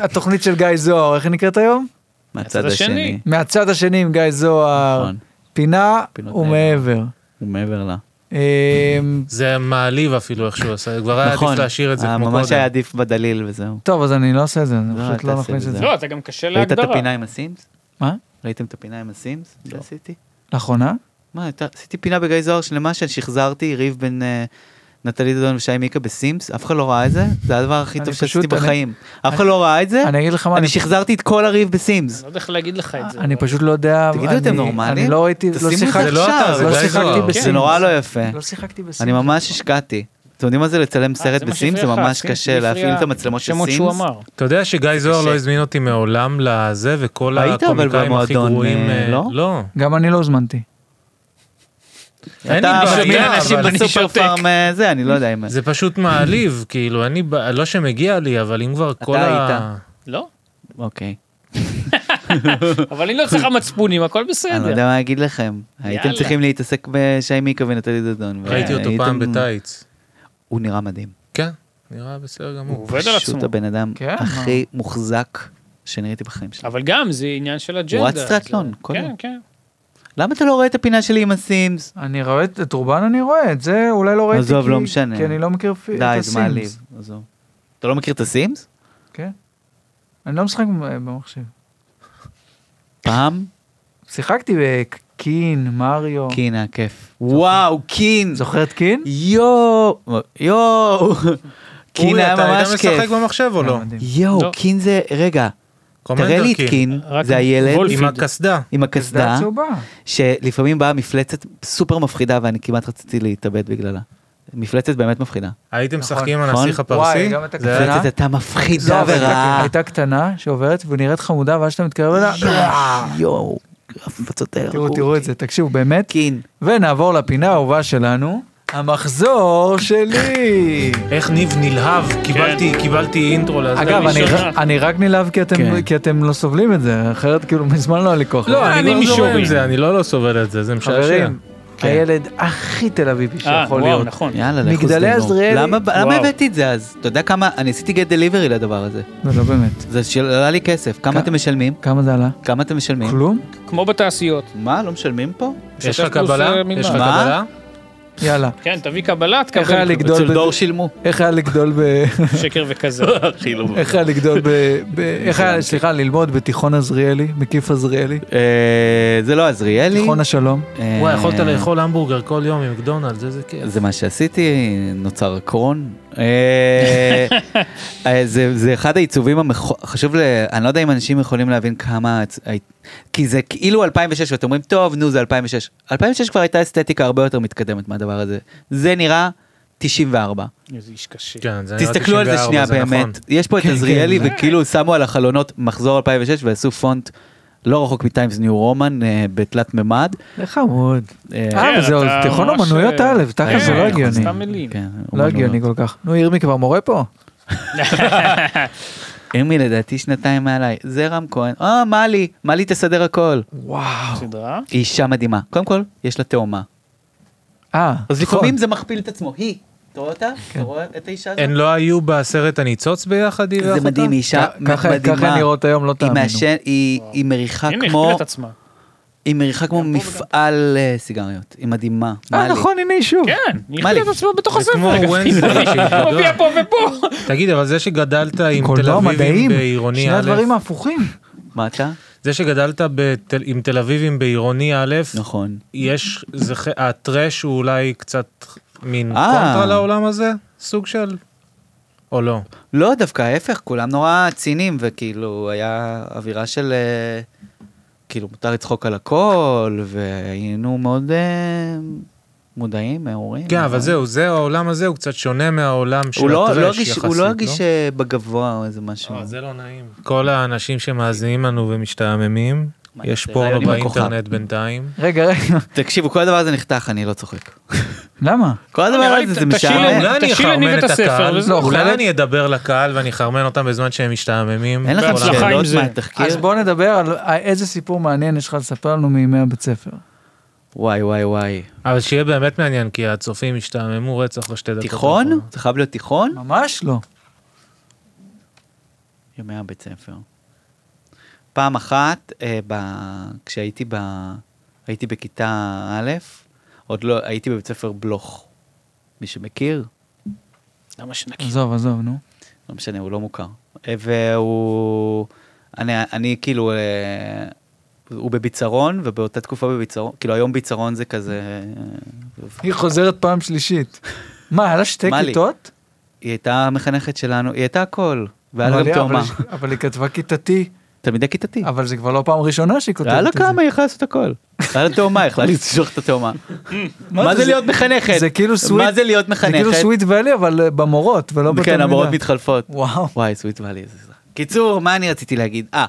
D: התוכנית של גיא זוהר, איך היא נקראת היום?
B: מהצד
C: השני.
B: השני.
D: מהצד השני עם גיא זוהר,
B: נכון.
D: פינה
B: פינות
D: ומעבר.
B: הוא מעבר לה.
E: לא
D: אה,
E: זה מעליב אפילו איך שהוא עשה, כבר היה עדיף
B: נכון.
E: להשאיר את זה
B: אה,
E: כמו
B: ממש היה
E: קודם.
B: עדיף בדליל וזהו.
D: טוב, אז אני לא עושה את זה, אני
B: לא,
D: פשוט
B: אל
D: לא
B: תעשה
D: נכניס
B: את
D: את
B: זה.
D: זה.
C: לא, אתה גם קשה
B: ראית את
C: להגדרה.
B: הפינה עם הסימס?
D: מה?
B: ראיתם את הפינה עם הסימס?
E: לא.
B: זה עשיתי.
D: לאחרונה?
B: מה, הייתה- עשיתי פינה בגיא זוהר שלמה ששחזרתי ריב בין אה, נטלי דדון ושי מיקה בסימס, אף אחד לא ראה את זה, זה הדבר הכי
D: אני
B: טוב
D: פשוט-
B: שעשיתי
D: אני-
B: בחיים. אף אחד לא ראה את זה,
D: אני אגיד לך מה,
B: אני
D: אני
B: שחזרתי את כל הריב בסימס.
C: אני לא יודע איך להגיד לך את זה.
D: אני
C: אבל-
D: פשוט לא יודע...
B: תגידו,
D: אני-
B: אתם נורמלים?
D: אני לא ראיתי, לא
B: תשימו את זה
D: שיחקתי.
E: זה לא אתה, זה
D: לא
E: גיא
D: שיחקתי
E: זוהר.
D: בסימס.
B: זה נורא לא יפה.
D: לא שיחקתי בסימס.
B: אני ממש השקעתי. אתם יודעים מה זה לצלם
C: אה,
B: סרט
C: זה מה
B: בסימס? זה
C: שהפריע לך,
B: ממש
C: סימס
B: קשה להפעיל
C: הפריע
B: את המצלמות של
C: שמות
B: סימס.
C: שהוא אמר.
E: אתה יודע שגיא זוהר
B: קשה.
E: לא הזמין אותי מעולם לזה, וכל
B: היית אבל
E: הקומיקאים הכי
B: במועדון,
E: גרועים...
B: אה,
E: אה,
B: לא?
E: לא.
D: גם אני לא הוזמנתי.
E: אין לי
B: אתה מזמין
E: בעיה,
B: אנשים
E: אבל-
B: בסופר פארם אה, זה, אני לא יודע אם...
E: זה פשוט מעליב, כאילו, אני, ב- לא שמגיע לי, אבל אם כבר כל ה...
B: היית.
C: לא,
B: אוקיי.
C: אבל אני לא צריך מצפונים, הכל
B: אני לא
C: בסדר.
B: יודע מה להגיד לכם. הייתם
C: יאללה.
B: צריכים להתעסק בשי מיקה ונטלי דדון.
E: ראיתי אותו
B: והייתם-
E: פעם בטייץ.
B: הוא נראה מדהים.
E: כן, נראה בסדר
C: הוא
E: גמור.
C: עובד על עצמו.
B: פשוט הבן אדם
D: כן,
B: הכי מוחזק שנראיתי בחיים שלי.
C: אבל גם, זה עניין של אג'נדה.
B: רץ
C: זה-
B: טריאטלון, כל
C: כן,
B: יום.
C: כן.
B: למה אתה לא רואה את הפינה שלי עם הסימס?
D: אני רואה את את רובן, אני רואה את זה, אולי לא ראיתי,
B: עזוב,
D: כי-
B: לא משנה.
D: כי אני לא מכיר פי- את
B: די,
D: הסימס.
B: זה מעליב. עזוב. אתה לא מכיר את הסימס?
D: כן. אני לא משחק במחשב.
B: פעם?
D: שיחקתי בקין, מריו.
B: קין היה כיף. וואו, קין!
D: זוכרת קין?
B: יואו, יואו, קין
E: אורי,
B: היה
E: אתה
B: ממש
E: היית משחק
B: כיף.
E: במחשב או לא?
D: מדהים.
B: יואו,
C: לא.
B: קין זה, רגע, תראה
E: קומנדר
B: לי את
E: קין.
B: קין,
C: רק
B: זה הילד
C: וולפיד.
E: עם הקסדה.
B: עם
D: קסדה
B: הקסדה,
D: צהובה.
B: שלפעמים באה מפלצת סופר מפחידה ואני כמעט רציתי להתאבד בגללה. מפלצת באמת מפחידה.
E: הייתם
D: נכון.
E: משחקים עם
B: נכון.
E: הנסיך
D: וואי,
E: הפרסי?
D: גם את
E: זה היה-
D: הקסדה.
B: מפלצת הייתה מפחידה
D: לא, אבל
B: ורעה.
D: הייתה קטנה שעוברת ונראית חמודה, ואז שאתה מתקרב אליה,
B: יואו, הפצות האלה.
D: תראו, תראו את זה, תקשיבו, באמת.
B: קין.
D: ונעבור לפינה האהובה שלנו, המחזור שלי.
E: איך ניב נלהב,
B: כן.
E: קיבלתי- קיבלתי אינטרו לזה. לא-
D: אגב, אני-
C: ראשונה.
D: אני רק נלהב כי אתם-
B: כן.
D: כי אתם לא סובלים את זה, אחרת כאילו מזמן לא היה לי כוח.
E: לא, אני
C: אני
E: כבר זורם עם
C: מישורי.
E: זה, אני לא לא סובל את זה, זה משעשע.
D: חברים, כן. הילד הכי תל אביבי
C: אה,
D: שיכול
C: וואו,
D: להיות.
C: נכון.
B: יאללה, לכו
D: מגדלי
B: תזדיינו.
D: עזריאלי.
B: למה- למה
C: וואו.
B: הבאתי את זה אז? אתה יודע כמה, אני עשיתי גט דליברי לדבר הזה.
D: לא, לא באמת.
B: זה של- עלה לי כסף.
D: כ-
B: כמה אתם משלמים?
D: כמה זה עלה?
B: כמה אתם משלמים?
D: כלום?
C: כמו בתעשיות.
B: מה, לא משלמים פה?
E: יש
C: שוטף
E: לך
C: פלוס,
E: קבלה?
C: אה, מגנט.
E: יש לך
B: מה?
E: קבלה?
D: יאללה.
C: כן, תביא קבלה, תקבל.
D: איך היה לגדול
B: אצל
D: בזה?
B: דור שילמו.
D: איך היה לגדול ב...
C: שקר וכזה.
D: איך היה לגדול ב... ב- איך היה, סליחה, ללמוד בתיכון עזריאלי, מקיף עזריאלי,
B: אה, זה לא עזריאלי.
D: תיכון השלום?
B: אה,
E: וואי, יכולת לאכול המבורגר כל יום עם מקדונלדס, איזה כיף.
B: זה מה שעשיתי, נוצר קרון. אה, אה, זה זה אחד העיצובים המכו- חשוב, ל- אני לא יודע אם אנשים יכולים להבין כמה... הצ- הי- כי זה כאילו 2006, ואתם אומרים, טוב, נו, זה 2006. 2006 כבר הייתה אסתטיקה הרבה יותר מתקדמת מהדבר הזה. זה נראה 94.
C: איזה איש קשה.
E: כן, זה נראה
B: תסתכלו על זה
E: 94,
B: שנייה
E: נכון.
B: באמת. יש פה את
D: כן,
B: עזריאלי,
D: כן,
B: וכאילו שמו על החלונות מחזור 2006 ועשו פונט לא רחוק מטיימס ניו רומן אה, בתלת ממד.
D: חמוד.
B: אה,
D: אה,
C: כן,
D: זה
C: אתה
D: תיכון
C: ממש,
D: אומנויות
C: אה,
D: א', תכל'ס זה
C: כן,
D: לא
C: אה,
D: הגיוני.
C: סתם מילים.
B: כן,
D: לא
B: אומנויות.
D: הגיוני כל כך. נו, ירמי כבר מורה פה?
B: אמי לא. לדעתי שנתיים מעליי, זה רם כהן, אה מלי, מלי תסדר הכל.
D: וואו.
C: סדרה?
B: היא אישה מדהימה, קודם כל, יש לה תאומה.
D: אה,
B: אז
D: נכון. כן.
B: לפעמים זה מכפיל את עצמו, היא, אתה רואה אותה? אתה רואה את האישה הזאת?
E: הן לא היו בסרט הניצוץ ביחד,
D: לא
E: היא
B: זה
E: ואחותה?
B: מדהים, היא אישה
D: כ- ככה-
B: מדהימה.
D: ככה הן נראות היום, לא
B: היא
D: תאמינו.
B: מעשן- היא- היא מריחה
C: הנה, הכפילה
B: כמו,
C: את עצמה.
B: היא מריחה כמו מפעל אה, סיגריות, היא מדהימה.
D: אה,
B: מלי.
D: נכון, הנה היא שוב.
C: כן, היא
B: מה לי?
C: הכפילה את עצמה בתוך
E: זה
C: הספר.
E: כמו
C: היא
E: וונסלי
C: הופיעה-
E: שהיא
C: הופיעה פה ופה.
E: תגיד, אבל זה שגדלת עם תל
D: קולנוע
E: אביבים
D: מדעים,
E: בעירוני
D: שני
E: א',
D: הדברים ההפוכים.
B: מה אתה?
E: זה שגדלת בתל- עם תל אביבים בעירוני א',
B: נכון.
E: יש, זה ח- הטרש הוא אולי קצת מין
B: אה.
E: קונטרה לעולם הזה? סוג של? או לא?
C: כן,
B: לא, דווקא ההפך, כולם נורא ציניים, וכאילו, היה אווירה של... אה, כאילו, מותר לצחוק על הכל, והיינו מאוד אה, מודעים, מעורים.
E: כן, אבל זהו, זה העולם הזה, הוא קצת שונה מהעולם של
B: הוא לא לא
E: הטרש
B: הגיש-
E: יחסית,
B: הוא לא הגיש אה, בגבוה או איזה משהו.
E: אה, זה לא נעים. כל האנשים שמאזינים לנו ומשתעממים,
B: מה,
E: יש
B: זה
E: פורנו
B: רעיון עם הכוכב.
E: באינטרנט בינתיים.
D: רגע, רגע,
B: תקשיבו, כל הדבר הזה נחתך, אני לא צוחק.
D: למה?
B: כל הדבר
C: נראה לי,
B: הזה,
C: אה, ת-
B: זה
C: תשאיר
B: משעמם.
C: לנו.
E: אולי אני
C: תשאיר יניב
E: אחרמן
C: את
E: את
C: הספר,
E: הקהל,
C: וזהו.
D: לא, חלק-
E: אולי אני אדבר לקהל ואני אחרמן אותם בזמן שהם משתעממים.
B: אין לכם
E: בעולם.
C: בהצלחה עם
B: שאלות
C: זה.
D: אז
B: מהתחקיר?
D: בואו נדבר על אה, איזה סיפור מעניין יש לך לספר לנו מימי הבית ספר.
B: וואי, וואי, וואי.
E: אבל שיהיה באמת מעניין, כי הצופים השתעממו רצח בשתי דקות.
B: תיכון?
E: האחרונות.
B: זה חייב להיות תיכון?
D: ממש לא.
B: ימי הבית ספר. פעם אחת, אה, ב... כשהייתי ב... הייתי בכיתה א', עוד לא, הייתי בבית ספר בלוך. מי שמכיר,
C: למה שנקי?
D: עזוב, עזוב, נו.
B: לא משנה, הוא לא מוכר. אה, והוא... אני, אני כאילו... אה, הוא בביצרון, ובאותה תקופה בביצרון, כאילו היום ביצרון זה כזה... אה,
D: היא חוזרת פעם שלישית. מה, היה לה שתי
B: מה לי?
D: כיתות?
B: היא הייתה המחנכת שלנו, היא הייתה הכל, והיה לה
D: אבל
B: גם
D: היא-
B: תאומה.
D: אבל היא- אבל היא כתבה כיתתי,
B: תלמידי כיתתי.
D: אבל זה כבר לא פעם ראשונה שהיא כותבת
B: היה לה
D: את זה.
B: כמה, היא יכלה לעשות הכל. היה לה תאומה, יכלה למשוך את התאומה. מה זה להיות מחנכת?
D: זה כאילו סוויט,
B: מה זה להיות
D: זה כאילו
B: מחנכת?
D: סוויט ואלי, אבל אה, במורות, ולא בתלמידה.
B: כן, המורות מתחלפות.
D: וואו.
B: וואי, סוויט ואלי, איזה זה. קיצור, מה אני רציתי להגיד? אה,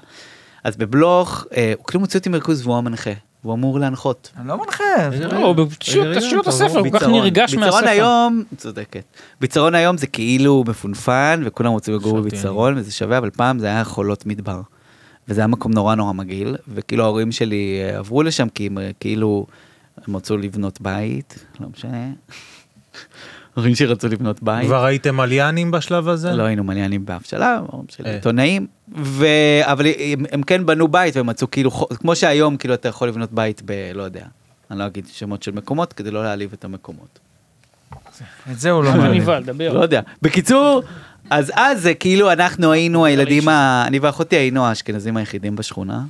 B: אז בבלוך, אה, הוא כאילו מוציא אותי מרכוז והוא המנחה. הוא אמור להנחות.
D: אני לא מנחה. זה-
C: לא, תשאיר
E: רגע,
C: תשאיר את
E: רגע,
C: הספר, הוא כל כך
B: ביצרון.
C: נרגש מהספר.
B: ביצרון היום, צודקת. ביצרון היום זה כאילו מפונפן, וכולם רוצים לגור
E: חשבתי
B: בביצרון, וזה שווה, אבל פעם זה היה חולות מדבר. וזה היה מקום נורא נורא מגעיל, וכאילו ההורים שלי אה, עברו לשם, כי הם אה, כאילו, הם רצו לבנות בית, לא משנה. ההורים שרצו לבנות בית.
E: כבר הייתם מליינים בשלב הזה?
B: לא היינו מליינים באף שלב, ההורים שלי
E: כן. אה.
B: עיתונאים, ו... אבל הם, הם כן בנו בית והם מצאו כאילו, חו- כמו שהיום כאילו אתה יכול לבנות בית ב... לא יודע, אני לא אגיד שמות של מקומות כדי לא להעליב את המקומות.
D: את זה הוא לא
C: אתה
D: מעניין.
C: נבהל, דבר.
B: לא יודע. בקיצור, אז אז זה כאילו אנחנו
E: לא
B: היינו הילדים, ה... אני ואחותי היינו האשכנזים היחידים בשכונה.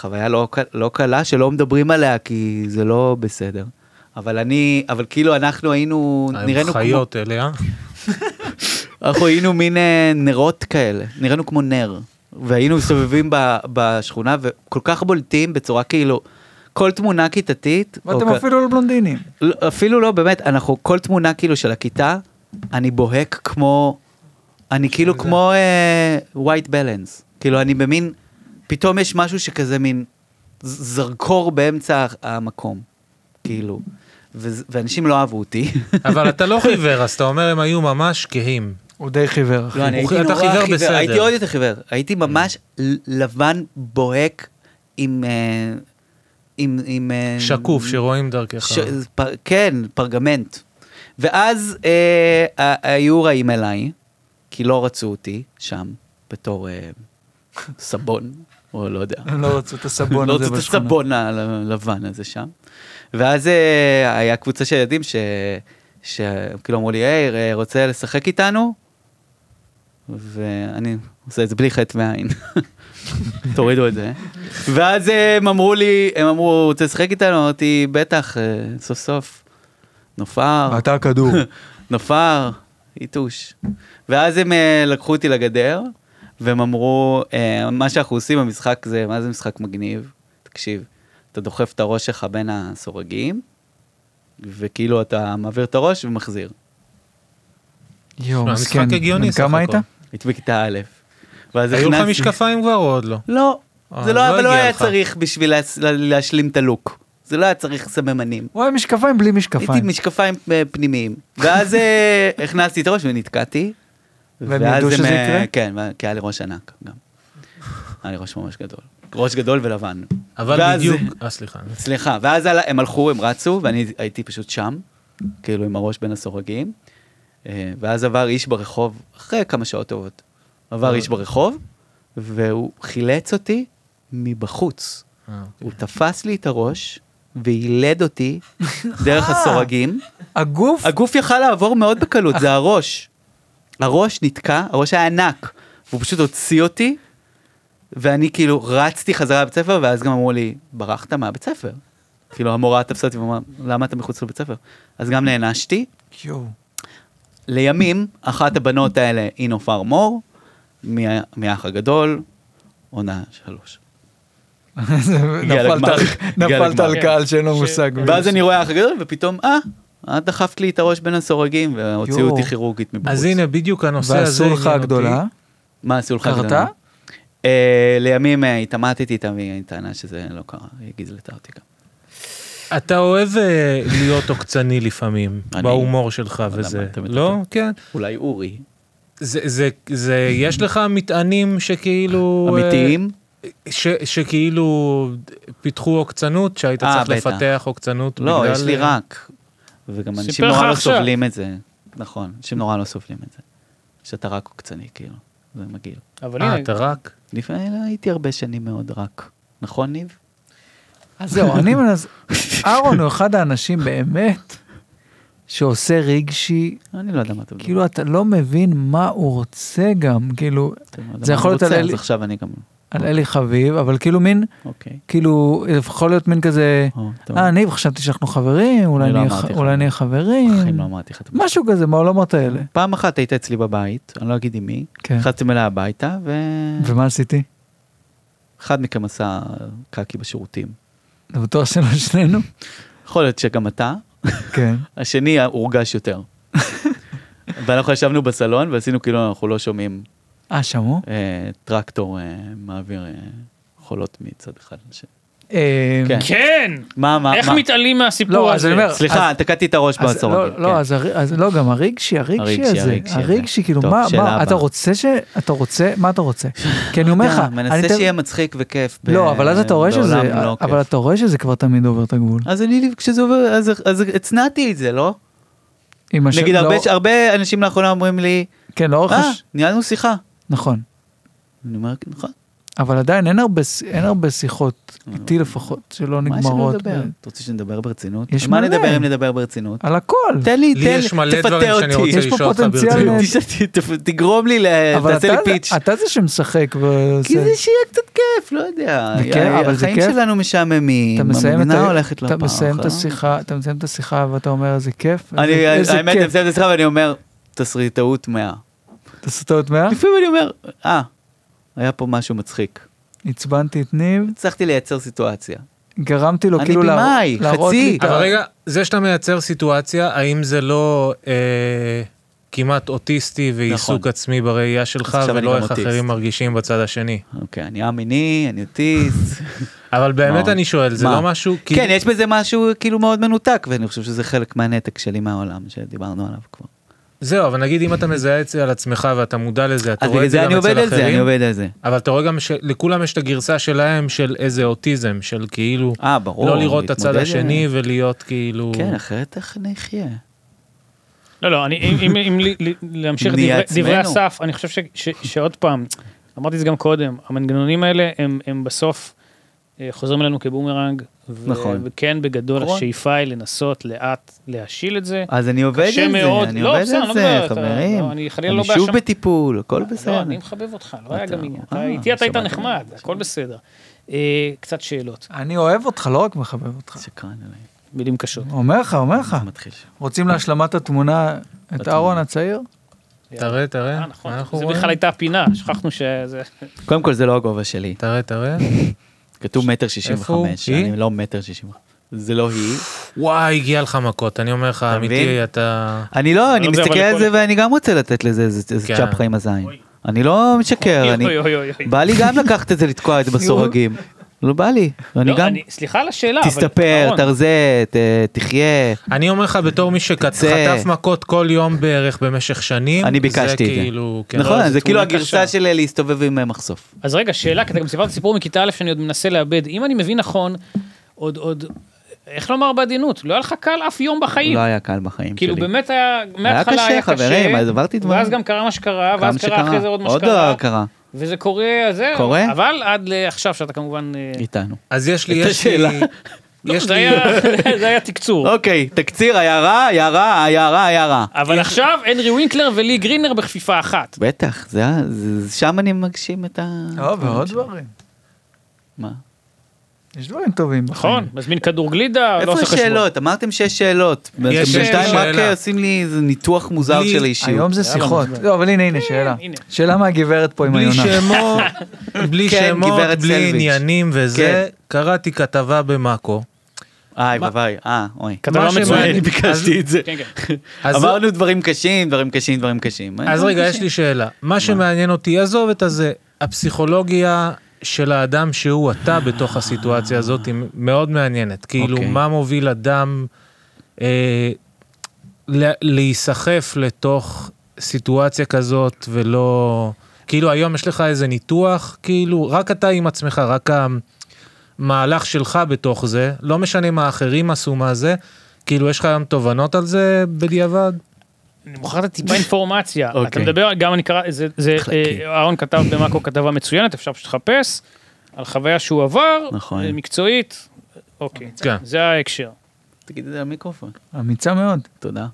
B: חוויה לא, ק- לא קלה שלא מדברים עליה כי זה לא בסדר. אבל אני, אבל כאילו אנחנו היינו,
E: נראינו
B: נראינו כמו,
E: אה, חיות אליה.
B: אנחנו היינו מין אה, נרות כאלה, נראינו כמו נר. והיינו מסתובבים ב- בשכונה וכל כך בולטים בצורה כאילו, כל תמונה כיתתית, או
D: ואתם
B: כ-
D: אפילו לא בלונדינים.
B: לא, אפילו לא, באמת, אנחנו, כל תמונה כאילו של הכיתה, אני בוהק כמו, אני כאילו כמו אה, white balance. כאילו, אני במין, פתאום יש משהו שכזה מין ז- זרקור באמצע המקום, כאילו. וזה- ואנשים לא אהבו אותי.
E: אבל אתה לא חיוור, אז אתה אומר הם היו ממש כהים.
D: הוא די חיוור, אחי.
B: לא, אני הייתי
E: אתה
B: נורא
E: חיוור
B: חיוור,
E: בסדר.
B: הייתי עוד יותר חיוור, הייתי ממש ל- לבן בוהק עם אה, עם... עם אה,
E: שקוף שרואים דרכך.
B: ש... פר... כן, פרגמנט. ואז אה, ה- היו רעים אליי, כי לא רצו אותי שם, בתור אה, סבון, או לא יודע.
D: הם לא רצו את הסבון
B: לא
D: הזה
B: רצו את
D: בשכונה.
B: הסבון הלבן הזה שם. ואז אה, היה קבוצה של ילדים ש... שכאילו אמרו לי, היי, אה, רוצה לשחק איתנו? ואני עושה את זה בלי חטא מהעין. תורידו את זה. ואז אה, הם אמרו לי, הם אמרו, רוצה לשחק איתנו? אמרתי, בטח, אה, סוף סוף. נופר,
D: ואתה הכדור.
B: נופר, יתוש. ואז הם אה, לקחו אותי לגדר, והם אמרו, אה, מה שאנחנו עושים במשחק זה, מה זה משחק מגניב? תקשיב, אתה דוחף את הראש שלך בין הסורגים, וכאילו אתה מעביר את הראש ומחזיר.
D: יואו,
E: שמע,
D: מסכן.
E: משחק הגיוני
D: בן
E: סך
D: כמה היית?
E: הכל.
B: הייתי בכיתה א', ואז
E: היו לך
B: הכנסתי-
E: משקפיים כבר או עוד לא?
B: לא,
E: אה,
B: זה לא,
E: לא
B: אבל לא
E: הגיע
B: היה
E: לך.
B: צריך בשביל לה, לה, להשלים את הלוק. זה לא היה צריך סממנים.
D: הוא היה משקפיים בלי
B: הייתי עם
D: משקפיים.
B: משקפיים אה, פנימיים. ואז אה, הכנסתי את הראש ונתקעתי.
D: והם
B: ואז
D: ידעו
B: הם,
D: שזה
B: אה,
D: יקרה?
B: כן, וה- כי היה לי ראש ענק גם. היה לי ראש ממש גדול. ראש גדול ולבן.
E: אבל
B: ואז-
E: בדיוק... אה, סליחה.
B: סליחה, ואז על- הם הלכו, הם רצו, ואני הייתי פשוט שם, כאילו עם הראש בין הסורגים. אה, ואז עבר איש ברחוב, אחרי כמה שעות טובות, עבר איש ברחוב, והוא חילץ אותי מבחוץ.
E: אה,
B: הוא תפס לי את הראש, ויילד אותי דרך הסורגים.
D: הגוף?
B: הגוף יכל לעבור מאוד בקלות, זה הראש. הראש נתקע, הראש היה ענק, והוא פשוט הוציא אותי, ואני כאילו רצתי חזרה לבית ספר, ואז גם אמרו לי, ברחת מהבית ספר. כאילו המורה תפסה אותי ואמרה, למה אתה מחוץ לבית ספר? אז גם נענשתי.
D: יואו.
B: לימים, אחת הבנות האלה היא נופר מור, מה- מהאח הגדול, עונה שלוש.
D: נפלת
B: לגמר.
D: על-
B: הגיע
D: נפלת
B: לגמר.
D: על קהל שאין לו
C: ש-
D: מושג. מי
B: ואז
D: זה.
B: אני רואה האח הגדול, ופתאום, אה, את דחפת לי את הראש בין הסורגים, והוציאו
D: יואו.
B: אותי כירורגית מבחוץ.
E: אז הנה, בדיוק הנושא הזה
D: והסור
E: עניין
D: לך
E: אותי.
D: הגדולה.
B: מה עשו לך?
D: קרתה?
B: גדולה? אה, לימים אה, התעמתתי איתה והיא טענה שזה לא קרה, היא גזלתה אותי גם.
E: אתה אוהב אה, להיות עוקצני לפעמים,
B: אני-
E: בהומור שלך
B: למה,
E: וזה.
B: אתה מתקן.
E: לא? כן.
B: אולי אורי.
E: זה, זה, זה, יש לך מטענים שכאילו... אה,
B: אמיתיים?
E: ש, שכאילו פיתחו עוקצנות, שהיית
B: אה,
E: צריך
B: בטח.
E: לפתח עוקצנות
B: לא,
E: בגלל-
B: יש לי
D: אה,
B: רק. וגם אנשים
C: סיפר לך
B: נורא לא
C: עכשיו.
B: סובלים את זה. נכון, אנשים נורא לא סובלים את זה. שאתה רק עוקצני, כאילו. זה מגעיל.
C: אבל
E: אה,
C: הנה,
E: אתה רק?
B: לפני, הייתי הרבה שנים מאוד רק. נכון, ניב?
D: אז זהו, אני מנס... אהרון הוא אחד האנשים באמת שעושה רגשי,
B: אני לא יודע מה אתה מדבר.
D: כאילו אתה לא מבין מה הוא רוצה גם, כאילו,
B: אתה לא יודע
D: זה
B: מה
D: יכול
B: אני
D: להיות
B: רוצה,
D: על-
B: אז עכשיו אני גם...
D: על אלי חביב, אבל כאילו מין,
B: אוקיי.
D: כאילו, יכול להיות מין כזה,
B: או, טוב.
D: אה, אני חשבתי שאנחנו חברים, אולי
B: אני לא
D: נהיה
B: אמרתי
D: ח-
B: לך.
D: אולי נהיה
B: בחיים
D: חברים,
B: לא אמרתי אה. לך את זה.
D: משהו כזה מהעולמות האלה.
B: פעם אחת היית אצלי בבית, אני לא אגיד עם מי,
D: כן.
B: נכנסתם אליה הביתה, ו...
D: ומה עשיתי?
B: אחד מכם עשה קקי בשירותים.
D: זה בטוח שלא שנינו?
B: יכול להיות שגם אתה,
D: כן.
B: השני הורגש יותר. ואנחנו ישבנו בסלון ועשינו כאילו אנחנו לא שומעים
D: אה, שמעו?
B: אה, טרקטור אה, מעביר אה, חולות מצד אחד. לשני.
D: אה,
B: כן.
C: כן!
B: מה, מה,
C: איך
B: מה?
C: מתעלים מהסיפור
D: לא, אז
C: הזה?
D: אני אומר,
B: סליחה, תקעתי את הראש
D: אז
B: בעשור.
D: לא, לא, אז הר- אז לא, גם הרגשי, הרגשי
B: כן. הרגשי,
D: הזה,
B: הרגשי הזה.
D: הרגשי, כאילו,
B: טוב,
D: מה,
B: שאלה
D: מה, אתה
B: הבאה.
D: רוצה ש... אתה רוצה, מה אתה רוצה? כי אני אומר לך, אני
B: מנסה
D: תל-
B: שיהיה מצחיק וכיף. ב-
D: לא, אבל אז אתה רואה
B: בעולם
D: שזה,
B: לא
D: אבל
B: כיף.
D: אתה רואה שזה כבר תמיד עובר את הגבול.
B: אז אני, כשזה עובר, אז- אז הצנעתי את זה, לא?
D: עם הש-
B: נגיד,
D: לא-
B: הרבה- הרבה אנשים לאחרונה אומרים לי,
D: כן, לא
B: אה,
D: רכש,
B: ניהלנו שיחה.
D: נכון.
B: אני אומר, נכון.
D: אבל עדיין אין הרבה, ש- אין הרבה שיחות, איתי לפחות, שלא
B: אה. מה יש לנו
D: נגמרות.
B: לדבר?
D: ב-
B: אתה רוצה שנדבר ברצינות?
D: יש
B: על מה
D: מלא.
B: נדבר אם נדבר ברצינות?
D: על הכל.
B: תן לי,
E: לי
B: תן
E: יש מלא
B: תפתה
E: דברים שאני
B: אותי.
E: רוצה
D: יש פה
E: לשאול אותך
D: פוטנציאל
E: ברצינות.
D: נהדר.
B: תשתי- ת- תגרום לי, ל-
D: אבל
B: תעשה לי
D: אתה-
B: פיץ'.
D: אתה זה שמשחק
B: כי
D: ועושה...
B: זה שיהיה קצת כיף, לא יודע.
D: זה כיף, אבל זה
B: החיים
D: כיף.
B: שלנו משעממים,
D: אתה מסיים את
B: המדינה
D: ה-
B: הולכת לפח.
D: אתה מסיים את
B: אה?
D: השיחה, אתה מסיים את השיחה ואתה אומר איזה כיף,
B: אני-
D: איזה- איזה
B: האמת, אני
D: כיף.
B: מסיים את השיחה ואני אומר, תסריטאות 100.
D: אתה סוטה עוד מאה?
B: לפעמים אני אומר, אה, היה פה משהו מצחיק.
D: עצבנתי את ניב,
B: הצלחתי לייצר סיטואציה.
D: גרמתי לו
B: אני
D: כאילו לה-
B: במאי,
D: להראות
B: חצי.
D: לי את
E: אבל
D: ה-
E: רגע, זה שאתה מייצר סיטואציה, האם זה לא אה, כמעט אוטיסטי ועיסוק
B: נכון.
E: עצמי בראייה שלך,
B: עכשיו אני
E: ולא
B: גם
E: איך
B: אוטיסט.
E: אחרים מרגישים בצד השני?
B: אוקיי, אני א-מיני, אני אוטיסט.
E: אבל באמת
B: מה?
E: אני שואל, זה
B: מה?
E: לא משהו...
B: כן,
E: כאילו-
B: יש בזה משהו כאילו מאוד מנותק, ואני חושב שזה חלק מהנתק שלי מהעולם, שדיברנו עליו כבר.
E: זהו, אבל נגיד אם אתה מזהה את זה על עצמך ואתה מודע לזה, אתה
B: אז
E: רואה
B: בגלל
E: את זה
B: זה אני
E: גם
B: עובד
E: אצל
B: על זה, אני
E: אחרים,
B: עובד על זה.
E: אבל אתה רואה גם שלכולם יש את הגרסה שלהם של איזה אוטיזם, של כאילו,
B: אה, ברור.
E: לא לראות את הצד
B: להתמודד עם-
E: השני ולהיות כאילו...
B: כן, אחרת איך נחיה?
C: לא, לא, אני, אם, אם, אם לי- לי- להמשיך את
B: נהיה
C: דברי,
B: עצמנו.
C: דברי אסף, אני חושב ש, ש, שעוד פעם, אמרתי את זה גם קודם, המנגנונים האלה הם, הם בסוף אה, חוזרים אלינו כבומרנג, ו,
B: נכון.
C: וכן, בגדול,
B: נכון. אה,
C: השאיפה היא לנסות לאט להשיל את זה. לא,
B: אז אני עובד על
C: קשה מאוד.
B: זה, אני
C: לא,
B: עובד
C: בסדר,
B: על
C: לא
B: זה,
C: מדבר, אתה-
B: חברים.
C: לא, אני חלילה
B: אני
C: לא
B: שוב
C: באשמה.
B: בטיפול, הכל בסדר.
C: לא, אני מחבב אותך, לא היה
B: אתה-
C: גם עניין.
B: אה,
C: אתה- איתי אתה היית
B: שמעת.
C: נחמד, הכל בסדר. אה, קצת שאלות,
D: אני אוהב אותך, לא רק מחבב אותך.
B: שקרן עליי,
E: אה.
C: מילים קשות.
D: אומר לך, אומר לך.
B: מתחיל. שם.
D: רוצים להשלמת התמונה את אהרון הצעיר?
B: נכון.
E: תראה, תראה,
C: אה,
E: מה אנחנו
C: נכון, זה
E: רואים?
C: בכלל הייתה הפינה, שכחנו שזה...
B: קודם כל זה לא הגובה שלי,
E: תראה, תראה.
B: כתוב מטר
E: איפה הוא?
B: 65,
E: היא?
B: אני לא מטר 65. זה לא היא.
E: וואי, הגיע לך מכות, אני אומר לך,
B: אתה
E: אמיתי,
B: מבין?
E: אתה...
B: אני לא, אני
C: אבל
B: מסתכל על
C: לכל-
B: זה ואני גם רוצה לתת לזה איזה איזה
E: כן.
B: צ'פחה עם הזין. אני לא משקר, אני...
C: אוי, אוי, אוי, אוי.
B: בא לי גם לקחת את זה לתקוע את בסורגים. לא בא לי, אני
C: לא,
B: גם...
C: אני- סליחה על השאלה, אבל...
B: תסתפר,
C: אהרון,
B: תרזה, ת- תחיה.
E: אני אומר לך, בתור מי
B: תצא.
E: שחטף מכות כל יום בערך במשך שנים,
B: אני ביקשתי את
E: זה
B: זה.
E: כאילו... כן.
B: נכון,
C: זו
B: זה כאילו
C: תמונה
B: הגרסה
C: קשה.
B: של אה, להסתובב עם אה, מחשוף.
C: אז רגע, שאלה, כי אתה גם סיפרת סיפור מכיתה א' שאני עוד מנסה לאבד. אם אני מבין נכון, עוד, עוד, איך לומר בעדינות? לא היה לך קל אף יום בחיים.
B: לא היה קל בחיים
C: כאילו
B: שלי.
C: באמת היה, מההתחלה
B: קשה,
C: היה קשה,
B: חברים, אז עברתי דברים.
C: ואז גם קרה מה שקרה, ואז
B: כמה
C: קרה אחרי זה עוד מה
B: עוד
C: שקרה,
B: לא קרה,
C: וזה קורה, אז זהו,
B: קורה?
C: אבל עד לעכשיו שאתה כמובן, אה,
B: איתנו.
E: אז יש לי,
B: את
E: יש לי...
B: השאלה.
C: לא,
E: יש
C: זה
E: לי...
C: היה- זה היה תקצור,
B: אוקיי, תקציר, היה רע, היה רע, היה רע, היה רע.
C: אבל עכשיו הנרי ווינקלר ולי גרינר בכפיפה אחת.
B: בטח, זה ה- זה- שם אני מגשים את ה...
E: אה,
D: לא, ועוד דברים.
B: מה?
D: יש דברים טובים.
C: נכון, מזמין כדור גלידה, לא
B: כן. איפה
C: עושה חשבון.
B: השאלות? אמרתם שיש שאלות. אתם
E: יש
B: בינתיים רק
E: שאלה.
B: אה, עושים לי איזה ניתוח מוזר
E: לי-
B: של האישיות.
D: היום זה שיחות. לא, אבל הנה, הנה, שאלה.
C: הנה.
D: שאלה מהגברת פה עם
E: בלי
D: היונה.
E: שמות, בלי
B: כן,
E: שמות,
B: גברת כן.
E: בלי
B: סלביץ'.
E: עניינים וזה, קראתי כתבה במאקו.
B: איי, ביי, אה, אוי.
C: כתבה
E: מה שהם-
C: מצוינת.
B: אני ביקשתי את זה.
C: כן, כן.
E: אז-
B: אמרנו דברים קשים, דברים קשים, דברים קשים.
E: אז רגע, יש לי שאלה. מה שמעניין אותי, עזוב את הזה, הפסיכולוגיה של האדם שהוא אתה בתוך הסיטואציה הזאת היא מאוד מעניינת. כאילו,
B: אוקיי.
E: מה מוביל אדם אה, לה- להיסחף לתוך סיטואציה כזאת ולא... כאילו, היום יש לך איזה ניתוח, כאילו, רק אתה עם עצמך, רק המהלך שלך בתוך זה, לא משנה מה אחרים עשו מה זה. כאילו יש לך היום תובנות על זה בדיעבד?
C: אני מוכר את הטיפה אינפורמציה. אתה
B: אוקיי.
C: מדבר, גם אני קרא, זה, זה,
B: חלקי.
C: אה, אהרון כתב במאקו כתבה מצוינת, אפשר פשוט לחפש, על חוויה שהוא עבר,
B: נכון.
C: אה, מקצועית, אוקיי,
E: כן.
C: זה ההקשר.
B: אה, תגיד את זה למיקרופון.
D: אמיצה מאוד.
B: תודה.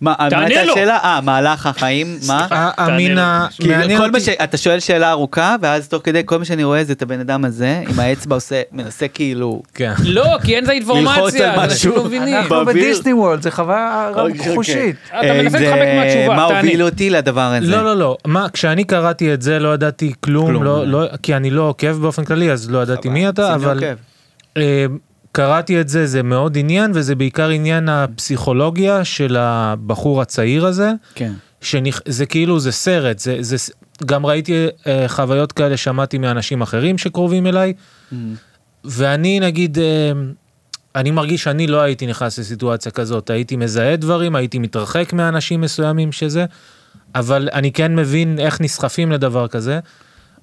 B: מה, מה
C: תענה
B: הייתה
C: לו.
B: השאלה? אה, מהלך החיים, מה?
E: אמינה,
B: כי כל מה ש... אתה שואל שאלה ארוכה, ואז תוך כדי כל מה שאני רואה זה את הבן אדם הזה, עם האצבע עושה, מנסה כאילו...
E: כן.
C: לא, כי אין זה
B: ללחוץ על
C: אינפורמציה, אז אנשים
B: משהו.
C: לא מבינים.
D: אנחנו
B: באוויר.
D: בדיסני וורלד, זה חוויה
B: אוקיי,
D: חושית.
C: אתה
B: זה-
C: מנסה להתחמק מהתשובה,
B: מה
C: תענה.
B: הוביל אותי לדבר הזה?
E: לא, לא, לא. מה, כשאני קראתי את זה לא ידעתי כלום,
B: כלום,
E: לא,
B: לא.
E: לא, כי אני לא עוקב באופן כללי, אז לא ידעתי מי אתה,
B: אז אני
E: אבל
B: עוקב.
E: אה, קראתי את זה, זה מאוד עניין, וזה בעיקר עניין הפסיכולוגיה של הבחור הצעיר הזה.
B: כן.
E: שנכ... זה כאילו זה סרט זה זה ס- גם ראיתי אה, חוויות כאלה שמעתי מאנשים אחרים שקרובים אליי
D: Mm.
E: ואני נגיד אה, אני מרגיש שאני לא הייתי נכנס לסיטואציה כזאת הייתי מזהה דברים הייתי מתרחק מאנשים מסוימים שזה אבל אני כן מבין איך נסחפים לדבר כזה.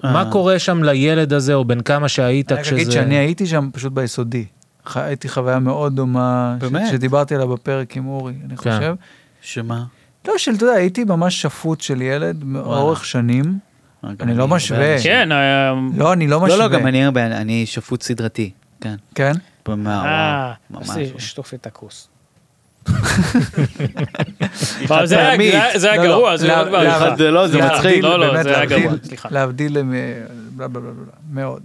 E: מה קורה שם לילד הזה או בן כמה שהיית
D: אה. אני רק אגיד
E: כשזה
D: שאני הייתי שם פשוט ביסודי. ח- הייתי חוויה מאוד דומה, ש-
B: באמת? כן.
D: שדיברתי עליה בפרק עם אורי, אני חושב.
B: שמה?
D: לא, של, אתה יודע, הייתי ממש שפוט של ילד מאורך שנים. אני לא משווה.
C: כן, אה,
D: לא, אני לא משווה.
B: לא, לא, גם אני הרבה, אני שפוט סדרתי. כן.
D: כן?
B: במה,
C: אה,
B: וואו,
C: אז
B: ממש. לא.
C: שטוף את הכוס. אבל זה היה-
B: חד-פעמית.
C: זה היה- זה היה
D: לא, לא,
C: גרוע, זה
D: לא,
C: היה עוד
D: לא,
C: בעריכה.
D: להבדיל,
B: זה לא, זה
C: סליחה,
B: מצחיק.
C: לא, לא,
D: באמת
C: זה היה
D: להבדיל-
C: גרוע, סליחה.
D: להבדיל למ... בלה בלה בלה בלה, מאוד.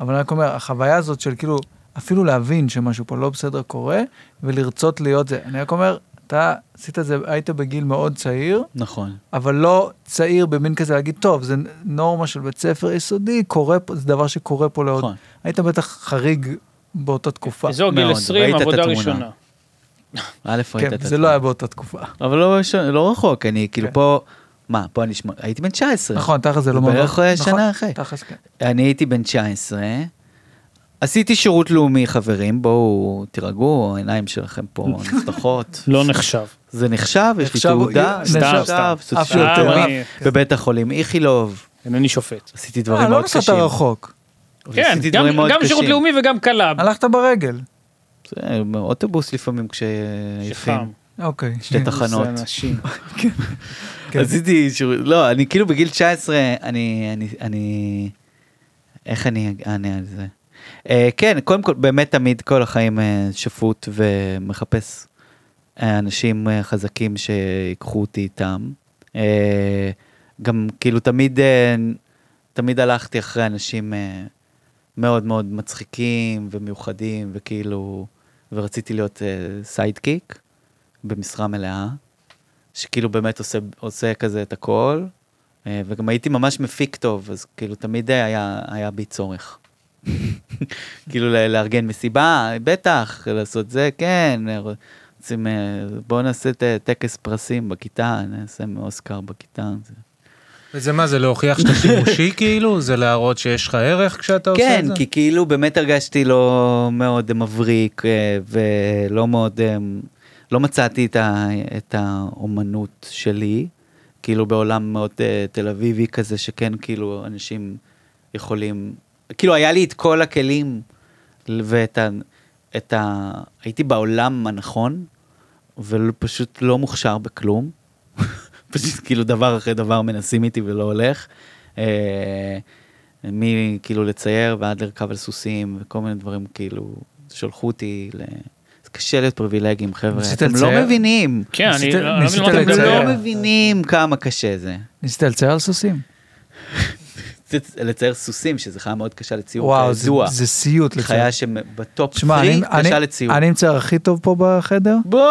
D: אבל אני רק אומר, החוויה הזאת של כאילו, אפילו להבין שמשהו פה לא בסדר קורה, ולרצות להיות זה. אני רק אומר, אתה עשית את זה, היית בגיל מאוד צעיר,
B: נכון.
D: אבל לא צעיר במין כזה להגיד, טוב, זה נורמה של בית ספר יסודי, קורה פה, זה דבר שקורה פה לעוד.
B: נכון.
D: היית בטח חריג באותה תקופה.
C: אזור גיל
B: מאוד,
C: 20,
B: ראית את
C: עבודה
B: התמונה.
C: ראשונה.
B: א', ראית
D: כן,
B: את
D: זה לא היה באותה תקופה.
B: אבל לא, ש- לא רחוק, אני כאילו
D: כן.
B: פה, מה, פה אני שמונה, הייתי בן 19.
D: נכון, תכל'ס זה לא
B: בערך
D: נכון,
B: שנה אחרי.
D: תכל'ס כן.
B: אני הייתי בן 19, עשיתי שירות לאומי, חברים, בואו תירגעו, העיניים שלכם פה נפתחות.
C: לא נחשב.
B: זה נחשב, יש לי
A: נחשב,
B: תעודה,
A: סתם,
B: נחשב,
A: סתם.
B: סוציו-
D: אה,
C: סתם,
B: תרפי,
C: אני-
B: בבית החולים איכילוב,
C: אינני שופט.
B: עשיתי
D: אה,
B: דברים
D: לא
B: מאוד
D: נסעת
B: קשים.
D: רחוק.
B: אבל
C: כן,
B: עשיתי
C: גם-
B: דברים מאוד
C: גם שירות
B: קשים.
C: לאומי וגם קלה.
D: הלכת ברגל.
B: זה, אוטובוס לפעמים כשעייפים,
C: שחם.
D: אוקיי.
B: שתי תחנות.
C: זה אנשים.
D: כן.
B: עשיתי שירות, לא, אני כאילו בגיל 19, אני, אני, אני, איך אני אענה על זה? אה, כן, קודם כל, באמת תמיד כל החיים אה, שפוט ומחפש אה, אנשים אה, חזקים שיקחו אותי איתם. אה, גם כאילו תמיד, אה, תמיד הלכתי אחרי אנשים אה, מאוד מאוד מצחיקים ומיוחדים, וכאילו, ורציתי להיות אה, סיידקיק במשרה מלאה. שכאילו באמת עושה, עושה כזה את הכל, אה, וגם הייתי ממש מפיק טוב, אז כאילו תמיד היה, היה בי צורך. כאילו ל- לארגן מסיבה, בטח, לעשות זה, כן, אה, רוצים, אה, בואו נעשה ט- טקס פרסים בכיתה, נעשה אוסקר בכיתה. זה-
E: וזה מה, זה להוכיח שאתה שימושי כאילו? זה להראות שיש לך ערך כשאתה עושה את
B: כן,
E: זה?
B: כי כאילו באמת הרגשתי לא מאוד מבריק, אה, ולא מאוד, אה, לא מצאתי את, ה, את האומנות שלי, כאילו בעולם מאוד אה, תל אביבי כזה, שכן כאילו אנשים יכולים, כאילו היה לי את כל הכלים, ואת ה... את ה הייתי בעולם הנכון, ופשוט לא מוכשר בכלום. פשוט כאילו דבר אחרי דבר מנסים איתי ולא הולך. אה, מכאילו לצייר ועד לרכב על סוסים וכל מיני דברים כאילו שלחו אותי ל... זה קשה להיות פריבילגיים חבר'ה,
D: ניסית
B: אתם לא
D: לצייר?
B: מבינים,
C: כן, אני
D: ניסית-
C: לא- אני
D: ניסית
C: לא מבין מה אתה
D: לצייר.
B: לא
C: מדבר.
B: מבינים כמה קשה זה.
D: ניסית לצייר על סוסים?
B: זה- לצייר סוסים שזה חיה מאוד קשה לציור,
D: וואו, זה-
B: זעזוע.
D: זה סיוט לצייר.
B: חיה שבטופ
D: שמע,
B: 3
D: אני-
B: קשה
D: אני-
B: לציור.
D: אני המצער הכי טוב פה בחדר?
B: בוא!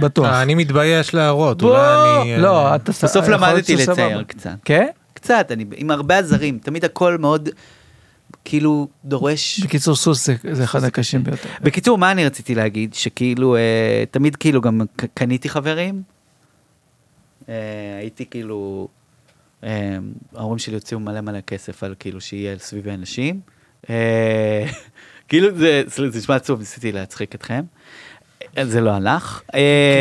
D: בטוח.
E: אה, אני מתבייש להראות,
B: בוא!
E: אולי אני... אה,
D: לא, אתה... ס-
B: בסוף
D: יכול להיות
B: למדתי
D: שסבבה.
B: לצייר קצת.
D: כן?
B: קצת, אני עם הרבה עזרים, תמיד הכל מאוד כאילו דורש
D: בקיצור, סוס זה- זה אחד הקשים ביותר.
B: בקיצור, מה אני רציתי להגיד? שכאילו, אה, תמיד כאילו גם ק- קניתי חברים. אה, הייתי כאילו, אה, ההורים שלי הוציאו מלא מלא כסף על כאילו שיהיה סביבי אנשים. אה, כאילו זה, זה זה נשמע עצוב, ניסיתי להצחיק אתכם. אה, זה לא הלך. אה,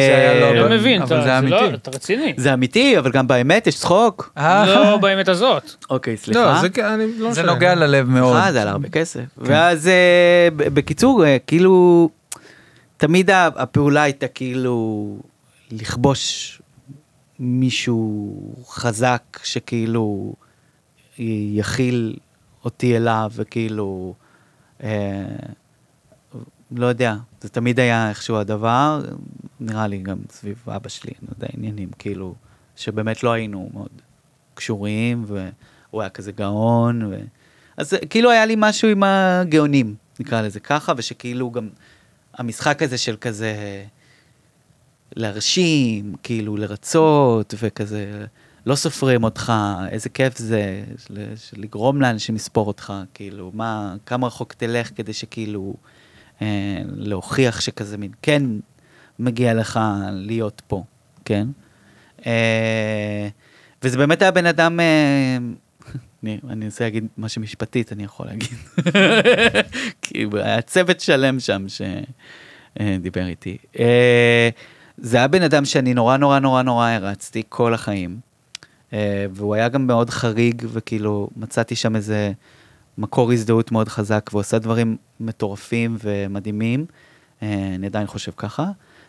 D: זה היה לא
C: אני לא
D: אבל-
C: מבין,
D: אבל
C: אתה
D: זה
C: זה לא-
D: אמיתי.
C: אתה רציני.
B: זה אמיתי, אבל גם באמת יש צחוק.
D: אה,
C: לא באמת הזאת.
B: אוקיי, סליחה.
E: לא, זה כן, אני לא
D: זה
E: משנה.
D: נוגע ללב מאוד.
B: סליחה, אה, זה על הרבה כסף. ואז אה, ב- בקיצור, אה, כאילו, תמיד ה- הפעולה הייתה כאילו לכבוש מישהו חזק שכאילו י- יכיל אותי אליו, וכאילו, אה, לא יודע, זה תמיד היה איכשהו הדבר, נראה לי גם סביב אבא שלי, אני לא יודע, עניינים, כאילו, שבאמת לא היינו מאוד קשורים, והוא היה כזה גאון, ו... אז זה- כאילו היה לי משהו עם הגאונים, נקרא לזה ככה, ושכאילו גם המשחק הזה של כזה להרשים, כאילו לרצות, וכזה לא סופרים אותך, איזה כיף זה של, של לגרום לאנשים לספור אותך, כאילו, מה, כמה רחוק תלך כדי שכאילו אה, להוכיח שכזה מין, כן מגיע לך להיות פה, כן? אה, וזה באמת היה בן אדם, אה, אני, אני אנסה להגיד מה שמשפטית אני יכול להגיד. כי היה צוות שלם שם שדיבר איתי. אה, זה היה בן אדם שאני נורא נורא נורא נורא הרצתי כל החיים. אה, והוא היה גם מאוד חריג, וכאילו מצאתי שם איזה מקור הזדהות מאוד חזק, והוא עשה דברים מטורפים ומדהימים. אה, אני עדיין חושב ככה.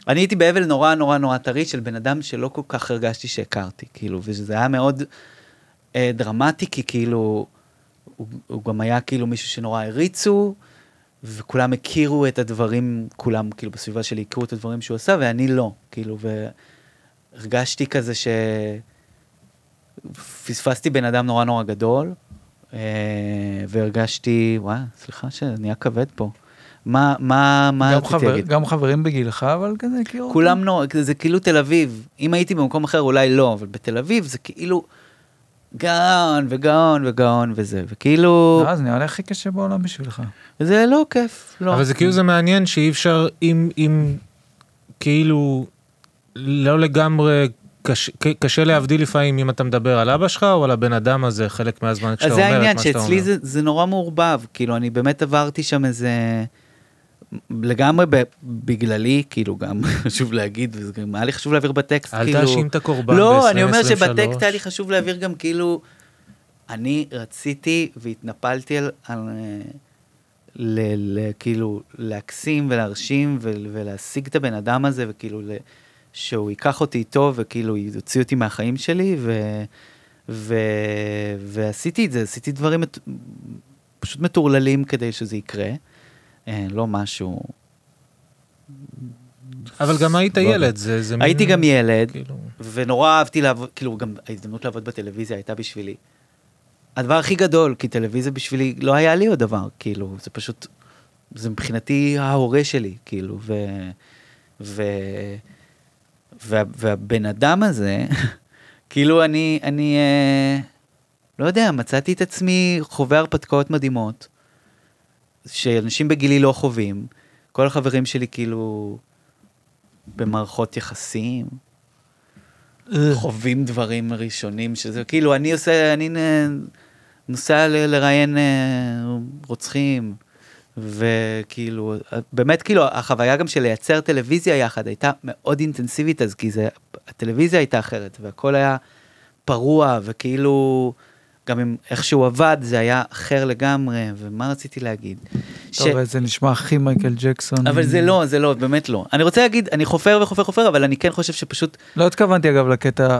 B: אני הייתי באבל נורא נורא נורא טרי של בן אדם שלא כל כך הרגשתי שהכרתי, כאילו, וזה היה מאוד אה, דרמטי, כי כאילו, הוא, הוא גם היה כאילו מישהו שנורא הריצו, וכולם הכירו את הדברים, כולם כאילו בסביבה שלי הכירו את הדברים שהוא עשה, ואני לא, כאילו, והרגשתי כזה ש... פספסתי בן אדם נורא נורא גדול, אה, והרגשתי, וואי, סליחה שנהיה כבד פה. מה, מה, מה
D: גם
B: רציתי
D: חבר-
B: להגיד?
D: גם חברים בגילך, אבל כזה כאילו...
B: כולם
E: אוקיי.
B: נורא, זה כאילו תל אביב. אם הייתי במקום אחר אולי לא, אבל בתל אביב זה כאילו גאון וגאון וגאון וזה, וכאילו,
D: אה, זה נראה לי הכי קשה בעולם בשבילך.
B: זה לא כיף, לא.
E: אבל זה כאילו זה מעניין שאי אפשר, אם, אם כאילו לא לגמרי קש- ק- קשה להבדיל לפעמים אם אתה מדבר על אבא שלך או על הבן אדם הזה, חלק מהזמן כשאתה
B: אז
E: אומר
B: זה
E: את מה שאתה אומר.
B: העניין, שאצלי זה, זה נורא מעורבב, כאילו, אני באמת עברתי שם איזה... לגמרי ב- בגללי, כאילו, גם חשוב להגיד, וזה גם היה לי חשוב להעביר בטקסט,
E: אל
B: כאילו...
E: תאשים את הקורבן
B: לא,
E: ב-
B: אני אומר
E: 2023.
B: שבטקסט היה לי חשוב להעביר גם כאילו... אני רציתי והתנפלתי על... על אה, ל, ל, כאילו, להקסים ולהרשים ו, ולהשיג את הבן אדם הזה, וכאילו, ל, שהוא ייקח אותי איתו, וכאילו, יוציא אותי מהחיים שלי, ו, ו, ועשיתי את זה, עשיתי דברים מט, פשוט מטורללים כדי שזה יקרה. אה, לא משהו...
E: אבל גם היית
B: לא יודע.
E: ילד, זה זה מין...
B: הייתי גם ילד,
E: כאילו.
B: ונורא אהבתי לעבוד, כאילו גם ההזדמנות לעבוד בטלוויזיה הייתה בשבילי. הדבר הכי גדול, כי טלוויזיה בשבילי, לא היה לי עוד דבר, כאילו, זה פשוט, זה מבחינתי ההורה שלי, כאילו, ו... ו... וה, והבן אדם הזה, כאילו אני, אני, אה, לא יודע, מצאתי את עצמי חווה הרפתקאות מדהימות, שאנשים בגילי לא חווים, כל החברים שלי כאילו במערכות יחסים, חווים דברים ראשונים, שזה כאילו, אני עושה, אני נ- נוסע ל- לראיין אה, רוצחים, וכאילו, באמת כאילו, החוויה גם של לייצר טלוויזיה יחד הייתה מאוד אינטנסיבית אז, כי זה, הטלוויזיה הייתה אחרת, והכל היה פרוע, וכאילו, גם עם איך שהוא עבד, זה היה אחר לגמרי, ומה רציתי להגיד?
D: טוב, אבל זה נשמע הכי מייקל ג'קסון.
B: אבל זה לא, זה לא, באמת לא. אני רוצה להגיד, אני חופר וחופר חופר, אבל אני כן חושב שפשוט
D: לא התכוונתי אגב לקטע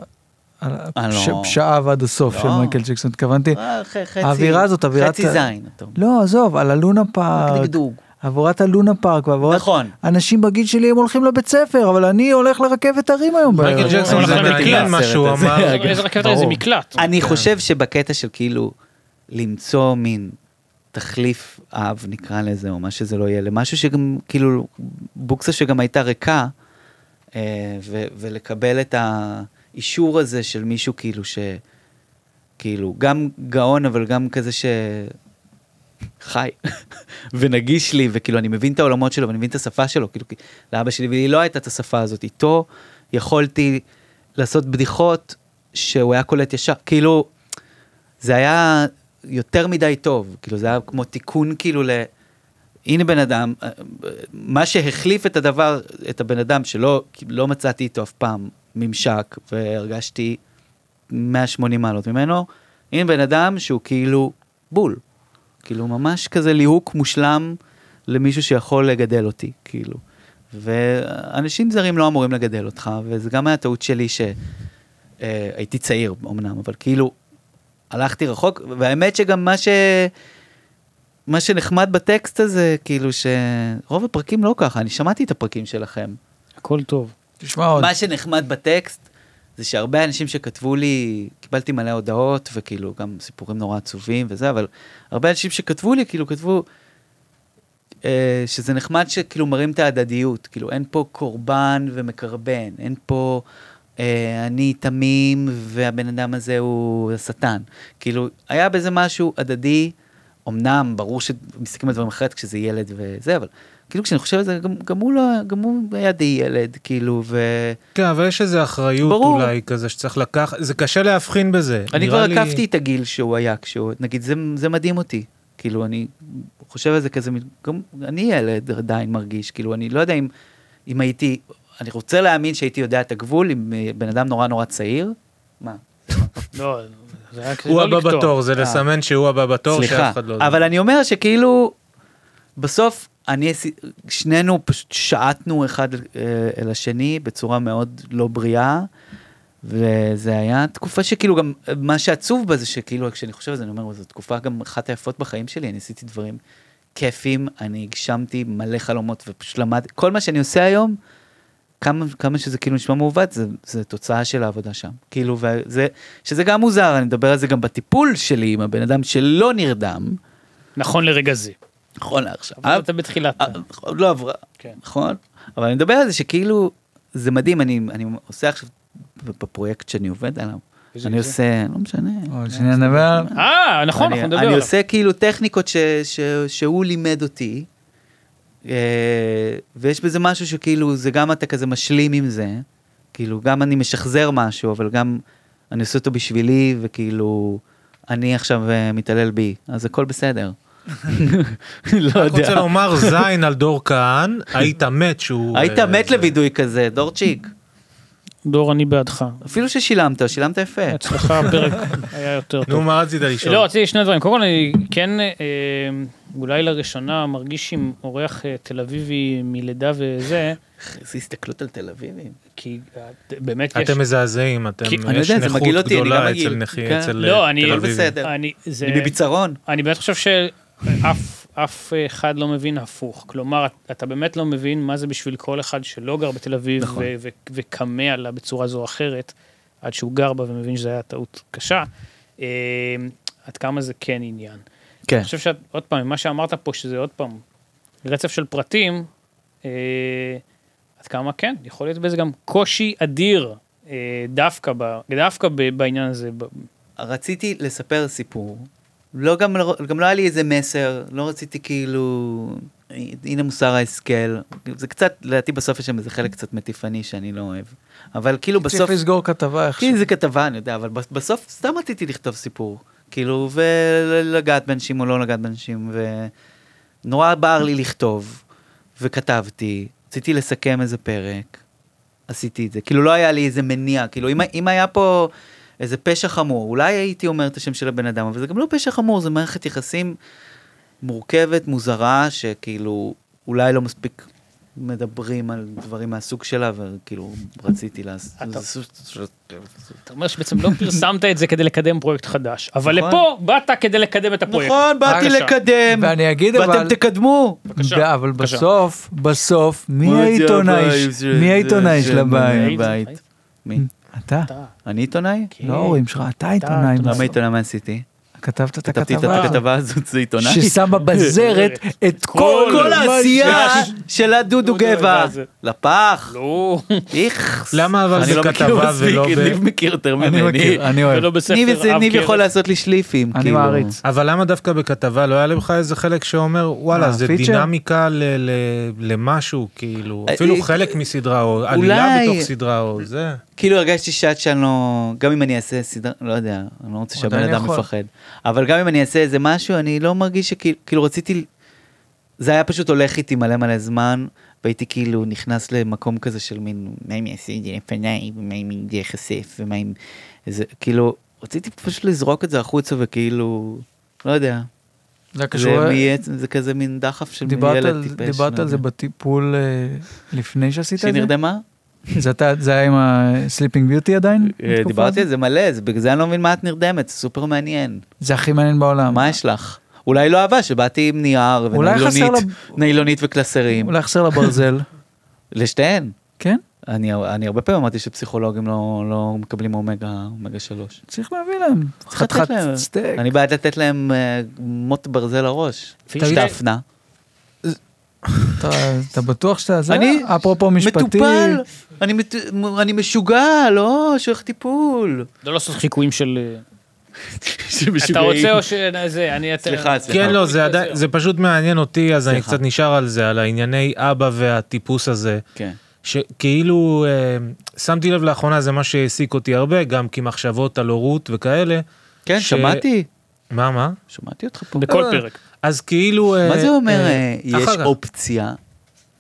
D: על
B: אה, לא.
D: הפשעה ועד הסוף
B: לא.
D: של מייקל ג'קסון, התכוונתי.
B: אה, ח- חצי,
D: האווירה אה, הזאת, אווירת...
B: חצי זין. אתה אומר.
D: לא, עזוב, על הלונה
B: רק
D: פארק.
B: דגדוג.
D: עבורת הלונה פארק ועבורת...
B: נכון.
D: אנשים בגיל שלי הם הולכים לבית ספר, אבל אני הולך לרכבת הרים היום בערב.
E: מייקל ג'קסון
C: זה
E: זה מעניין
C: מעניין,
E: מה שהוא
B: הסרט הזה. כן.
E: אמר.
B: רגע,
C: איזה רכבת הרי זה
D: ברור.
C: מקלט.
B: אני חושב שבקטע של כאילו למצוא מין תחליף אב, נקרא לזה, או מה שזה לא יהיה, למשהו שגם, כאילו, בוקסה שגם הייתה ריקה, אה, ו- ולקבל את האישור הזה של מישהו כאילו ש... כאילו, גם גאון, אבל גם כזה ש... חי, ונגיש לי, וכאילו, אני מבין את העולמות שלו, ואני מבין את השפה שלו, כאילו, כי לאבא שלי ולי לא הייתה את השפה הזאת, איתו יכולתי לעשות בדיחות שהוא היה קולט ישר, כאילו, זה היה יותר מדי טוב, כאילו, זה היה כמו תיקון, כאילו, ל... הנה בן אדם, אה, אה, מה שהחליף את הדבר, את הבן אדם שלא לא מצאתי איתו אף פעם ממשק, והרגשתי 180 מעלות ממנו, הנה בן אדם שהוא כאילו בול. כאילו ממש כזה ליהוק מושלם למישהו שיכול לגדל אותי, כאילו. ואנשים זרים לא אמורים לגדל אותך, וזה גם היה טעות שלי ש... אה, הייתי צעיר אמנם, אבל כאילו, הלכתי רחוק, והאמת שגם מה ש... מה שנחמד בטקסט הזה, כאילו שרוב הפרקים לא ככה, אני שמעתי את הפרקים שלכם.
C: הכל טוב.
D: תשמע עוד.
B: מה שנחמד בטקסט, זה שהרבה אנשים שכתבו לי, קיבלתי מלא הודעות, וכאילו גם סיפורים נורא עצובים וזה, אבל הרבה אנשים שכתבו לי, כאילו כתבו, אה, שזה נחמד שכאילו מראים את ההדדיות, כאילו אין פה קורבן ומקרבן, אין פה אה, אני תמים והבן אדם הזה הוא השטן. כאילו, היה בזה משהו הדדי, אמנם, ברור שמסתכלים על דברים אחרת כשזה ילד וזה, אבל כאילו כשאני חושב על זה, גם, גם, הוא לא, גם הוא היה די ילד, כאילו, ו...
E: כן, אבל יש איזו אחריות
B: ברור.
E: אולי כזה שצריך לקחת, זה קשה להבחין בזה.
B: אני כבר
E: נראה לי-
B: עקפתי את הגיל שהוא היה כשהוא, נגיד, זה, זה מדהים אותי. כאילו, אני חושב על זה כזה, מ- גם אני ילד עדיין מרגיש, כאילו, אני לא יודע אם, אם הייתי, אני רוצה להאמין שהייתי יודע את הגבול עם אה, בן אדם נורא נורא צעיר. מה?
C: לא, זה היה כדי
E: הוא
C: לא
E: הבא
C: לקטוע.
E: בתור, זה לסמן שהוא הבא בתור,
B: סליחה,
E: שאף אחד לא...
B: אבל אני אומר שכאילו, בסוף, אני, עשי- שנינו פשוט שעטנו אחד אה, אל השני בצורה מאוד לא בריאה, וזה היה תקופה שכאילו גם, אה, מה שעצוב בה זה שכאילו, כשאני חושב על זה, אני אומר, זו תקופה גם אחת היפות בחיים שלי, אני עשיתי דברים כיפים, אני הגשמתי מלא חלומות ופשוט למדתי, כל מה שאני עושה היום, כמה, כמה שזה כאילו נשמע מעוות, זה, זה תוצאה של העבודה שם. כאילו, וזה, שזה גם מוזר, אני מדבר על זה גם בטיפול שלי עם הבן אדם שלא נרדם,
C: נכון לרגע זה.
B: נכון לעכשיו.
C: אבל אתה בתחילת.
B: אה, עוד לא עברה,
C: כן.
B: נכון? אבל אני מדבר על זה שכאילו, זה מדהים, אני, אני עושה עכשיו בפרויקט שאני עובד עליו,
C: איזה
B: אני
C: נושא?
B: עושה, לא משנה.
D: עוד שנייה נדבר על...
C: אה, נכון,
B: אני,
C: אנחנו נדבר
B: אני
C: עליו.
B: עושה כאילו טכניקות ש, ש, שהוא לימד אותי, אה, ויש בזה משהו שכאילו, זה גם אתה כזה משלים עם זה, כאילו, גם אני משחזר משהו, אבל גם אני עושה אותו בשבילי, וכאילו, אני עכשיו אה, מתעלל בי, אז הכל בסדר. לא
E: רק רוצה
B: יודע.
E: לומר זין על דור כהן, היית מת שהוא...
B: היית
E: אה,
B: מת
E: זה-
B: לווידוי כזה, דורצ'יק.
C: דור, אני בעדך.
B: אפילו ששילמת, שילמת יפה.
C: אצלך הפרק היה יותר טוב.
E: נו, מה רצית לשאול?
C: לא, רציתי שני דברים. קודם כל, אני כן, אה, אולי לראשונה, מרגיש עם אורח אה, תל אביבי מלידה וזה,
B: איזה הסתכלות על תל אביבים.
C: כי אה, באמת יש...
E: אתם מזעזעים, אתם,
C: כי-
B: אני לא
E: יש
B: יודע, זה
E: נכות
B: מגעיל אותי, אני גם
E: גדולה
B: מגעיל.
E: אצל נכי,
B: כן.
E: אצל
C: לא,
E: אה,
C: אני-
E: תל
B: לא
E: אביבים.
B: בסדר.
C: אני, זה,
B: אני בביצרון.
C: אני באמת חושב שאף אף אחד לא מבין הפוך. כלומר, אתה באמת לא מבין מה זה בשביל כל אחד שלא גר בתל אביב,
B: נכון.
C: ו- ו- וקמה עליו בצורה זו או אחרת, עד שהוא גר בה ומבין שזו הייתה טעות קשה, אה, עד כמה זה כן עניין.
B: כן.
C: אני חושב שאת, עוד פעם, מה שאמרת פה, שזה עוד פעם, רצף של פרטים, אה, עד כמה כן, יכול להיות בזה גם קושי אדיר, אה, דווקא, ב, דווקא ב, בעניין הזה. ב,
B: רציתי לספר סיפור. לא גם, לא- גם לא היה לי איזה מסר, לא רציתי כאילו... הנה מוסר ההשכל. זה קצת, לדעתי בסוף יש שם איזה חלק קצת מטיפני שאני לא אוהב. אבל כאילו בסוף...
D: צריך לסגור כתבה איכשהו.
B: כן, זה כתבה, אני יודע, אבל בס- בסוף סתם רציתי לכתוב סיפור. כאילו, ולגעת באנשים או לא לגעת באנשים, ונורא בער לי לכתוב, וכתבתי, רציתי לסכם איזה פרק, עשיתי את זה. כאילו, לא היה לי איזה מניע, כאילו, אם, אם היה פה איזה פשע חמור, אולי הייתי אומר את השם של הבן אדם, אבל זה גם לא פשע חמור, זה מערכת יחסים מורכבת, מוזרה, שכאילו, אולי לא מספיק מדברים על דברים מהסוג שלה, וכאילו, רציתי לעשות...
C: אתה- אתה אומר שבעצם לא פרסמת את זה כדי לקדם פרויקט חדש, אבל
B: נכון.
C: לפה באת כדי לקדם את הפרויקט.
B: נכון, באתי
C: בבקשה.
B: לקדם,
D: ואני אגיד אבל...
B: ואתם תקדמו.
C: בבקשה.
D: ב- אבל
C: בבקשה.
D: בסוף, בסוף, מי העיתונאי? ש- מי העיתונאי של הבית?
B: הבית. מי?
D: אתה.
C: אתה,
B: אני עיתונאי?
C: כן.
D: לא ההורים שלך, אתה עיתונאי.
C: עיתונאי.
B: למה עיתונאי מה עשיתי?
D: כתבת את
B: כתבתי את
D: הכתבה הזאת.
B: הכתבה הזאת, זה עיתונאי?
D: ששמה בזרת את כל...
B: כל העשייה של הדודו
C: דודו
B: גבע.
C: גבע.
B: לפח.
C: לא,
B: איכס.
E: למה אבל
B: אני
E: זה
B: לא מכיר
E: כתבה
B: מספיק,
E: ולא ב-
B: ניב מכיר יותר
D: אני
B: ממני.
D: מכיר, אני
C: זה
D: אוהב.
C: לא בספר
B: ניב זה-
C: עב
B: ניב
C: כרס.
B: יכול לעשות לי שליפים.
D: אני
B: כאילו.
D: מעריץ.
E: אבל למה דווקא בכתבה לא היה לך איזה חלק שאומר וואלה
D: מה,
E: זה
D: פיצ'ר?
E: דינמיקה ל- ל- למשהו כאילו
B: אה,
E: אפילו
B: אה,
E: חלק מסדרה או עלילה
B: אולי-
E: בתוך סדרה או זה.
B: כאילו הרגשתי שעד שאני לא, גם אם אני אעשה סדרה, לא יודע, אני לא רוצה
D: הוא
B: שהבן
D: עדיין
B: אדם
D: יכול.
B: מפחד, אבל גם אם אני אעשה איזה משהו, אני לא מרגיש שכאילו, כאילו רציתי, זה היה פשוט הולך איתי מלא מלא זמן, והייתי כאילו נכנס למקום כזה של מין, מה אם יעשה את זה לפניי, ומה אם זה ייחשף, ומה אם, זה, כאילו, רציתי פשוט לזרוק את זה החוצה וכאילו, לא יודע,
D: זה קשור...
B: זה, מי, זה כזה מין דחף של מין
D: דיברת
B: ילד
D: על-
B: טיפש.
D: דיברת
B: לא
D: על זה
B: יודע.
D: בטיפול אה, לפני שעשית את זה?
B: שהיא נרדמה?
D: זה? אתה- זה היה עם ה-Sleeping Beauty עדיין?
B: אה,
D: בתקופה
B: דיברתי
D: הזאת?
B: על זה מלא, זה בגלל זה אני לא מבין מה את נרדמת, זה סופר מעניין.
D: זה הכי מעניין בעולם.
B: מה יש לך? אולי לא אהבה שבאתי עם נייר
D: אולי חסר
B: וניילונית,
D: לה-
B: ניילונית וקלסרים.
D: אולי חסר לברזל.
B: לשתיהן.
D: כן?
B: אני, אני הרבה פעמים אמרתי שפסיכולוגים לא, לא מקבלים אומגה, אומגה שלוש.
D: צריך להביא להם.
B: צריך לתת
D: חתיכת
B: להם.
D: סטייק.
B: אני בעד לתת להם אה, מוט ברזל לראש.
C: תגיד-
B: שטפנה.
D: אתה, אתה בטוח שאתה זה?
B: אני
D: אפרופו משפטים.
B: מטופל, אני, מט... אני משוגע, לא, שולח טיפול.
C: לא לעשות חיקויים של... אה, אתה
B: שמשוגעים.
C: רוצה או ש... זה, אני... אה,
B: סליחה, סליחה.
E: כן לא זה עדיין זה פשוט מעניין אותי אז אני
B: סליחה.
E: קצת נשאר על זה על הענייני אבא והטיפוס הזה.
B: כן.
E: שכאילו אה, שמתי לב לאחרונה זה מה שהעסיק אותי הרבה גם כי מחשבות על הורות וכאלה.
B: כן,
E: ש-
B: שמעתי.
E: מה מה?
B: שמעתי אותך פה. אה,
C: בכל פרק.
E: אז כאילו... אה,
B: מה זה אומר
E: אה,
B: אה, יש
E: אחר כך.
B: אופציה?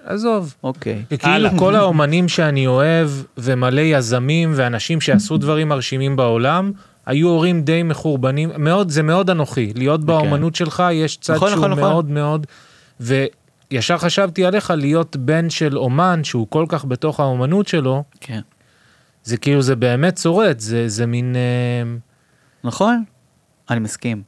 E: עזוב.
B: אוקיי.
E: כאילו
C: הלאה.
E: כל האומנים שאני אוהב ומלא יזמים ואנשים שעשו דברים מרשימים בעולם היו הורים די מחורבנים מאוד זה מאוד אנוכי להיות באומנות שלך יש צד
B: כן. נכון,
E: שהוא
B: נכון, נכון.
E: מאוד מאוד וישר חשבתי עליך להיות בן של אומן שהוא כל כך בתוך האומנות שלו
B: כן.
E: זה כאילו זה באמת צורט זה זה מין אה,
B: נכון? אני מסכים.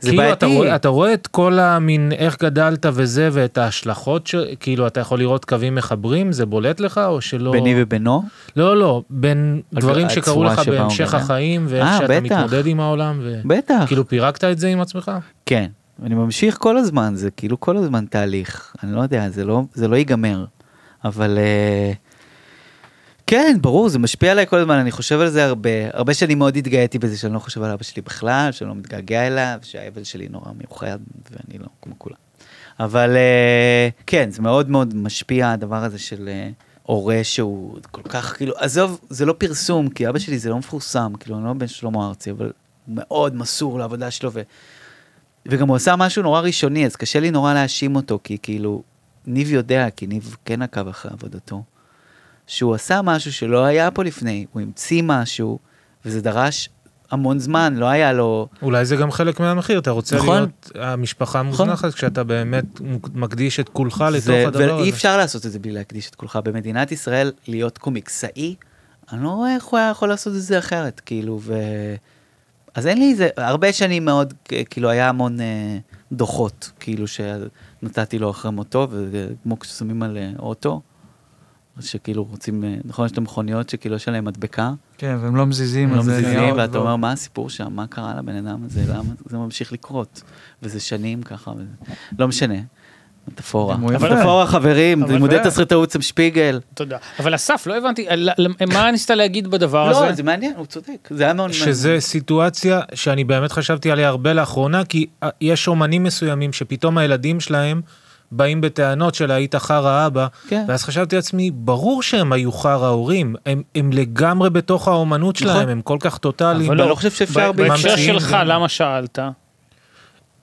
B: זה
E: כאילו
B: בעייתי.
E: אתה רואה, אתה רואה את כל המין איך גדלת וזה ואת ההשלכות ש... כאילו אתה יכול לראות קווים מחברים זה בולט לך או שלא
B: ביני ובינו?
E: לא לא בין
B: הג-
E: דברים שקרו
B: הצורה
E: לך
B: שבה הוא
E: בהמשך
B: גדל.
E: החיים ואיך
B: אה,
E: שאתה
B: בטח.
E: מתמודד עם העולם ו...
B: בטח.
E: כאילו פירקת את זה עם עצמך
B: כן. אני ממשיך כל הזמן, זה כאילו כל הזמן תהליך. אני לא יודע, זה לא, זה לא ייגמר. אבל... אה, כן, ברור, זה משפיע עליי כל הזמן, אני חושב על זה הרבה. הרבה שנים מאוד התגאיתי בזה שאני לא חושב על אבא שלי בכלל, שאני לא מתגעגע אליו, שהאבל שלי נורא מיוחד, ואני לא כמו כולם. אבל אה, כן, זה מאוד מאוד משפיע הדבר הזה של אה, הורה שהוא כל כך, כאילו, עזוב, זה לא פרסום, כי אבא שלי זה לא מפורסם, כאילו, אני לא בן שלמה ארצי, אבל הוא מאוד מסור לעבודה שלו, ו... וגם הוא עשה משהו נורא ראשוני, אז קשה לי נורא להאשים אותו, כי כאילו, ניב יודע, כי ניב כן עקב אחרי עבודתו, שהוא עשה משהו שלא היה פה לפני, הוא המציא משהו, וזה דרש המון זמן, לא היה לו...
E: אולי זה גם חלק מהמחיר, אתה רוצה
B: נכון.
E: להיות המשפחה המוזנחת כשאתה באמת מקדיש את כולך לתוך
B: זה-
E: הדבר
B: ואי
E: הזה.
B: אפשר לעשות את זה בלי להקדיש את כולך. במדינת ישראל, להיות קומיקסאי, אני לא רואה איך הוא היה יכול לעשות את זה אחרת, כאילו, ו... אז אין לי איזה, הרבה שנים מאוד, כ- כאילו, היה המון אה, דוחות, כאילו, שנתתי לו אחרי מותו, וכמו כששמים על אה, אוטו, אז שכאילו רוצים, אה, נכון, יש את המכוניות שכאילו יש עליהן מדבקה,
D: כן, והם לא מזיזים,
B: הם לא
D: אז זה נהיה
B: מזיזים,
D: עוד
B: ואתה
D: ועוד.
B: אומר, מה הסיפור שם? מה קרה לבן אדם הזה? למה זה ממשיך לקרות? וזה שנים ככה, וזה- לא משנה. מטאפורה.
D: גם הוא יפה.
B: מטאפורה, חברים,
C: אבל
B: לימודי
D: יפה.
B: תסריטאות עם שפיגל.
C: תודה. אבל אסף, לא הבנתי, על- על- מה ניסית להגיד בדבר הזה?
B: לא, זה מעניין, הוא צודק. זה היה מאוד מעניין.
E: שזה סיטואציה שאני באמת חשבתי עליה הרבה לאחרונה, כי אה, יש אומנים מסוימים שפתאום הילדים שלהם באים בטענות של היית חרא אבא,
B: כן.
E: ואז חשבתי לעצמי, ברור שהם היו חרא הורים, הם, הם לגמרי בתוך האומנות שלהם,
B: נכון.
E: הם כל כך טוטאליים.
C: אבל
B: אני לא חושב שאפשר
C: ב- בהקשר
E: ממציאים כן.
C: שלך,
E: גם.
C: למה שאלת?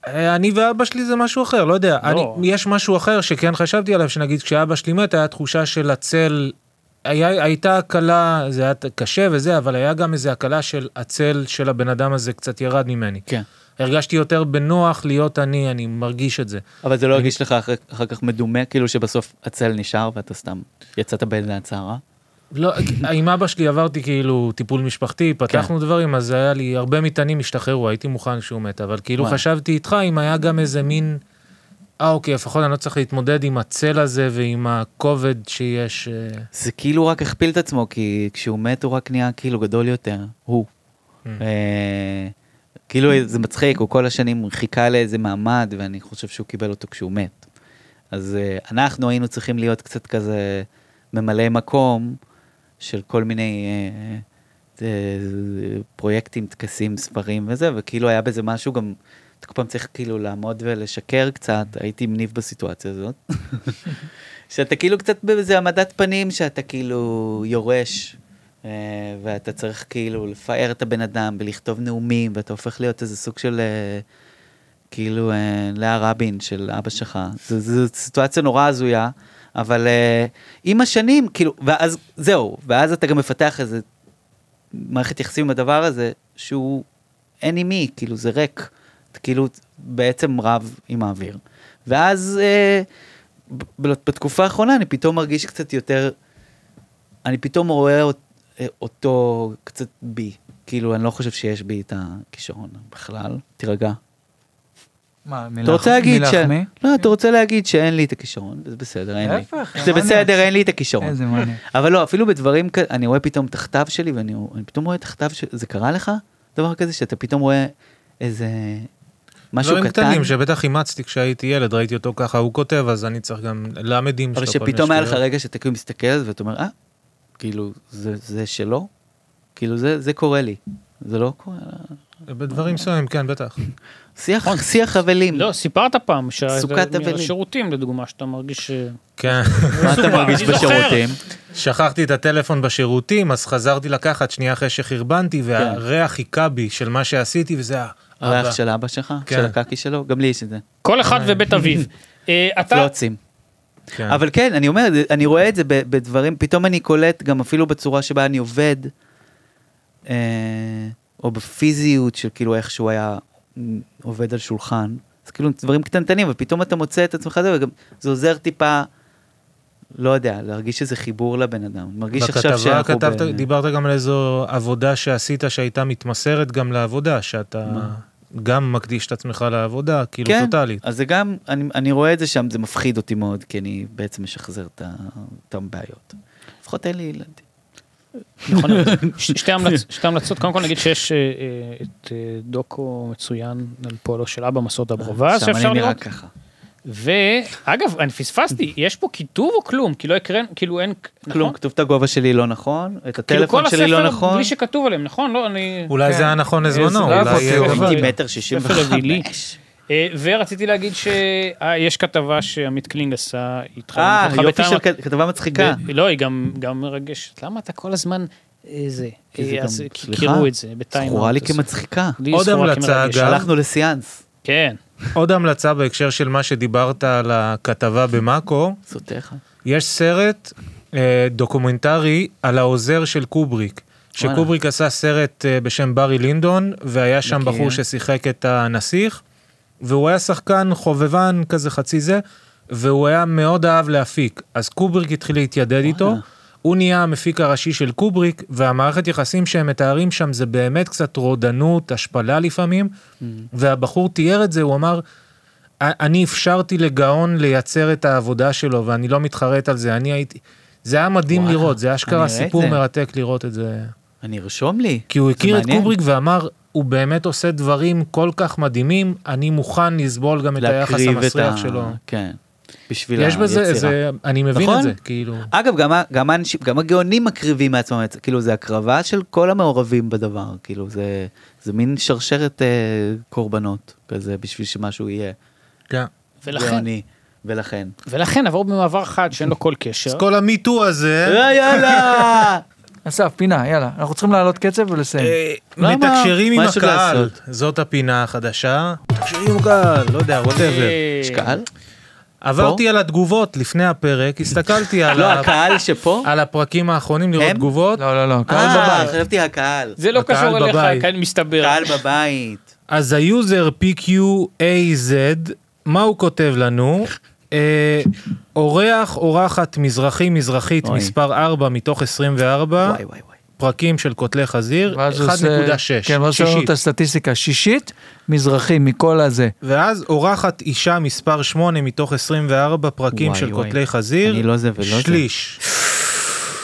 E: אה, אני ואבא שלי זה משהו אחר, לא יודע.
C: לא.
E: אני, יש משהו אחר שכן חשבתי עליו, שנגיד כשאבא שלי מת, היה תחושה של הצל, היה, הייתה הקלה, זה היה קשה וזה, אבל היה גם איזו הקלה של הצל של הבן אדם הזה קצת ירד ממני.
B: כן.
E: הרגשתי יותר בנוח להיות אני, אני מרגיש את זה.
B: אבל זה לא הרגיש לך אחר אחר כך מדומה, כאילו שבסוף הצל נשאר ואתה סתם יצאת באיזה הצהרה?
E: לא, עם אבא שלי עברתי כאילו טיפול משפחתי,
B: כן.
E: פתחנו דברים, אז היה לי, הרבה מטענים השתחררו, הייתי מוכן שהוא מת, אבל כאילו
B: וואי.
E: חשבתי איתך אם היה גם איזה מין, אה אוקיי, לפחות אני לא צריך להתמודד עם הצל הזה ועם הכובד שיש. אה,
B: זה כאילו רק הכפיל את עצמו, כי כשהוא מת הוא רק נהיה כאילו גדול יותר, הוא. אה, כאילו זה מצחיק, הוא כל השנים חיכה לאיזה מעמד, ואני חושב שהוא קיבל אותו כשהוא מת. אז אה, אנחנו היינו צריכים להיות קצת כזה ממלא מקום של כל מיני אה, אה, אה, פרויקטים, טקסים, ספרים וזה, וכאילו היה בזה משהו גם, אתה כל פעם צריך כאילו לעמוד ולשקר קצת, הייתי עם ניב בסיטואציה הזאת. שאתה כאילו קצת באיזה העמדת פנים, שאתה כאילו יורש, אה, ואתה צריך כאילו לפאר את הבן אדם ולכתוב נאומים, ואתה הופך להיות איזה סוג של אה, כאילו אה, לאה רבין של אבא שלך. זו- זו סיטואציה נורא הזויה, אבל אה, עם השנים, כאילו, ואז זהו, ואז אתה גם מפתח איזה מערכת יחסים עם הדבר הזה, שהוא אין עם מי, כאילו זה ריק, אתה כאילו בעצם רב עם האוויר. ואז אה, ב- בתקופה האחרונה אני פתאום מרגיש קצת יותר, אני פתאום רואה אות- אה, אותו קצת בי, כאילו אני לא חושב שיש בי את הכישרון בכלל, תירגע.
D: מה,
B: אתה
D: מלח-
B: רוצה להגיד ש...
D: מלחמי?
B: לא, אתה רוצה להגיד שאין לי את הכישרון, וזה בסדר, אין לי.
D: להפך,
B: זה
D: מה
B: בסדר,
D: אני-
B: אין לי את הכישרון.
D: איזה מעניין.
B: אבל לא, אפילו בדברים כאלה, אני רואה פתאום את הכתב שלי, ואני אני פתאום רואה את הכתב ש... זה קרה לך? דבר כזה שאתה פתאום רואה איזה... משהו
E: דברים
B: קטן,
E: קטנים שבטח אימצתי כשהייתי ילד, ראיתי אותו ככה, הוא כותב, אז אני צריך גם למדים
B: אבל
E: שלו, כל מיני
B: שפתאום היה לך
E: שטויות.
B: רגע שאתה כאילו מסתכל על זה ואתה אומר, אה, כאילו, זה, זה שלו? כאילו, זה, זה קורה לי. זה לא קורה.
E: בדברים מסוימים, כן, בטח. נכון.
B: שיח, שיח אבלים.
C: לא, סיפרת פעם, שה-
B: סוכת
C: זה-
B: אבלים.
C: מהשירותים לדוגמה, שאתה מרגיש... אה, ש-
E: כן.
B: מה אתה מרגיש
C: אני זוכר.
B: בשירותים?
E: שכחתי את הטלפון בשירותים, אז חזרתי לקחת שנייה אחרי שחרבנתי, והריח היכה בי של מה שעשיתי, וזה ה- אבא.
B: כן. הריח של אבא שלך?
E: כן.
B: של הקקי שלו? גם לי יש את זה.
C: כל אחד ובית אביו. אה, אתה...
B: פלוצים.
E: כן.
B: אבל כן, אני אומר, זה- אני רואה את זה ב- בדברים, פתאום אני קולט גם אפילו בצורה שבה אני עובד, אה, או בפיזיות של כאילו איך שהוא היה מ, עובד על שולחן. זה כאילו דברים קטנטנים, ופתאום אתה מוצא את עצמך זה, וגם זה עוזר טיפה, לא יודע, להרגיש איזה חיבור לבן אדם. מרגיש עכשיו
E: בכתבה
B: שאנחנו...
E: כתבת,
B: ב-
E: דיברת גם על איזו עבודה שעשית שהייתה מתמסרת גם לעבודה, שאתה גם מקדיש את עצמך לעבודה, כאילו
B: כן,
E: טוטאלית.
B: אז זה גם, אני, אני רואה את זה שם, זה מפחיד אותי מאוד, כי אני בעצם משחזר את אותן בעיות. לפחות אין לי ילדים.
C: נכון, ש- שתי המלצ- שתי המלצות, קודם כל נגיד שיש אה, אה, את אה, דוקו מצוין על פועלו של אבא מסודה ברובז,
B: שם
C: שאפשר
B: אני נראה
C: לראות.
B: ככה.
C: ואגב, אני פספסתי, יש פה כיתוב או כלום? כי לא הקראנו, כאילו אין...
B: כלום,
C: נכון?
B: כתוב את הגובה שלי לא נכון, את
C: כאילו כל
B: הטלפון שלי לא
C: הספר
B: נכון.
C: בלי שכתוב עליהם, נכון? לא, אני...
B: כן.
E: אולי זה היה נכון
D: זה
E: לזמנו,
D: לא
E: אולי...
D: עבודה,
E: אה,
D: אבל-
B: הייתי
C: אבל-
B: מטר כן, שישים
C: ספר רביעי.
B: וחמש.
C: אה, ורציתי להגיד שיש כתבה שעמית קלינג עשה איתך.
B: אה,
C: במקומך
B: יופי
C: בטעם-
B: של כ- כן. כתבה מצחיקה.
C: ב- לא, היא גם, גם מרגשת. למה אתה כל הזמן אה, זה?
B: כי זה
C: אה, אז
B: גם-
C: כי-
B: סליחה,
C: קירו את זה בטיים.
B: זכורה
C: אאוט,
B: לי
C: אז-
B: כמצחיקה.
C: לי
E: עוד
C: זכורה
E: המלצה,
C: כמרגשת.
E: אגב.
B: הלכנו לסיאנס.
C: כן.
E: עוד המלצה בהקשר של מה שדיברת על הכתבה במאקו,
B: סוטך.
E: יש סרט אה, דוקומנטרי על העוזר של קובריק.
B: וואלה.
E: שקובריק עשה סרט אה, בשם ברי לינדון, והיה שם
B: מכיר.
E: בחור ששיחק את הנסיך, והוא היה שחקן חובבן כזה חצי זה, והוא היה מאוד אהב להפיק. אז קובריק התחיל להתיידד איתו, הוא נהיה המפיק הראשי של קובריק, והמערכת יחסים שהם מתארים שם זה באמת קצת רודנות, השפלה לפעמים,
B: Mm-hmm.
E: והבחור תיאר את זה, הוא אמר, אני אפשרתי לגאון לייצר את העבודה שלו, ואני לא מתחרט על זה, אני הייתי... זה היה מדהים
B: וואלה,
E: לראות, זה אשכרה
B: אני אראה את
E: סיפור
B: זה.
E: מרתק לראות את זה.
B: אני ארשום לי.
E: כי הוא
B: זה
E: הכיר את
B: מעניין.
E: קובריק ואמר, הוא באמת עושה דברים כל כך מדהימים, אני מוכן לסבול גם את היחס
B: להקריב את
E: המסריח
B: ה...
E: שלו.
B: כן. בשביל
E: יש בזה
B: היצירה.
E: איזה, אני מבין
B: נכון?
E: את זה, כאילו.
B: אגב, גם, ה- גם, האנשים, גם הגאונים מקריבים מעצמם, את זה. כאילו זה הקרבה של כל המעורבים בדבר, כאילו זה, זה מין שרשרת אה, קורבנות כזה בשביל שמשהו יהיה
E: כן.
C: ולכן, כן?
B: גאוני, ולכן.
C: ולכן עבור במעבר חד שאין לו כל קשר.
E: אז כל המיטו הזה,
B: אה, יאללה!
D: אסף, פינה, יאללה. אנחנו צריכים להעלות קצב ולסיים.
E: אה,
B: למה?
E: מתקשרים עם
B: מה יש עוד
E: הקהל,
B: לעשות? אה,
E: זאת הפינה החדשה. מתקשרים עם הקהל, לא יודע, ווטאבר.
C: אה,
B: יש קהל?
E: עברתי על התגובות לפני הפרק, הסתכלתי על
B: לא,
E: ה-
B: הקהל שפה?
C: אה,
E: על הפרקים האחרונים לראות
B: הם?
E: תגובות.
D: לא, לא, לא, קהל
B: אה,
D: בבית.
B: חשבתי הקהל.
C: זה לא
E: הקהל
C: קשור אליך,
E: בבית.
C: כאן מסתבר.
B: קהל בבית.
E: אז היוזר PQAZ, מה הוא כותב לנו? אה, אורח, אורחת מזרחי מזרחית
B: אוי.
E: מספר 4 מתוך 24,
B: וואי וואי וואי.
E: פרקים של קוטלי חזיר,
D: ואז הוא
E: 1.6,
D: עושה- כן, ואז יש לנו
E: שישית.
D: את הסטטיסטיקה. שישית, מזרחי מכל הזה.
B: כן,
E: ואז אורחת אישה מספר 8 מתוך 24 פרקים
B: וואי,
E: של
B: וואי.
E: קוטלי חזיר,
B: אני לא זה ולא זה.
E: שליש.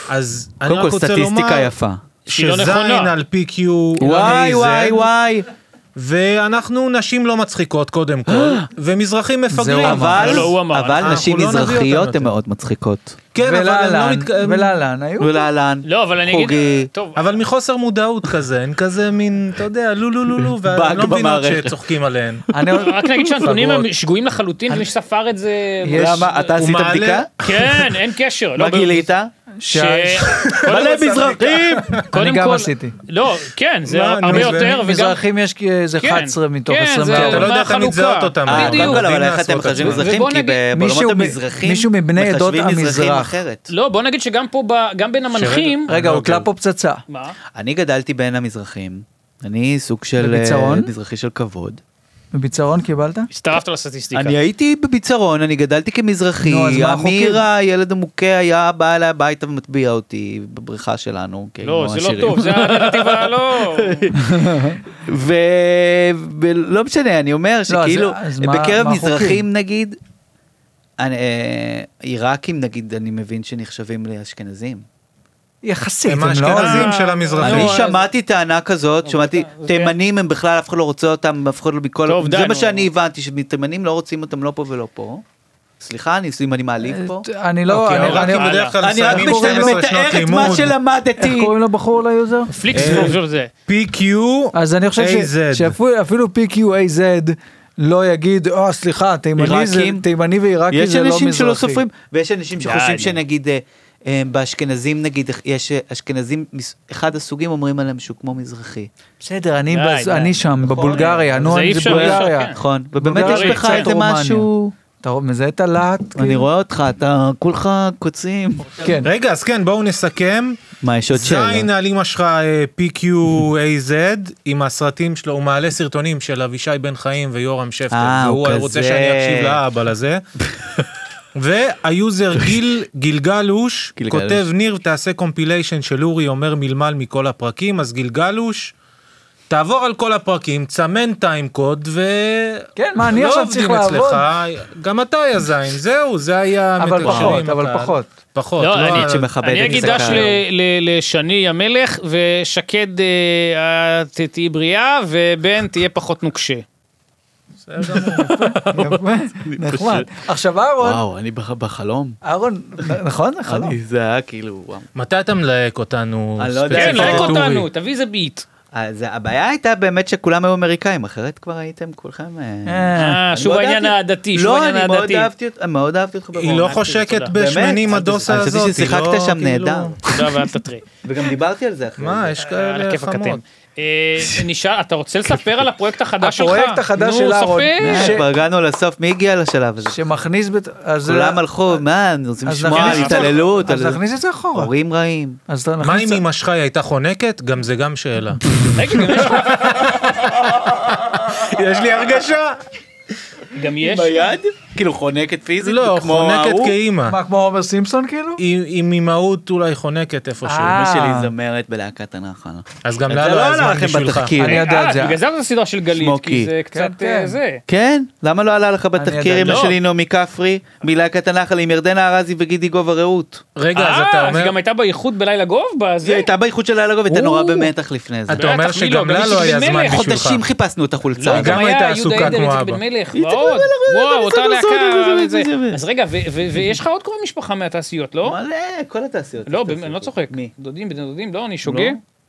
E: אז אני
B: קודם
E: רק
B: כל
E: רוצה לומר, אה,
B: סטטיסטיקה יפה.
C: שהיא לא
E: שזין
C: נכונה.
E: על PQAZ,
B: וואי וואי וואי.
E: ואנחנו נשים לא מצחיקות קודם כל, ומזרחים מפגרים.
D: הוא אמר.
B: אבל,
C: לא, לא, הוא אמר.
B: אבל
E: אנחנו
B: נשים
E: לא נביא
B: מזרחיות
E: אותם
B: הן
E: יותר.
B: מאוד מצחיקות.
E: כן, אבל הם לא
D: ולהלן,
E: מתק...
D: ולהלן,
E: אוקיי.
D: היו.
B: ולהלן.
C: לא, אבל אני אגיד...
B: חוגי.
C: טוב,
E: אבל מחוסר מודעות כזה, אין כזה מין, אתה יודע, לו לו לו לו, והן
B: באג
E: לא מבינות
B: במערכת.
E: שצוחקים עליהן.
D: אני-
C: רק נגיד שהנתונים הם
E: פגרות.
C: שגויים לחלוטין, ומי שספר את זה...
D: יש-
B: למה, אתה
E: הוא
B: עשית
E: מעלה-
B: בדיקה?
C: כן, אין קשר. לא,
B: מה
C: ב-
B: גילית?
C: ש...
B: מלא מזרחים!
C: קודם
D: אני גם
C: כל-
D: עשיתי.
C: לא, כן, זה
E: מה,
C: הרבה
E: נו,
C: יותר, וגם...
D: מזרחים יש איזה
C: כן,
D: 11 מתוך
C: כן, זה-
D: 24.
E: אתה לא יודע תמיד
C: החלוקה?
E: לזהות אותם.
B: אה,
E: אבל
B: קודם
C: בדיוק.
B: כל, אבל
E: יודעים
B: איך אתם
E: לעשות את
B: מחשבים
E: זה.
B: מזרחים?
C: ובוא
B: כי
C: נגיד-
B: בעולמות
D: מישהו מ-
B: המזרחים,
D: מישהו מבני עדות
B: מחשבים מזרחים
D: המזרח.
B: אחרת.
C: לא, בוא נגיד שגם פה, ב- גם בין המנחים...
D: רגע,
E: לא,
D: הוטלה
E: כן.
D: פה פצצה.
C: מה?
B: אני גדלתי בין המזרחים. אני סוג של אה,
D: בביצרון?
B: מזרחי של כבוד.
D: בביצרון קיבלת?
C: הצטרפת לסטטיסטיקה.
B: אני הייתי בביצרון, אני גדלתי
D: נו, אז
B: כמזרחי,
D: מה החוקים?
B: אמיר הילד המוכה היה בא אליי הביתה ומטביע אותי בבריכה שלנו. כאילו,
C: לא,
B: כמו
C: זה
B: השירים.
C: לא טוב, זה הנרטיב לא, הלא...
B: ו... ולא משנה, אני אומר
D: לא, אז-
B: שכאילו,
D: אז מה-
B: בקרב
D: מה
B: מזרחים
D: החוקים?
B: נגיד, אני- אה, עיראקים נגיד, אני מבין שנחשבים לאשכנזים.
D: יחסית,
E: הם
D: לא-
E: האשכנזים של
B: אני
E: המזרחים.
B: שמעתי טענה כזאת,
D: אוקיי,
B: שמעתי,
C: אתה- זה-
B: תימנים הם בכלל, אף אחד לא רוצה אותם, אף אחד לא מכל...
C: טוב, די,
B: זה מה
C: נו.
B: שאני הבנתי, שתימנים לא רוצים אותם לא פה ולא פה. סליחה, אני אם אני מעליב פה.
D: אני לא...
E: כי
D: אני- אני-
E: העיראקים
C: אני-
E: אוקיי, בדרך כלל
B: אני רק
E: מסיימים
B: משת-
E: 12 שנות
B: מתאר את מה
E: לימוד.
D: איך
B: שלמדתי.
D: קוראים לבחור ליוזר?
C: פליקס
E: אה,
C: פלופ זה.
E: PQ,
D: אז אני חושב ש-
E: AZ.
D: שאפילו אפילו PQAZ לא יגיד, או סליחה, תימני זה-
B: עיראקים?
D: תימני ועיראקי
B: יש
D: זה לא מזרחי.
B: אנשים שלא סופרים, ויש אנשים שחושבים
C: די, נו.
B: שנגיד אה, אה, באשכנזים נגיד, אה, יש אה, אשכנזים, מס- אחד הסוגים אומרים עליהם שהוא כמו מזרחי.
C: כן,
D: בסדר, אני
C: די,
D: בז-
C: די. נכון.
D: אני שם, בבולגריה, נו,
C: זה
D: אני-
C: אי
D: זה
C: אפשר, אי
D: בולגריה.
C: אפשר, כן.
B: נכון, ובאמת
D: בולגריה,
B: יש בך
D: קצת
B: איזה
D: רומניה.
B: משהו,
D: אתה מזהה את הלהט?
B: אני
D: כאילו?
B: רואה אותך, אתה כולך קוצים.
D: כן.
E: רגע, אז כן, בואו נסכם.
B: מה, יש עוד
E: זין
B: שאלה?
E: על אמא שלך אה, PQAZ עם הסרטים שלו, הוא מעלה סרטונים של אבישי בן חיים ויורם שפטר,
B: אה, הוא
E: והוא
B: כזה.
E: רוצה שאני אקשיב לאבל הזה. והיוזר גיל גילגלוש
B: גילגלוש.
E: כותב ניר תעשה קומפיליישן של אורי אומר מלמל מכל הפרקים אז גילגלוש תעבור על כל הפרקים צמן טיים קוד ו...
D: כן, מה, אני
E: לא
D: עכשיו
E: עובדים
D: צריך לעבוד?
E: אצלך, גם אתה יא זין זהו זה היה
D: אבל
E: המתקשרים
D: פחות,
E: עם
D: אבל
E: הקהל.
D: פחות.
E: פחות
C: לא, אני-
B: שמכבד
C: אני
B: את
C: אגיד
B: זה
C: דש
B: כאן.
C: ל- ל- לשני המלך, ושקד אה, אה, ת- תהיי בריאה, ובן תהיה פחות נוקשה.
E: בסדר גמור.
D: יפה, נחמד. עכשיו אהרון,
B: וואו, אני בח- בחלום.
D: אהרון, נ- נכון? זה חלום.
B: אני- זה היה כאילו, וואו.
E: מתי אתה מלהק אותנו?
B: אני לא יודע.
E: ספציפית?
C: כן,
B: זה
C: לק
E: אורי.
C: אותנו, תביא איזה ביט.
B: אז אה, הבעיה הייתה באמת שכולם היו אמריקאים, אחרת כבר הייתם כולכם... אה,
C: אה,
B: אני
C: שוב
D: לא
B: מאוד
C: העניין
B: אהבתי-
C: העדתי, שוב
B: לא,
C: העניין
B: אני מאוד
C: העדתי.
B: אהבתי אותך, מאוד אהבתי אותך
E: היא לא
B: בוורנאט.
E: חושקת
C: תודה.
E: בשמנים
B: באמת?
E: הדוסה
B: אני חשבתי
E: הזאת. היא
B: ששיחקת
E: לא-
B: שם
E: כאילו-
B: נהדר.
C: תודה ואל תתרי.
B: וגם דיברתי על זה אחרי
E: מה,
B: זה.
E: יש
C: אה, על
E: כאלה
C: הכיף הקטן.
E: חמות.
C: אה, נשאל, אתה רוצה לספר על הפרויקט החדש שלך?
D: הפרויקט החדש של אהרון.
C: נו,
B: אה,
D: ש-
C: ספר.
B: כבר הגענו לסוף, מי הגיע לשלב הזה?
D: שמכניס... בת- אז-
B: כולם הלכו, מה, אני רוצים
D: אז
B: לשמוע
D: נכניס
B: על
D: את זה-
B: התעללות,
D: אז
B: על
D: נכניס את זה אחורה.
B: הורים רעים.
D: אז נכניס
E: מה
D: את
E: אם
D: זה-
E: אמא שלך היא הייתה חונקת? גם זה גם שאלה.
C: רגע, גם יש-
E: יש לי הרגשה.
C: גם יש.
B: ביד? כאילו חונקת פיזית?
E: לא,
B: כמו
E: חונקת
B: ההוא?
E: כאימא.
D: מה, כמו עומר סימפסון כאילו?
E: עם עם אימהות אולי חונקת איפשהו.
D: אה.
B: אמא שלי זמרת בלהקת הנחל.
E: אז גם
B: זה
E: לה לא היה
B: עלה
E: זמן
B: לכם
E: בשבילך.
B: בתחקיר.
D: אני יודע את
C: אה,
D: זה.
C: בגלל זה זו סדרה של גלית, כי
B: סמוקי.
C: זה קצת
D: כן,
C: אה,
D: כן.
C: זה.
B: כן, למה לא עלה לך
D: יודע,
B: בתחקיר אמא
C: לא.
B: שלי נעמי כפרי מלהקת הנחל עם ירדנה ארזי וגידי גובה רעות?
E: רגע, אז אתה
C: אה, אז
E: אומר...
C: היא גם הייתה באיחוד בלילה גוב? בזה?
B: היא הייתה באיחוד של לילה גובה, הייתה
C: או.
B: נורא במתח לפני זה.
E: אתה אומר
C: בטח, מי לא?
E: שגם לה לא היה
C: גם
E: זמן
C: מלך.
E: בשבילך.
B: חודשים חיפשנו את
C: לא,
B: החולצה.
E: גם
C: גם
E: הייתה
C: היה
E: עסוקה
C: יהודה עדן,
E: כמו
C: איציק
E: אבא.
C: בן מלך,
B: איציק בן
C: ועוד, וואו, אותה
B: איציק בן
C: להקה,
B: מלך,
C: וזה.
B: איציק בן מלך.
C: אז רגע, ו- ו- ויש לך עוד קרוב משפחה מהתעשיות, לא?
B: מלא, כל התעשיות.
C: לא,
B: התעשיות.
C: באמת, אני לא צוחק.
B: מי?
C: דודים, בני דודים, לא, אני שוגה.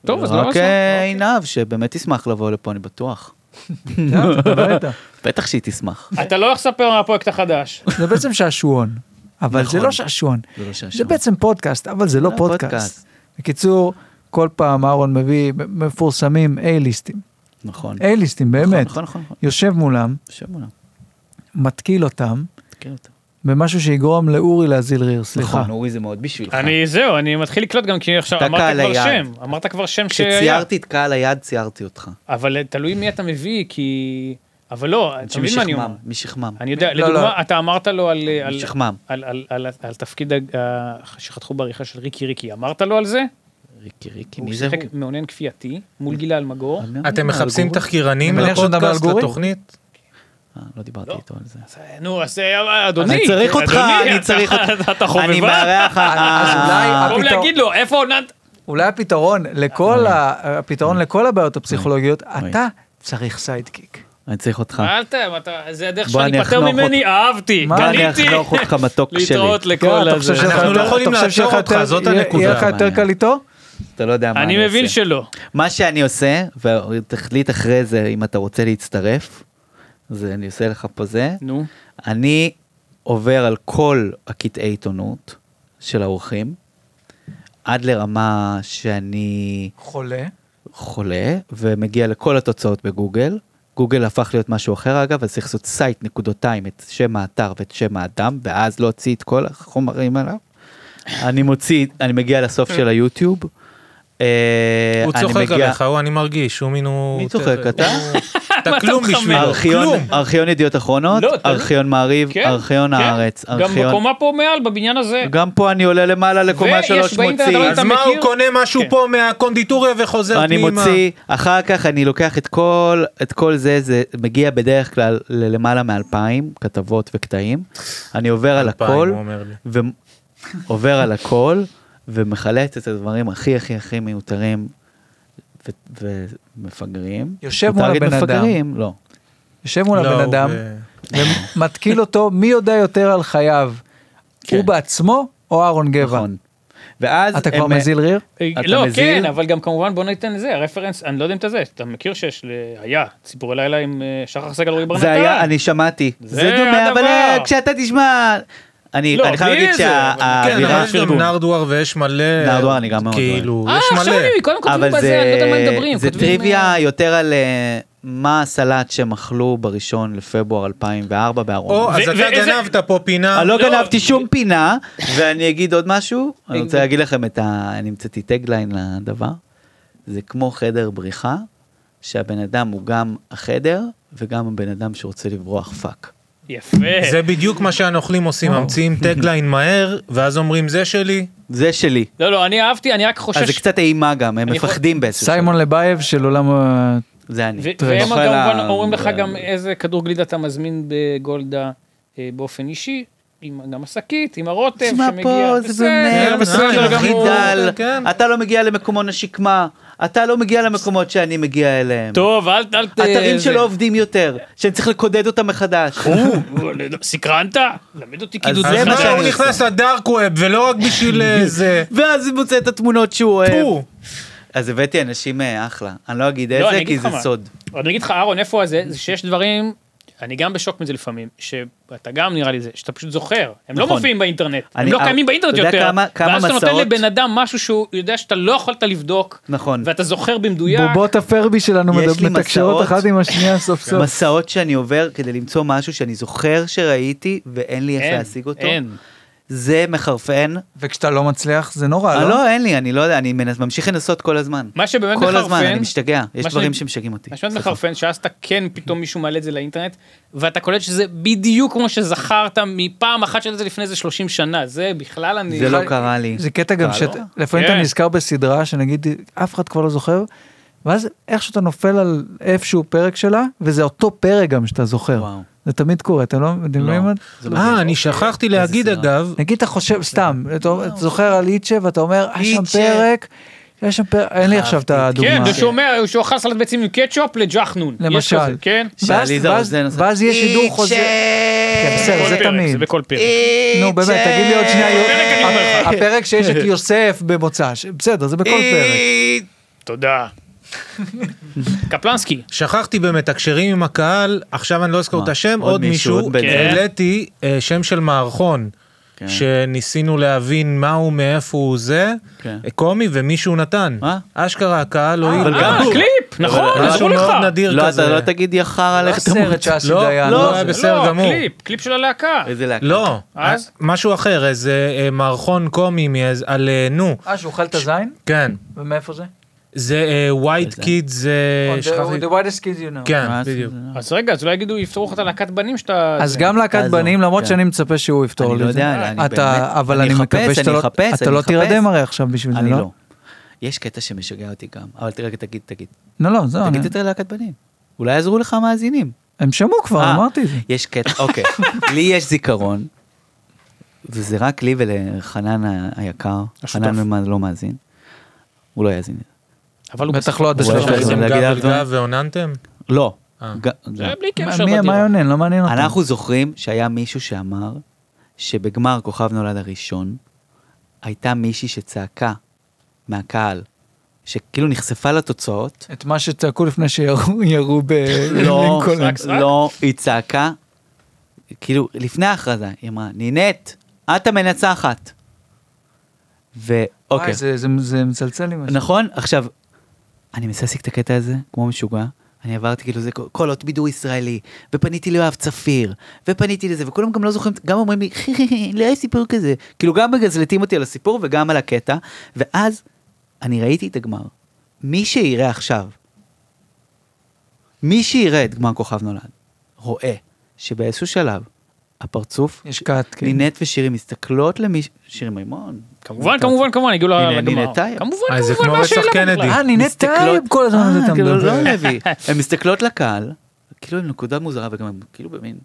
C: טוב, אז לא
B: רק
C: לעשות.
B: אה, עינב, שבאמת תשמח לבוא לפה, אני בטוח.
D: אתה מדבר איתה.
B: בטח שהיא תשמח.
C: אתה לא הולך לספר על הפרויקט החדש.
D: זה בעצם שעשועון. אבל זה
B: נכון.
D: לא שעשועון.
B: זה לא שעשוע.
D: זה בעצם פודקאסט, אבל זה לא
B: לא
D: פודקאסט.
B: פודקאסט.
D: בקיצור, כל פעם אהרון מביא מפורסמים A-ליסטים.
B: נכון.
D: A-ליסטים, אה, באמת.
B: נכון, נכון, נכון.
D: יושב מולם,
B: שם מולה,
D: מתקיל אותם,
B: תכיר אותה.
D: במשהו שיגרום לאורי להזיל ריר, סליחה.
B: נכון, אורי זה מאוד בשבילך.
C: אני, זהו, אני מתחיל לקלוט גם כי עכשיו
B: אתה
C: אמרת
B: קהל
C: כבר
B: היעד.
C: שם. אמרת כבר שם שהיה.
B: כשציירתי את קהל היד, ציירתי אותך.
C: אבל תלוי מי אתה מביא, כי... אבל לא, אתה מבין מה אני אומר.
B: משכמם, משכמם.
C: אני יודע,
D: לא,
C: לדוגמה,
D: לא.
C: אתה אמרת לו על... על-
B: משכמם.
C: על- על- על- על תפקיד הג- ה- שחתכו בעריכה של ריקי ריקי, אמרת לו על זה?
B: ריקי ריקי,
C: הוא
B: מי זה
C: שיחק מאונן כפייתי מול גילה אלמגור.
B: הוא?
E: אתם
C: אה,
E: מחפשים
B: אלגוריתם?
E: תחקירנים
D: אני מניח שהוא מדבר על
E: לפודקאסט,
D: גורי.
E: לתוכנית?
B: אה, לא דיברתי
C: לא.
B: איתו על זה.
C: נו, אז אה, אדוני.
B: אני צריך אותך,
C: אדוני,
B: אני
C: אתה-
B: צריך אותך.
C: אתה
B: אני
C: חובבן?
B: מארח...
D: אז
E: אה,
D: אולי-
C: במקום
D: הפתרון-
C: להגיד לו, איפה עונת...
D: אולי הפתרון לכל
B: אה,
D: ה- הפתרון לכל הבעיות הפסיכולוגיות,
B: אוי.
D: אתה צריך סיידקיק.
B: אני צריך אותך.
C: אל ת... אתה- זה הדרך
B: בוא,
C: שלך
B: אני
C: להיפטר
B: אחנוך
C: ממני, אהבתי,
D: מה,
B: בוא, אני
C: גליתי.
B: אחנוך אותך לא מתוק שלי.
C: להתראות
D: כן,
C: לכל
D: אתה
C: הזה.
D: חושב שלך
E: אנחנו
D: יותר-
E: לא יכולים
D: אתה חושב
E: לעצור
D: שלך
E: אותך,
D: יותר-
E: זאת
D: יהיה-
E: הנקודה.
D: יהיה לך יותר
B: הבעיה.
D: קל איתו?
B: אתה לא יודע מה אני
C: אני
B: עושה.
C: מבין שלא.
B: מה שאני עושה, ותחליט אחרי זה אם אתה רוצה להצטרף, זה אני עושה לך פה זה.
C: נו.
B: אני עובר על כל הקטעי עיתונות של האורחים, עד לרמה שאני
D: חולה.
B: חולה, ומגיע לכל התוצאות בגוגל. גוגל הפך להיות משהו אחר אגב, אז צריך לעשות סייט נקודתיים, את שם האתר ואת שם האדם, ואז להוציא את כל החומרים עליו. אני מוציא, אני מגיע לסוף של היוטיוב. אה,
E: הוא
B: אני
E: צוחק
B: מגיע-
E: עליך, הוא אני מרגיש, הוא מין הוא...
B: מי צוחק, אתה?
E: הוא- אתה כלום
C: אתה מחמם?
E: בשבילו,
B: ארכיון,
E: כלום.
B: ארכיון ידיעות אחרונות,
C: לא, אתה לא-
B: ארכיון מעריב,
C: כן,
B: ארכיון
C: כן.
B: הארץ,
C: גם
B: ארכיון...
C: בקומה פה מעל, בבניין הזה.
B: גם פה אני עולה למעלה לקומה
C: ויש
B: שלוש
C: באינטרנט
B: מוציא,
C: אבל
E: אז
C: אתה
E: מה,
C: מכיר?
E: הוא קונה משהו
C: כן.
E: פה מהקונדיטוריה וחוזר
B: אני
E: פנימה?
B: מוציא, אחר כך אני לוקח את כל, את כל זה, זה מגיע בדרך כלל ללמעלה מאלפיים כתבות וקטעים, אני עובר על
E: אלפיים,
B: הכל,
E: הוא אומר לי.
B: ועובר על הכל, ומחלץ את הדברים הכי הכי הכי מיותרים ו- ומפגרים.
D: יושב
B: מותר
D: מול
B: להגיד
D: הבן אדם.
B: מפגרים? לא.
D: יושב מול
E: לא,
D: הבן
E: הוא,
D: אדם,
E: אה,
D: ומתקיל אותו מי יודע יותר על חייו,
B: כן.
D: הוא בעצמו או אהרון גבע.
B: נכון. ואז
D: אתה
B: הם-
D: כבר מזיל ריר?
C: אה,
B: אתה
C: לא,
B: מזיל?
C: כן, אבל גם כמובן בוא ניתן לזה, הרפרנס, אני לא יודע אם אתה זה, אתה מכיר שיש, ל- היה, סיפורי לילה עם אה, שחר סגל רועי ברנטל.
B: זה היה, אני שמעתי.
C: זה
B: זה דומה, אבל אה,
C: הדבר.
B: כשאתה תשמע... אני
C: לא,
B: אני חייב
C: בלי
B: להגיד
C: זה, אבל-
E: כן,
B: שהאווירה...
E: אבל יש גם נרדואר ויש מלא...
B: נרדואר, אני גם מאוד
E: כאילו,
C: אה,
E: יש
C: עכשיו
E: מלא.
C: אני קודם כותבים
B: אבל
C: בזה, אני לא יודע מה הם מדברים.
B: זה
C: כותבים,
B: טריוויה
C: אה,
B: יותר על אה, מה הסלט שהם אכלו בראשון לפברואר 2004
E: או,
B: בארון.
E: אז
C: ו-
E: אתה
C: ואיזה-
E: גנבת פה פינה.
B: אני לא
C: לא.
B: גנבתי שום פינה, ואני אגיד עוד משהו. אני רוצה להגיד לכם את ה... אני המצאתי טגליין לדבר. זה כמו חדר בריחה, שהבן אדם הוא גם החדר, וגם הבן אדם שרוצה לברוח פאק.
C: יפה.
E: זה בדיוק מה שהנוכלים עושים,
B: אה.
E: ממציאים טגליין מהר, ואז אומרים זה שלי.
B: זה שלי.
C: לא, לא, אני אהבתי, אני רק חושש.
B: אז זה קצת אימה גם, הם
C: אני יכול-
B: מפחדים באיזשהו... שלב.
D: סיימון לבייב של עולם ה...
B: זה
C: ו-
B: אני.
C: והם
B: נופל
C: כמובן
B: ה-
C: אומרים לך
B: זה-
C: גם איזה כדור גלידה אתה מזמין בגולדה אה, באופן אישי, עם גם השקית, עם הרוטב
B: תשמע
C: שמגיע.
B: פה, זה באמת,
E: בסדר, בסדר
B: הכי
E: גמור.
B: דל.
E: כן.
B: אתה לא מגיע למקומון השקמה, אתה לא מגיע למקומות שאני מגיע אליהם.
C: טוב, אל אל ת...
B: אתרים
C: זה-
B: שלא עובדים יותר, שאני צריך לקודד אותם מחדש.
C: או, סקרנת? למד אותי
B: אז
C: קידוד.
B: זה
E: אז
B: מה
E: מה,
B: שאני
E: הוא
B: עושה.
E: נכנס לדארק ווב, ולא רק בשביל אה, זה.
B: לא ואז הוא מוצא את התמונות שהוא אוהב.
E: פו.
B: אז הבאתי אנשים אה, אחלה. אני לא אגיד איזה,
C: אני אגיד
B: כי
C: לך
B: זה
C: מה.
B: סוד.
C: אני אגיד לך, אהרון, איפה זה? זה שיש דברים, אני גם בשוק מזה לפעמים, שאתה גם נראה לי זה, שאתה פשוט זוכר. הם לא
B: נכון.
C: מופיעים באינטרנט, הם
B: אני-
C: לא
B: אבל-
C: קיימים באינטרנט
B: אתה יודע
C: יותר.
B: כמה- כמה
C: ואז אתה נותן
B: מסעות-
C: לבן אדם משהו שהוא יודע שאתה לא יכולת לבדוק,
B: נכון.
C: ואתה זוכר במדויק.
D: בובות הפרבי שלנו
B: יש לי
D: מתקשרות
B: מסעות.
D: אחת עם השנייה סוף סוף.
B: מסעות שאני עובר כדי למצוא משהו שאני זוכר שראיתי ואין לי איך
C: אין,
B: להשיג אותו.
C: אין.
B: זה מחרפן.
D: וכשאתה לא מצליח זה נורא,
B: אה,
D: לא?
B: לא, אין לי, אני לא יודע, אני מנס- ממשיך לנסות כל הזמן.
C: מה שבאמת
B: כל הזמן,
C: מחרפן-
B: אני משתגע. יש
C: מה
B: דברים
C: שאני-
B: שמשגעים אותי.
C: מה שבאמת מחרפן, שאז אתה כן פתאום מישהו מעלה את זה לאינטרנט, ואתה קולט שזה בדיוק כמו שזכרת מפעם אחת של זה לפני איזה 30 שנה, זה בכלל אני...
B: זה לא קרה לי. אה, לא?
D: זה קטע גם
B: קרה לו?
D: שלפעמים אתה
C: כן.
D: נזכר בסדרה שנגיד אף אחד כבר לא זוכר, ואז איכשהו אתה נופל על איפשהו פרק שלה, וזה אותו פרק גם שאתה זוכר.
B: וואו.
D: זה תמיד קורה, אתה לא מדמיין? את זה?
B: זה מדהים.
E: אה, אני שכחתי להגיד
B: סדרה.
E: אגב,
D: נגיד אתה חושב,
C: לא,
D: סתם, אתה אתה זוכר על איצ'ה ואתה אומר, היה שם
B: איצ'ה.
D: פרק, היה שם פרק, אין לי עכשיו את
B: אהבתי.
D: הדוגמה.
C: כן, זה שהוא אומר, שהוא אכל סלט ביצים עם קטשופ לג'חנון. יש
D: למשל.
C: כזה, כן.
D: ואז-
B: שעליזה
D: ואז-
B: רוזן עושה-
D: ואז יש שידור חוזר. כן, בסדר,
C: בכל
D: זה
C: פרק, אה, זה
D: תמיד.
C: בכל פרק.
D: נו באמת, תגיד לי עוד
C: פרק אני אומר
D: שנייה,
C: לך.
D: הפרק שיש את יוסף במוצ"ש, בסדר, זה בכל פרק.
C: תודה.
E: אה,
C: קפלנסקי.
E: שכחתי במתקשרים עם הקהל, עכשיו אני לא אזכור
B: מה,
E: את השם,
B: עוד
E: עוד
B: מישהו,
E: מישהו,
B: עוד בן
C: אדם.
E: העליתי אה, שם של מערכון.
B: כן.
E: שניסינו להבין מה הוא, מאיפה הוא זה, אה,
B: כן.
E: קומי, ומישהו נתן.
B: מה?
E: אשכרה הקהל לא...
B: אבל
E: הבין.
B: גם
C: אה,
B: הוא.
C: קליפ, נכון,
E: אבל
C: עזרו
E: אה, משהו
C: לך.
E: מאוד נדיר
B: לא,
E: כזה.
B: אתה לא תגיד יא חרא, לך
D: סרט
B: תמות.
D: שאסי
E: לא,
D: דיין,
E: לא,
D: זה.
E: היה בסדר
C: לא,
E: גמור.
C: קליפ, קליפ של הלהקה.
B: איזה להקה.
E: לא,
B: אה?
C: אז?
E: משהו אחר, איזה אה, מערכון קומי מאיזה- על אה, נו,
D: אה, שהוא אוכל את הזין?
E: כן.
D: ומאיפה זה?
C: אה,
E: זה אה, ווייט
B: איזה?
E: קידס,
D: On the-
E: שכחתי.
B: אה,
D: the widest kids you know.
E: אה, כן,
B: מה זה?
E: בדיוק.
C: אז רגע, אז אולי יגידו, יפתרו לך את הלהקת בנים שאתה...
D: אז
C: זה.
D: גם להקת
B: תעזור,
D: בנים, למרות
B: כן.
D: שאני מצפה שהוא יפתור
B: אני
D: לי
B: לא
D: את זה. אה,
B: יודע, אני
D: אתה-
B: באמת-
D: אבל
B: אני
D: אני מקווה
B: אחפש,
D: שאתה
B: אני
D: לא...
B: אחפש,
D: אתה
B: אני
D: לא
B: אחפש.
D: תירדם הרי עכשיו בשביל זה,
B: אני
D: לא?
B: לא. יש קטע שמשגע אותי גם, אבל רגע, תגיד, תגיד.
D: לא, לא, זהו,
B: תגיד
D: אני-
B: את הלהקת בנים. אולי יעזרו לך המאזינים.
D: הם שמעו כבר,
B: אה,
D: אמרתי את זה.
B: יש קטע, אוקיי. לי יש זיכרון, וזה רק לי ולחנן ה- היקר. חנן מה- לא מאזין. הוא לא יאזין.
C: אבל הוא...
D: בטח לא עד
B: הוא
D: הסוף.
B: אוהב את זה.
E: עשיתם
B: להגיד
E: אה, גב
B: על
E: אל
B: זה?
E: גב ועוננתם?
B: לא.
E: אה.
B: ג-
C: זה היה בלי קשר
D: מי- מי
C: בדירה.
D: המעיונן? לא מעניין אותי.
B: אנחנו זוכרים שהיה מישהו שאמר שבגמר כוכב נולד הראשון, הייתה מישהי שצעקה מהקהל, שכאילו נחשפה לתוצאות.
D: את מה שצעקו לפני שירו ירו ב...
B: לא,
D: לינקולן.
C: סרק, סרק?
B: לא, היא צעקה, כאילו, לפני ההכרזה, היא אמרה, נינט, את המנצחת. אוקיי.
D: וואי,
B: ואוקיי,
D: זה- זה- זה מצלצל לי משהו.
B: נכון? עכשיו, אני מנסה להשיג את הקטע הזה, כמו משוגע. אני עברתי כאילו זה כל- כל עוד בידור ישראלי, ופניתי ליואב צפיר, ופניתי לזה, וכולם גם לא זוכרים, גם אומרים לי, לא היה סיפור כזה. כאילו גם מגזלטים אותי על הסיפור וגם על הקטע, ואז אני ראיתי את הגמר. מי שיראה עכשיו, מי שיראה את גמר כוכב נולד, רואה שבאיזשהו שלב, הפרצוף,
D: יש קאט, כן.
B: נינט ושירי מסתכלות למי, שירי מימון,
C: כמובן, כמובן, כמובן, הגיעו
B: הנה,
C: לגמר.
B: הנה,
C: כמובן,
B: טייב.
E: אה, זה
C: כמובן,
E: כמו
C: מה
E: רצח
C: השאלה
E: קנדי.
C: בכלל?
D: אה, נינט טייב כל הזמן הזה אתה
B: לא- כאילו, לא
D: מדבר.
B: לוי. הן מסתכלות לקהל, כאילו עם נקודה מוזרה וגם הם כאילו במין...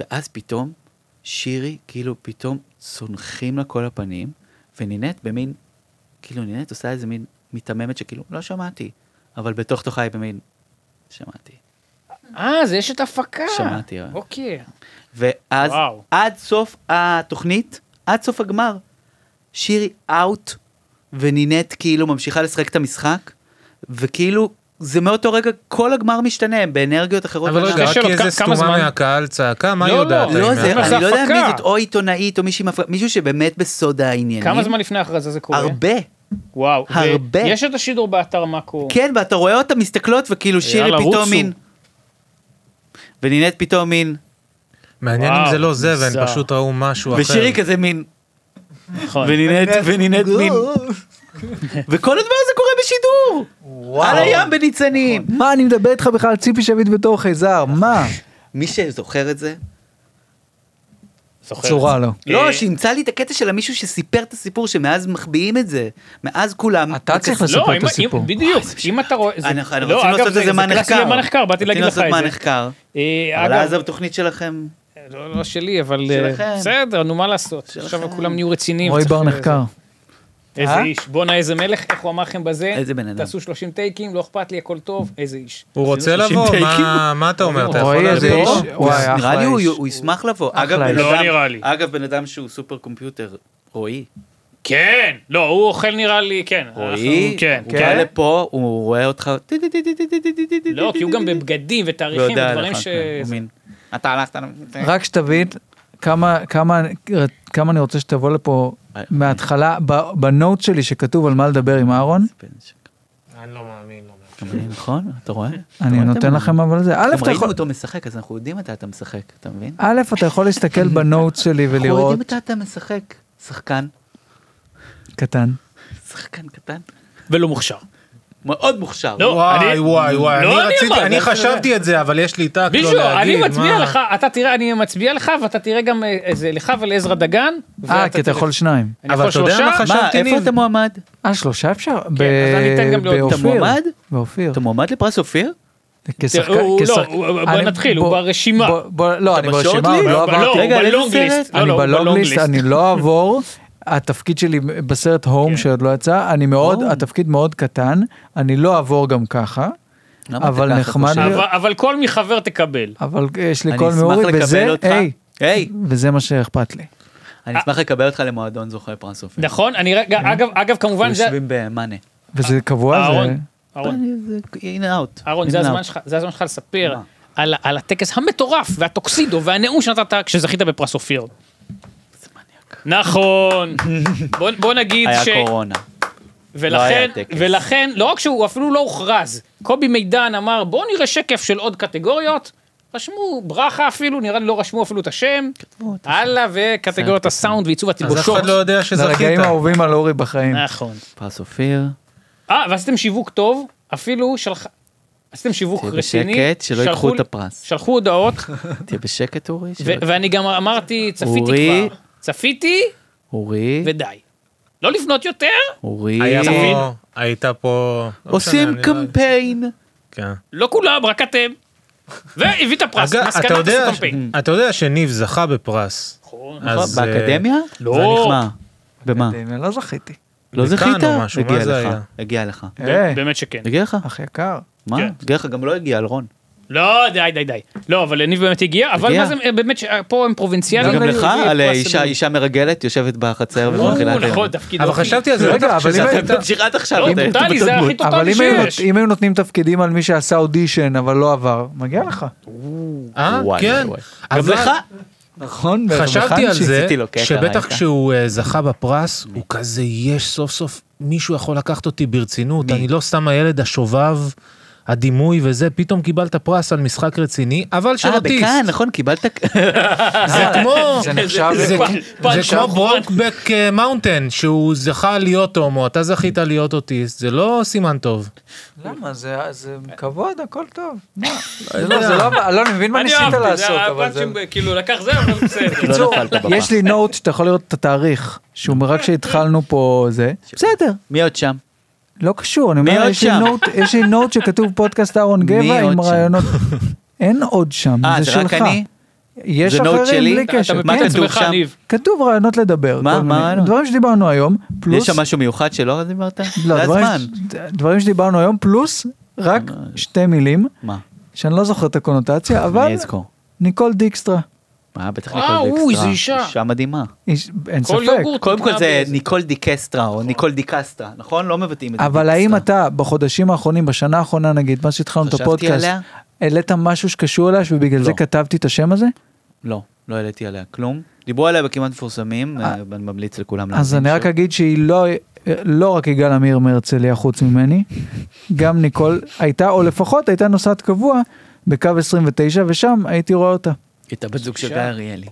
B: ואז פתאום, שירי, כאילו פתאום צונחים לה כל הפנים, ונינט במין, כאילו נינט עושה איזה מין מיתממת שכאילו, לא שמעתי, אבל בתוך תוכה היא במין, שמעתי.
C: אה, זה יש את ההפקה.
B: שמעתי, אה.
C: אוקיי.
B: ואז
C: וואו.
B: עד סוף התוכנית, עד סוף הגמר, שירי אאוט, ונינט כאילו ממשיכה לשחק את המשחק, וכאילו, זה מאותו רגע, כל הגמר משתנה, הם באנרגיות אחרות.
E: אבל רגע,
B: לגמרי.
E: רק
C: שאלות,
E: כי
C: כמה-
E: איזה
C: כמה
E: סתומה
C: זמן?
E: מהקהל צעקה, מה היא
C: לא, לא,
E: יודעת?
B: לא,
E: האם
B: זה,
E: היא-
C: אומר,
B: אני
C: זה
B: לא יודע מי
C: הפקה.
B: זאת, או עיתונאית, או מישהי מפריעה, מישהו שבאמת בסוד העניינים.
C: כמה זמן לפני ההכרזה זה קורה?
B: הרבה.
C: וואו. ו-
B: הרבה.
C: יש את השידור באתר מאקו.
B: כן, ואתה רואה אותה מסתכלות, וכאילו שירי
C: יאללה,
B: פתאום
C: רוצו.
B: מין... ונינט פתאום מין...
E: מעניין אם
C: וואו,
E: זה לא זה, והם
C: מוזר.
E: פשוט ראו משהו אחר.
B: ושירי כזה מין...
C: נכון.
B: ונינט, ונינט מין... וכל הדבר הזה קורה בשידור! על הים בניצנים!
D: מה, אני מדבר איתך בכלל על ציפי שביט בתור חייזר, מה?
B: מי שזוכר את זה...
C: זוכר.
D: צורה לא.
B: לא,
C: אה,
B: שימצא לי את הקטע של המישהו שסיפר את הסיפור, שמאז מחביאים את זה. מאז כולם...
D: אתה צריך
B: וכזה-
D: לספר
C: לא,
D: את
C: אם-
D: הסיפור.
C: אם- בדיוק, אם אתה רואה... זה-
B: אנחנו אנחנו
C: לא,
B: רוצים
C: אגב,
B: לעשות איזה מה
C: זה קלאסי
B: נחקר.
C: למה נחקר, באתי להגיד לך
B: רוצים לעשות מה
C: את זה.
B: נחקר.
C: אה,
B: אבל אז
C: אגב,
B: התוכנית שלכם...
C: לא לא שלי, אבל... אה,
B: שלכם.
C: בסדר, נו, מה לעשות? עכשיו
B: שלכם.
C: כולם נהיו רציניים.
D: רועי
C: צריך-
D: בר נחקר.
C: איזה
D: אה?
C: איש. בואנה, איזה מלך, איך הוא אמר לכם בזה?
B: איזה בן אדם.
C: תעשו 30 טייקים, לא אכפת לי, הכל טוב. איזה איש.
E: הוא רוצה
B: עשינו
E: לבוא,
B: שישים
E: מה-
B: טייקים.
E: מה אתה אומר? אתה יכול
C: לא,
D: רועי איזה
E: לבוא?
D: איש,
B: הוא-
D: וואי,
B: נראה
D: אחלה
B: לי הוא-
D: איש.
B: הוא ישמח לבוא. אגב,
D: אחלה
B: בן
D: איש.
C: לא
B: אדם-
C: נראה לי.
B: אגב, בן אדם שהוא סופר קומפיוטר, רועי,
C: כן, לא, הוא אוכל נראה לי, כן.
B: רועי,
C: אנחנו- כן,
B: הוא בא
C: כן.
B: לפה, הוא רואה אותך, טי- טי- טי- טי- טי- טי- טי- טי-
C: לא,
B: טי-
C: כי הוא
B: טי-
C: גם
B: טי-
C: בבגדים ותאריכים
B: ויודע
C: ודברים
B: לא לך,
C: ש...
B: כן, הוא מין, אתה הלכת...
D: רק שתבין כמה, כמה, כמה אני רוצה שתבוא לפה
B: אה.
D: מההתחלה, ב- בנוט שלי שכתוב על מה לדבר עם אהרון,
E: אני לא מאמין, לא מאמין.
B: אתה מבין, נכון? אתה רואה? אתה
D: אני
B: רואה?
D: נותן
B: אתם-
D: לכם אבל זה.
B: גם
D: א', אתה
B: ראינו
D: יכול... אה,
B: אותו משחק, אז אנחנו יודעים מתי אתה משחק, אתה מבין?
D: א', אתה יכול להסתכל בנוט שלי
B: אנחנו יודעים
D: ולראות
B: מתי אתה משחק. שחקן,
D: קטן.
B: שחקן קטן,
C: ולא מוכשר.
B: מאוד מוכשר.
C: לא,
E: וואי
C: אני-
E: וואי וואי,
C: לא, אני
E: אני רציתי,
C: אמרתי,
E: אני
C: אתה
E: חשבתי את זה, אבל יש לי טקט לא
C: ביז'ו, אני
E: להגיד,
C: מצביע
E: מה?
C: לך, אתה תראה, אני מצביע לך, ואתה תראה גם אה, איזה לך ולעזרא דגן.
D: אה,
C: ואתה
D: כי אתה
C: תראה-
D: יכול שניים.
C: אני יכול
E: אבל אתה יודע
C: שלושה?
E: מה חשבתי?
B: מה,
E: ניב.
B: איפה אתה מועמד?
D: אה, שלושה אפשר? ב-
C: כן, אז אני אתן גם לעוד-
B: אתה
D: באופיר.
B: מועמד?
D: באופיר.
B: אתה מועמד לפרס אופיר?
D: כשחק-
C: הוא- הוא-
D: כשחק-
C: לא, הוא- בוא
D: אני-
C: נתחיל, הוא
D: בוא-
C: ברשימה.
D: בוא- בוא- לא, אני
B: בשורט
D: ברשימה,
B: ליסט?
D: לא
C: לא,
D: עברתי.
C: לא,
B: רגע, על איזה
C: בלונג ליסט.
B: סרט?
C: לא,
D: אני
C: לא, הוא
D: בלונג
C: בלונג
D: ליסט,
C: ליסט.
D: אני לא אעבור. התפקיד שלי בסרט הום
C: כן.
D: שעוד לא יצא, אני מאוד,
B: הום.
D: התפקיד מאוד קטן, אני לא אעבור גם ככה,
B: למה אתה
D: אבל
B: ככה
D: נחמד
B: חושב?
D: להיות.
C: אבל- אבל כל מי חבר תקבל.
D: אבל יש לי
B: אני
D: קול
B: אשמח
D: מאורי,
B: לקבל
D: וזה,
B: אותך.
D: היי,
B: היי,
D: וזה מה שאכפת לי.
B: אני אשמח לקבל אותך למועדון זוכה פרס אופיר.
C: נכון? אני רגע, אגב, אגב, כמובן, נכון, זה...
B: יושבים במאנה.
D: וזה קבוע, זה...
C: אה, אהרון, אהרון,
B: אין אאוט.
C: אהרון, זה הזמן שלך, זה הזמן שלך לספר
B: מה?
C: על, על הטקס המטורף והטוקסידו והנאום שנתת כשזכית בפרס אופיר. נכון, בוא, בוא נגיד ש...
B: היה קורונה. לא היה
C: ולכן,
B: טקס.
C: ולכן, לא רק שהוא אפילו לא הוכרז, קובי מידן אמר בואו נראה שקף של עוד קטגוריות, רשמו ברכה אפילו, נראה לי לא רשמו אפילו את השם, הלאה וקטגוריות הסאונד ועיצוב
E: אז אף
C: התלבושות.
E: אחד לא יודע
D: זה
E: שזכית.
D: הרגעים האהובים על אורי בחיים.
C: נכון.
B: פרס אופיר,
C: אה, ועשיתם שיווק טוב, אפילו שלח... עשיתם שיווק
B: תהיה
C: רציני.
B: בשקט, שלא ייקחו
C: שלחו-
B: את הפרס.
C: שלחו הודעות,
B: תהיה בשקט אורי.
C: ו-
B: שלא-
C: ואני גם אמרתי, צפיתי
B: אורי.
C: כבר. צפיתי
B: אורי,
C: ודי. לא לפנות יותר?
B: אורי.
E: היה
C: צפינו.
E: פה, הייתה פה... לא
B: עושים
E: משנה, אני לא-
B: קמפיין.
E: כן.
C: לא כולם, רק אתם. והביא את הפרס,
E: אגב,
C: מסקנה
E: אתה יודע-
C: עשו קמפיין.
E: אתה יודע שניב זכה בפרס.
C: נכון,
E: אז, אה,
B: נכון, באקדמיה?
C: לא.
B: זה נשמע. במה?
D: אקדמיה, לא זכיתי.
B: לא
E: מכאן
B: זכית?
E: או משהו,
B: הגיע
E: מה זה
B: לך.
E: היה?
B: הגיע לך.
E: אה.
D: היי,
C: באמת שכן.
B: הגיע לך?
D: אה, אח יקר.
B: מה?
C: כן.
B: הגיע לך גם לא הגיע, אלרון.
C: לא, די, די, די. לא, אבל יניב באמת הגיע, אבל
B: הגיע.
C: מה זה, אה, באמת, ש- פה הם פרובינציאליים.
B: וגם
C: אבל
B: לך,
C: הוא הביא
B: על אה,
C: פרס
B: אישה-
C: אדום.
B: אישה אה, מרגלת יושבת בחצר
C: או,
B: ומאכילה את
C: נכון,
B: הילד.
C: תפקיד
E: אבל
C: אופי.
E: חשבתי על
C: כאילו,
E: זה,
D: רגע,
E: בטח
D: אבל אם
E: שזכית.
D: הייתה-
B: תמשיך עד עכשיו.
C: לא,
B: אתה- אתה
C: טוטאלי, זה
B: בדמות.
C: הכי
D: אבל
C: טוטאלי
D: אם היו
C: שיש.
D: נות- אם היו נותנים תפקידים על מי שעשה אודישן אבל לא עבר, מגיע לך.
E: אה,
B: וואי,
E: כן.
B: וואי, וואי. גם
E: אבל
B: לך?
D: נכון?
E: חשבתי על זה,
B: עשיתי לו קטע,
E: שבטח
B: ראית?
E: כשהוא אה, זכה בפרס, הוא כזה, יש סוף סוף מישהו יכול לקחת אותי ברצינות, אני לא סתם הילד השובב, הדימוי וזה, פתאום קיבלת פרס על משחק רציני, אבל של
B: אה,
E: אוטיסט.
B: בכאן, נכון, קיבלת...
E: זה כמו...
D: זה נחשב...
E: זה-
D: זה-
E: זה
C: פאנץ'
E: כמו
C: נכון.
E: ברוקבק אה, מאונטן, שהוא זכה להיות הומו, אתה זכית להיות אוטיסט, זה לא סימן טוב.
D: למה? זה- זה כבוד, הכל טוב. מה? זה לא, זה לא... לא, אני מבין מה
C: אני
D: ניסית
C: אהבתי, זה
D: לעשות,
C: היה
D: אבל זה...
C: הפאנצ'ים, כאילו, לקח זה, אבל בסדר.
B: לא נפלת בפח.
D: יש לי נוט שאתה יכול לראות את התאריך, שהוא רק שהתחלנו פה זה. בסדר,
B: מי עוד שם?
D: לא קשור, אני
B: מי
D: אומר,
B: עוד
D: יש לי
B: שם?
D: נוט- יש לי נוט שכתוב פודקאסט אהרון גבע
B: מי עוד
D: עם
B: שם?
D: רעיונות. אין עוד שם,
B: אה,
D: זה
B: זה רק
D: שלך.
B: אני?
D: יש
B: זה נוט
D: אחרים
B: שלי?
D: בלי
B: אתה- אתה
D: קשר.
B: מבין
D: כן.
B: כתוב
C: בעצמך,
B: שם?
C: ניב.
D: כתוב רעיונות לדבר.
B: מה-
D: כל
B: מה
D: מיני-
B: הרעיונות?
D: דברים שדיברנו היום,
B: יש
D: פלוס...
B: שם משהו מיוחד שלא דיברת?
D: לא,
B: זה
D: דברים-
B: הזמן.
D: דברים שדיברנו היום, פלוס רק שתי מילים,
B: מה?
D: שאני לא זוכר את הקונוטציה, אבל
B: אני אזכור.
D: ניקול דיקסטרה.
B: מה, אה, בטח
C: וואו,
B: ניקול דיקסטרה.
C: אוי, זו אה, אישה.
B: אישה מדהימה.
D: איש- אין
C: כל
D: ספק.
C: יוגורט.
B: קודם כל
C: נקרא
B: זה
C: באיזה-
B: ניקול דיקסטרה, או ניקול דיקסטרה, נכון? לא מבטאים את זה.
D: אבל האם
B: דיקסטרה.
D: אתה בחודשים האחרונים, בשנה האחרונה נגיד, מאז שהתחלנו את
B: חשבתי
D: הפודקאסט,
B: עליה?
D: העלית משהו שקשור אליה שבגלל
B: לא.
D: זה כתבתי את השם הזה?
B: לא, לא העליתי עליה כלום. דיברו עליה בכמעט מפורסמים, אה, אני ממליץ לכולם
D: אז אני רק
B: שוב.
D: אגיד שהיא לא, לא רק יגאל עמיר מהרצליה חוץ ממני, גם ניקול הייתה, או לפחות הייתה נוסעת קבוע בקו 29, ושם הייתי רואה אותה.
B: הייתה בת זוג של גיא אריאלי.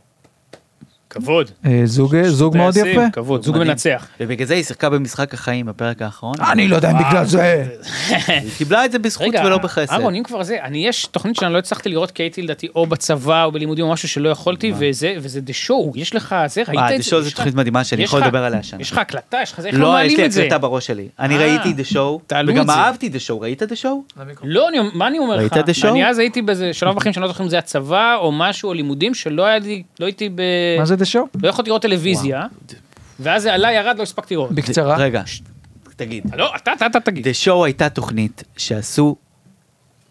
C: כבוד.
D: אה, זוג, זוג מאוד
C: טייסים,
D: יפה.
C: כבוד, זוג
B: מדהים.
C: מנצח.
B: ובגלל זה היא שיחקה במשחק החיים בפרק האחרון.
D: אני לא יודע אם בגלל זה.
B: היא קיבלה את זה בזכות
C: אה, רגע,
B: ולא בחסד.
C: אהרון, אם כבר זה, אני יש תוכנית שאני לא הצלחתי לראות, כי הייתי לדעתי או בצבא או בלימודים או משהו שלא יכולתי, וזה, וזה דה שואו, יש לך זה, ראית את זה?
B: אה, The Show
C: יש
B: זו
C: לך-
B: תוכנית מדהימה שאני
C: יש
B: יכול
C: לך-
B: לדבר עליה שנה.
C: יש לך הקלטה, יש לך זה, איך לא
B: לא, יש לי
C: מעלים את זה?
B: הקלטה בראש שלי. אני
C: אה,
B: ראיתי דה שואו,
C: תעלו את
B: וגם
C: זה.
B: אהבתי דה שואו, ראית דה שואו?
C: לא, אני, מה אני אומר
B: ראית
C: לך?
B: את The Show?
C: אני אז הייתי באיזה שלב בחיים שאני לא זוכר אם זה הצבא או משהו או לימודים, שלא היה לי, לא הייתי ב...
D: מה זה דשו?
C: לא יכולתי לראות טלוויזיה, ואז זה עלה, ירד, לא הספקתי לראות.
D: בקצרה.
B: רגע, תגיד.
C: לא, אתה, אתה, אתה תגיד.
B: דה שואו הייתה תוכנית שעשו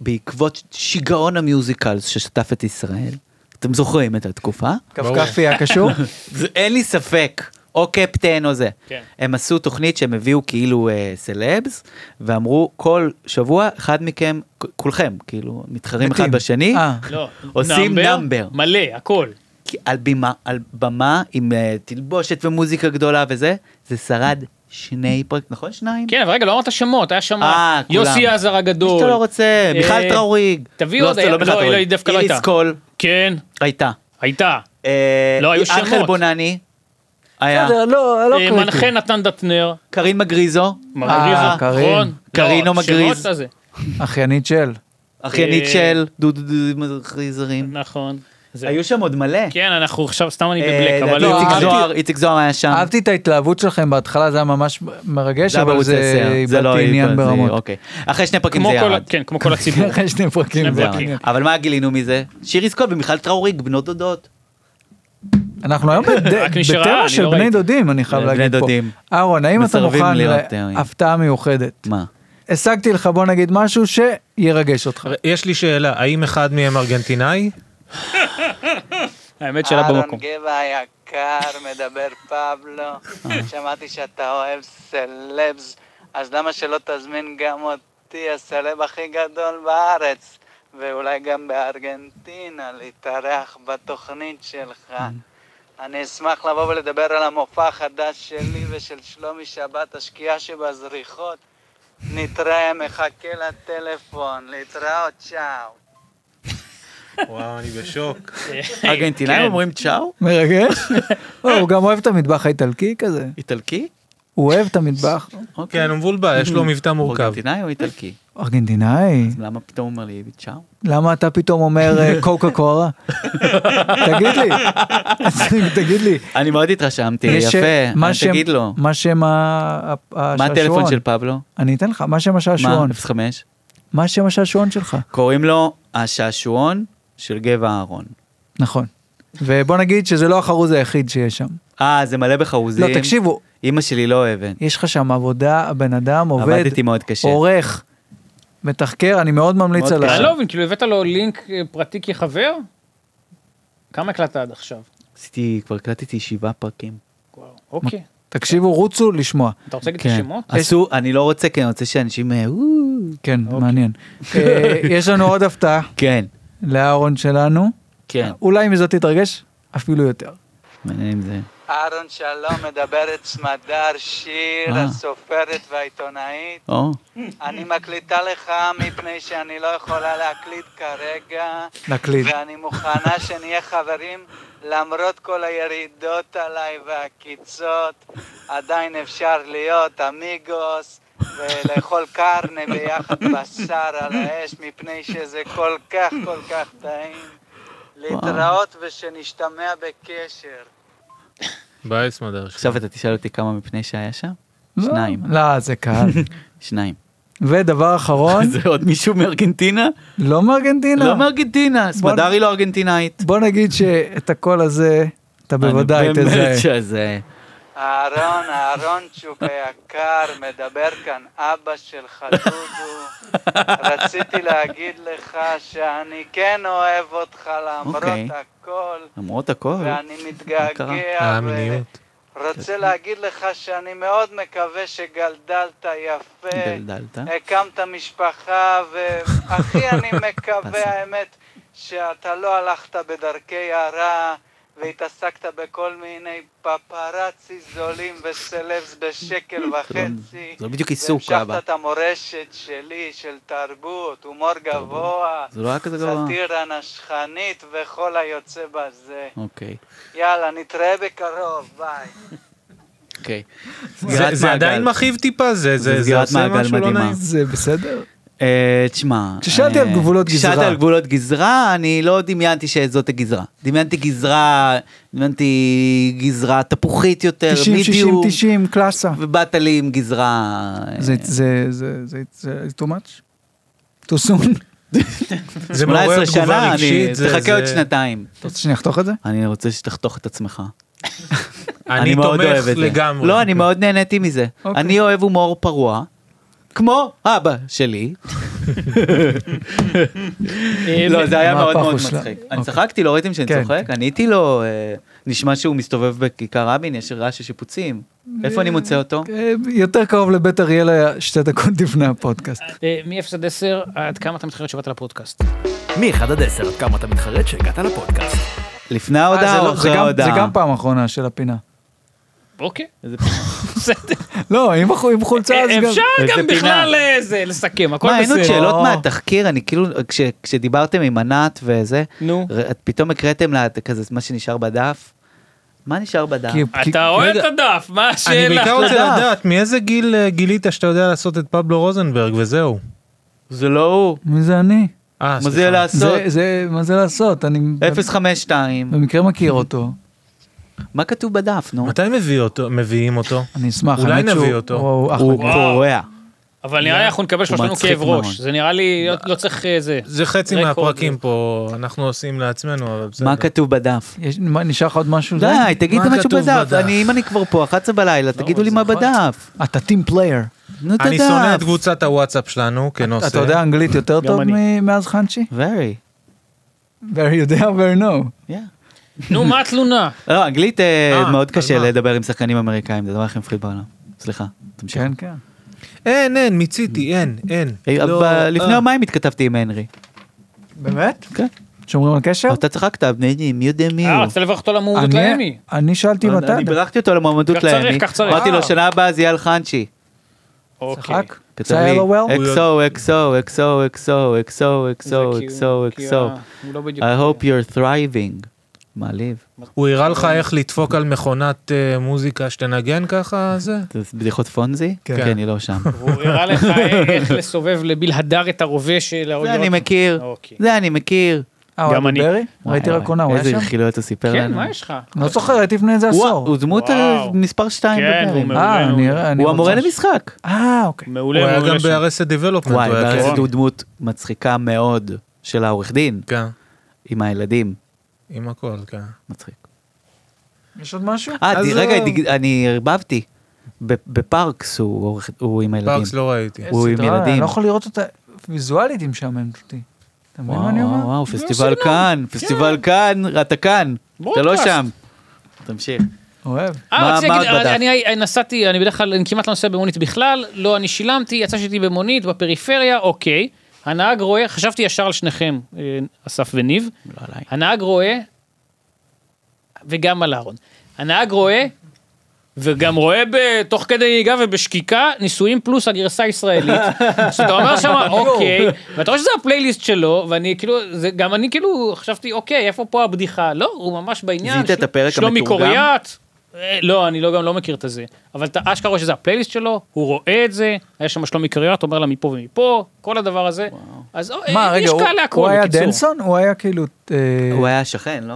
B: בעקבות שיגעון המיוזיקל ששטף את ישראל. אתם זוכרים את התקופה?
D: קפקפי היה קשור?
B: זה- אין לי ספק. או קפטן או זה.
C: כן.
B: הם עשו תוכנית שהם הביאו כאילו אה, סלבס, ואמרו כל שבוע אחד מכם, כ- כולכם, כאילו, מתחרים אחד
D: מתים.
B: בשני,
D: אה.
C: לא.
B: עושים נאמבר.
C: מלא, הכל.
B: כי על בימה, על במה עם אה, תלבושת ומוזיקה גדולה וזה, זה שרד שני פרק, נכון? שניים?
C: כן, אבל רגע, לא אמרת שמות, היה שם
B: אה, כולם.
C: יוסי עזר
B: מי
C: הגדול.
B: שאתה לא רוצה, מיכל
C: אה,
B: טראוריג.
C: תביא
B: לא,
C: עוד,
B: זה
C: היה-
B: לא מיכל
C: לא,
B: טראוריג.
C: היא דווקא לא
B: איריס
C: הייתה.
B: קול
C: כן,
B: הייתה.
C: הייתה.
B: אה,
C: לא, היו
B: אנחל
C: שמות.
B: בונני, היה,
D: בסדר, לא, לא
C: אה,
D: קריטי.
C: מנחה נתן דטנר,
B: קרין מגריזו,
C: מגריז,
D: אה, קרין.
C: נכון?
B: קרין או
C: לא,
B: מגריז?
C: שמות הזה.
D: אחיינית של.
B: אחיינית
C: אה,
B: של דודו דודו חייזרים.
C: נכון. זה-
B: היו שם עוד מלא.
C: כן, אנחנו עכשיו, סתם אני
B: אה,
C: בבלק, אבל
B: לדעתי
D: לא,
C: לא,
B: איציק
D: אהבתי-
B: זוהר, איציק זוהר היה שם.
D: אהבתי את ההתלהבות שלכם בהתחלה, זה היה ממש מרגש,
B: אה. זה היה
D: אבל
B: בערוץ
D: זה
B: 10, זה לא
D: איבדתי עניין
B: זה-
D: ברמות.
B: אוקיי. אחרי שני פרקים
C: כמו
B: זה
C: כל ה-
B: ירד.
C: כן, כמו כל הציבור.
D: אחרי שני
C: שני
D: פרקים זה
B: זה
C: פרקים.
D: עניין.
B: ירד. אבל מה גילינו מזה? שירי סקול ומיכל טראוריג, בנות דודות.
D: אנחנו היום בד-
C: רק מי שראה,
D: בטבע
C: אני
D: של
C: לא
D: בני
C: ראיתי.
D: דודים, אני חייב
B: בני
D: להגיד פה.
B: דודים.
D: אהרון, האם אתה
B: מסרבים
D: מוכן
B: לראות תארים.
D: להפתעה מיוחדת?
B: מה?
D: השגתי לך, בוא נגיד משהו שירגש אותך.
E: יש לי שאלה, האם אחד מהם ארגנטינאי?
C: האמת
B: אה,
C: שאלה במקום.
F: גבע היקר, מדבר פבלו, שמעתי שאתה אוהב סלבס, אז למה שלא תזמין גם אותי, הסלב הכי גדול בארץ, ואולי גם בארגנטינה, להתארח בתוכנית שלך.
D: Mm.
F: אני אשמח לבוא ולדבר על המופע החדש שלי ושל שלומי שבת, השקיעה שבזריחות. נתראה, מחכה לטלפון, להתראות, צ'או.
E: וואו, אני בשוק.
B: ארגנטינאים
C: כן.
B: אומרים צ'או?
D: מרגש? לא, הוא גם אוהב את המטבח האיטלקי כזה.
B: איטלקי?
D: הוא אוהב את המטבח.
B: אוקיי.
E: כן, הוא מבולבל, יש לו מבטא מורכב.
B: ארגנטינאי או איטלקי?
D: ארגנטינאי,
B: אז למה פתאום הוא אומר לי צ'או?
D: למה אתה פתאום אומר אה, קוקה קורה? תגיד לי, תגיד לי.
B: אני מאוד התרשמתי,
D: יש, אה,
B: יפה,
D: מה
B: אני
D: שם-
B: תגיד לו.
D: מה שם ה- ה- השעשועון?
B: מה הטלפון של פבלו?
D: אני אתן לך, מה שם
B: מה?
D: השעשועון?
B: 05?
D: מה שם השעשועון שלך?
B: קוראים לו השעשועון של גבע אהרון.
D: נכון. ובוא נגיד שזה לא החרוז היחיד שיש שם.
B: אה, זה מלא בחרוזים.
D: לא, תקשיבו,
B: אימא שלי לא אוהבת.
D: יש לך שם עבודה, הבן אדם עובד,
B: עבדתי מאוד קשה.
D: עורך, מתחקר, אני מאוד ממליץ
B: מאוד
D: עליו.
B: קשה.
C: אני לא מבין, כאילו הבאת לו לינק אה, פרטי כחבר? כמה הקלטת עד עכשיו?
B: עשיתי, כבר הקלטתי שבעה פרקים.
C: וואו, אוקיי.
D: תקשיבו, רוצו לשמוע.
C: אתה רוצה להגיד את
B: כן.
C: השמות?
B: עשו, אני לא רוצה, כי אני רוצה שאנשים... אה, וואו.
D: כן,
C: אוקיי.
D: מעניין. אה, יש לנו עוד הפתעה
B: כן,
D: לאהרון שלנו.
B: כן.
D: אולי מזה תתרגש, אפילו יותר.
B: מעניין אם זה.
F: אהרון שלום מדברת סמדר שיר,
B: אה.
F: הסופרת והעיתונאית.
B: או,
F: אני מקליטה לך מפני שאני לא יכולה להקליט כרגע,
D: נקליד.
F: ואני מוכנה שנהיה חברים למרות כל הירידות עליי והקיצות. עדיין אפשר להיות אמיגוס ולאכול קרנה ביחד בשר על האש, מפני שזה כל כך כל כך טעים. להתראות ושנשתמע בקשר.
E: ביי, סמדר. שלך.
B: עכשיו אתה תשאל אותי כמה מפני שהיה שם? שניים.
D: לא, זה קל.
B: שניים.
D: ודבר אחרון,
B: זה עוד מישהו מארגנטינה?
D: לא מארגנטינה.
B: לא מארגנטינה, סמדר היא לא ארגנטינאית.
D: בוא נגיד שאת הקול הזה, אתה בוודאי
B: אני
D: תזהה.
B: באמת שזה...
F: אהרון, אהרונצ'וק היקר, מדבר כאן אבא שלך דודו. רציתי להגיד לך שאני כן אוהב אותך
B: אוקיי.
F: למרות הכל,
B: למרות הכל.
F: ואני
B: קרה?
E: אה,
F: מתגעגע,
E: המיניות.
F: ורוצה להגיד לך שאני מאוד מקווה שגלדלת יפה,
B: גלדלת.
F: אה, הקמת משפחה, והכי אני מקווה,
B: פסה.
F: האמת, שאתה לא הלכת בדרכי הרע, והתעסקת בכל מיני פפראצי זולים וסלבס בשקל וחצי.
B: זה לא בדיוק עיסוק, אבא.
F: והמשכת את המורשת שלי, של תרבות, הומור גבוה,
B: זה לא היה כזה גבוה.
F: סאטירה נשכנית וכל היוצא בזה.
B: אוקיי.
F: יאללה, נתראה בקרוב, ביי.
B: אוקיי.
E: זה- זה עדיין מכאיב טיפה, זה- זה זה
B: סגירת
E: עושה
B: מעגל
E: משהו לא
B: מדהימה.
E: נעים.
D: זה בסדר?
B: אה, תשמע,
D: כששאלתי
B: אה,
D: על גבולות
B: כששאלת
D: גזרה.
B: על גבולות גזרה, אני לא דמיינתי שזאת הגזרה. דמיינתי גזרה, דמיינתי גזרה תפוחית יותר,
D: 90, 60,
B: מידיום,
D: 90, קלאסה.
B: ובאת לי עם גזרה... אה,
D: זה, זה, זה, זה, זה, too much? too soon?
E: זה
B: 18
E: מעורר תגובה
B: שנה, אני...
E: רגשית. זה-
B: תחכה
E: זה-
B: עוד שנתיים.
D: אתה רוצה שאני אחתוך את זה?
B: אני רוצה שתחתוך את עצמך.
E: אני
B: מאוד
E: תומך
B: אוהב את זה.
E: לגמרי.
B: לא, אני מאוד נהניתי מזה.
D: אוקיי.
B: אני אוהב הומור פרוע, כמו אבא שלי.
C: אה,
B: לא, זה היה
D: מה
B: מאוד מאוד
D: הפחוש שלה?
B: מצחיק. אני
D: אוקיי.
B: צחקתי, לא ראיתם שאני
D: כן.
B: צוחק? עניתי לו, אה, נשמע שהוא מסתובב בכיכר רבין, יש רעש השיפוצים. איפה אני מוצא אותו?
D: אה, יותר קרוב לבית אריאל היה שתי דקות לפני הפודקאסט.
C: אה, מ-0 עד 10, עד כמה אתה מתחיל לתשובת על הפודקאסט?
G: מ-1 עד 10, עד כמה אתה מתחרט שהגעת לפודקאסט?
B: לפני
D: אה,
B: ההודעה
D: זה
B: או
D: לא- זה
B: אחרי
D: גם- זה
B: ההודעה?
D: גם פעם אחרונה של הפינה.
C: אוקיי,
B: איזה-
C: בסדר.
D: לא, עם החו- עם חולצה
B: אה,
D: אז גם...
C: אפשר
B: איזה
C: גם
B: פינה.
C: בכלל אה, זה, לסכם, הכל
B: מה, אין עוד
C: בסדר.
B: שאלות
D: או.
B: מהתחקיר? אני כאילו, כש- כשדיברתם עם ענת וזה,
C: נו.
B: ר- את פתאום הקראתם לה את- כזה מה שנשאר בדף? מה נשאר בדף?
D: כי- כי-
C: אתה רואה את
E: רגע,
C: הדף, מה
E: אני בעיקר
C: השאלה?
E: רוצה
B: לדעת.
E: לדעת, מאיזה גיל אה, גילית שאתה יודע לעשות את פבלו רוזנברג וזהו.
B: זה לא הוא.
D: מי זה אני?
E: אה,
B: מה זה
E: סליחה.
B: לעשות?
D: זה- זה, מה זה לעשות? אני
B: 052.
D: במקרה מכיר אותו.
B: מה כתוב בדף, נו?
E: מתי מביא אותו- מביאים אותו?
D: אני אשמח.
E: אולי
D: האמת
E: נביא
D: שהוא-
E: אותו.
D: הוא אחלה
B: הוא
D: גבר.
B: קורע.
C: אבל נראה לי אנחנו נקבל שלושתנו
B: מצחיק
C: כאב
B: מאוד.
C: ראש, זה נראה לי, לא- לא צריך אה, זה.
E: זה חצי
C: רקורד.
E: מהפרקים פה, אנחנו עושים לעצמנו, אבל בסדר.
B: מה כתוב בדף?
D: יש- מה, נשאר לך עוד משהו?
B: די, תגיד
E: מה
B: משהו
E: כתוב
B: בדף.
E: בדף?
B: אני, אם אני כבר פה, 11
C: לא,
B: בלילה, תגידו לי מה
C: נכון.
B: בדף.
D: אתה טים פלייר.
B: נו, את
E: אני שונא את
B: הדף.
E: קבוצת הוואטסאפ שלנו כנושא.
D: אתה יודע אנגלית יותר טוב
C: אני.
D: מ- מאז חנצ'י?
B: Very.
D: Very יודע, very know.
B: yeah.
C: נו, מה התלונה?
B: לא, אנגלית אה,
E: אה,
B: מאוד קשה
E: על מה?
B: לדבר עם שחקנים אמריקאים, זה הדבר הכי מפחיד בעולם. סליחה, תמשיך.
D: כן, כן.
E: אין, אין, מיציתי, אין, אין.
B: אה,
E: לא,
B: אבל לפני
E: אה.
B: יומיים התכתבתי עם הנרי.
D: באמת?
B: כן.
D: שומרים על קשר?
B: אתה צחקת, בני, ני, מי יודע מי
C: אה,
B: הוא.
C: רוצה לברך אותו למועמדות
D: אני-
C: לאמי.
D: אני שאלתי
B: אני-
D: מתי.
B: אני בירכתי אותו
C: כך
B: למועמדות
C: צריך,
B: לאמי.
C: כך צריך.
B: אמרתי
C: אה.
B: לו, שנה הבאה זה יהיה על חנצ'י.
C: אוקיי.
D: צחק?
B: כתב
D: זה היה
B: לי,
D: לו well?
E: הוא
B: XO, XO, XO, XO, XO,
C: זה
B: XO,
C: כי הוא-
B: XO,
C: כי
B: XO.
C: ה- הוא לא בדיוק-
B: I hope you're thriving. מעליב.
E: הוא הראה לך איך לדפוק על מכונת אה, מוזיקה שתנגן ככה, זה?
B: זה בדיחות פונזי?
E: כן.
B: כן, אני לא שם.
C: הוא הראה לך איך לסובב לבלהדר את הרובה של
B: זה
C: האוניות.
B: אני מכיר,
C: אוקיי.
B: זה אני מכיר.
D: אה, הוא
C: גם
D: היה
C: אני.
D: בברי? ראיתי
B: וואי,
D: רק עונה, הוא
B: וואי,
D: היה שם?
B: איזה חילויות הוא סיפר
C: כן,
B: לנו.
C: מה יש לך?
D: אני לא זוכר, ראיתי לפני איזה
B: הוא-
D: עשור.
B: הוא דמות אה,
C: וואו.
B: מספר 2
C: כן, הוא
B: בפרק.
C: מעולה.
D: אה,
C: מעולה,
D: אני-
C: מעולה.
D: אני
B: הוא
D: רוצה
B: המורה
D: ש-
B: למשחק.
D: אה, אוקיי.
C: מעולה,
E: הוא היה
C: מעולה.
E: גם
C: שם.
E: ב-RSA Development,
B: וואי,
E: הוא היה
B: בארץ
E: כן.
B: הוא דמות מצחיקה מאוד של העורך דין
E: כן,
B: עם הילדים.
E: עם הכל, כן.
B: מצחיק.
D: יש עוד משהו?
B: אה,
E: אז
B: די-
E: לא.
B: רגע, דיג- אני ערבבתי. ב- בפארקס הוא עורך- הוא עם הילדים.
E: פארקס לא ראיתי.
B: הוא עם
D: סדרה, אני
B: ילדים.
D: לא יכול לראות אותה, ויזואלית היא משעממת אותי. אתה מבין מה
B: וואו,
D: אני אומר? כן.
B: וואו, וואו, פסטיבל כאן, פסטיבל כאן, אתה כאן, אתה לא
C: ברודקאסט.
B: שם. תמשיך.
D: אוהב.
C: אה,
B: מה-
C: רציתי
B: מה
C: להגיד,
B: עוד בדף?
C: אני אני נסעתי, אני בדרך כלל, אני כמעט לא נוסע במונית בכלל, לא, אני שילמתי, יצא שהייתי במונית בפריפריה, אוקיי. הנהג רואה, חשבתי ישר על שניכם, אה, אסף וניב.
B: לא עליי.
C: הנהג רואה, וגם על אהרון. הנהג רואה, וגם רואה ב- תוך כדי נהיגה ובשקיקה, נישואים פלוס הגרסה הישראלית. אז אתה אומר שם, אוקיי, ואתה רואה שזה הפלייליסט שלו, ואני כאילו, זה, גם אני כאילו חשבתי, אוקיי, איפה פה הבדיחה? לא, הוא ממש בעניין.
B: זיהית
C: של-
B: את הפרק
C: שלומי
B: המתורגם?
C: קוריאט. אה, לא, אני לא, גם לא מכיר את הזה. אבל אתה אשכרה רואה שזה הפלייליסט שלו, הוא רואה את זה, היה שם שלומי קוריאט, אומר לה מפה ומפה, כל הדבר הזה. אז אה,
D: מה, רגע,
C: יש
D: הוא-
C: קהל להכל,
D: הוא היה
C: בקיצור.
D: דנסון? הוא היה כאילו... אה,
B: הוא היה שכן, לא?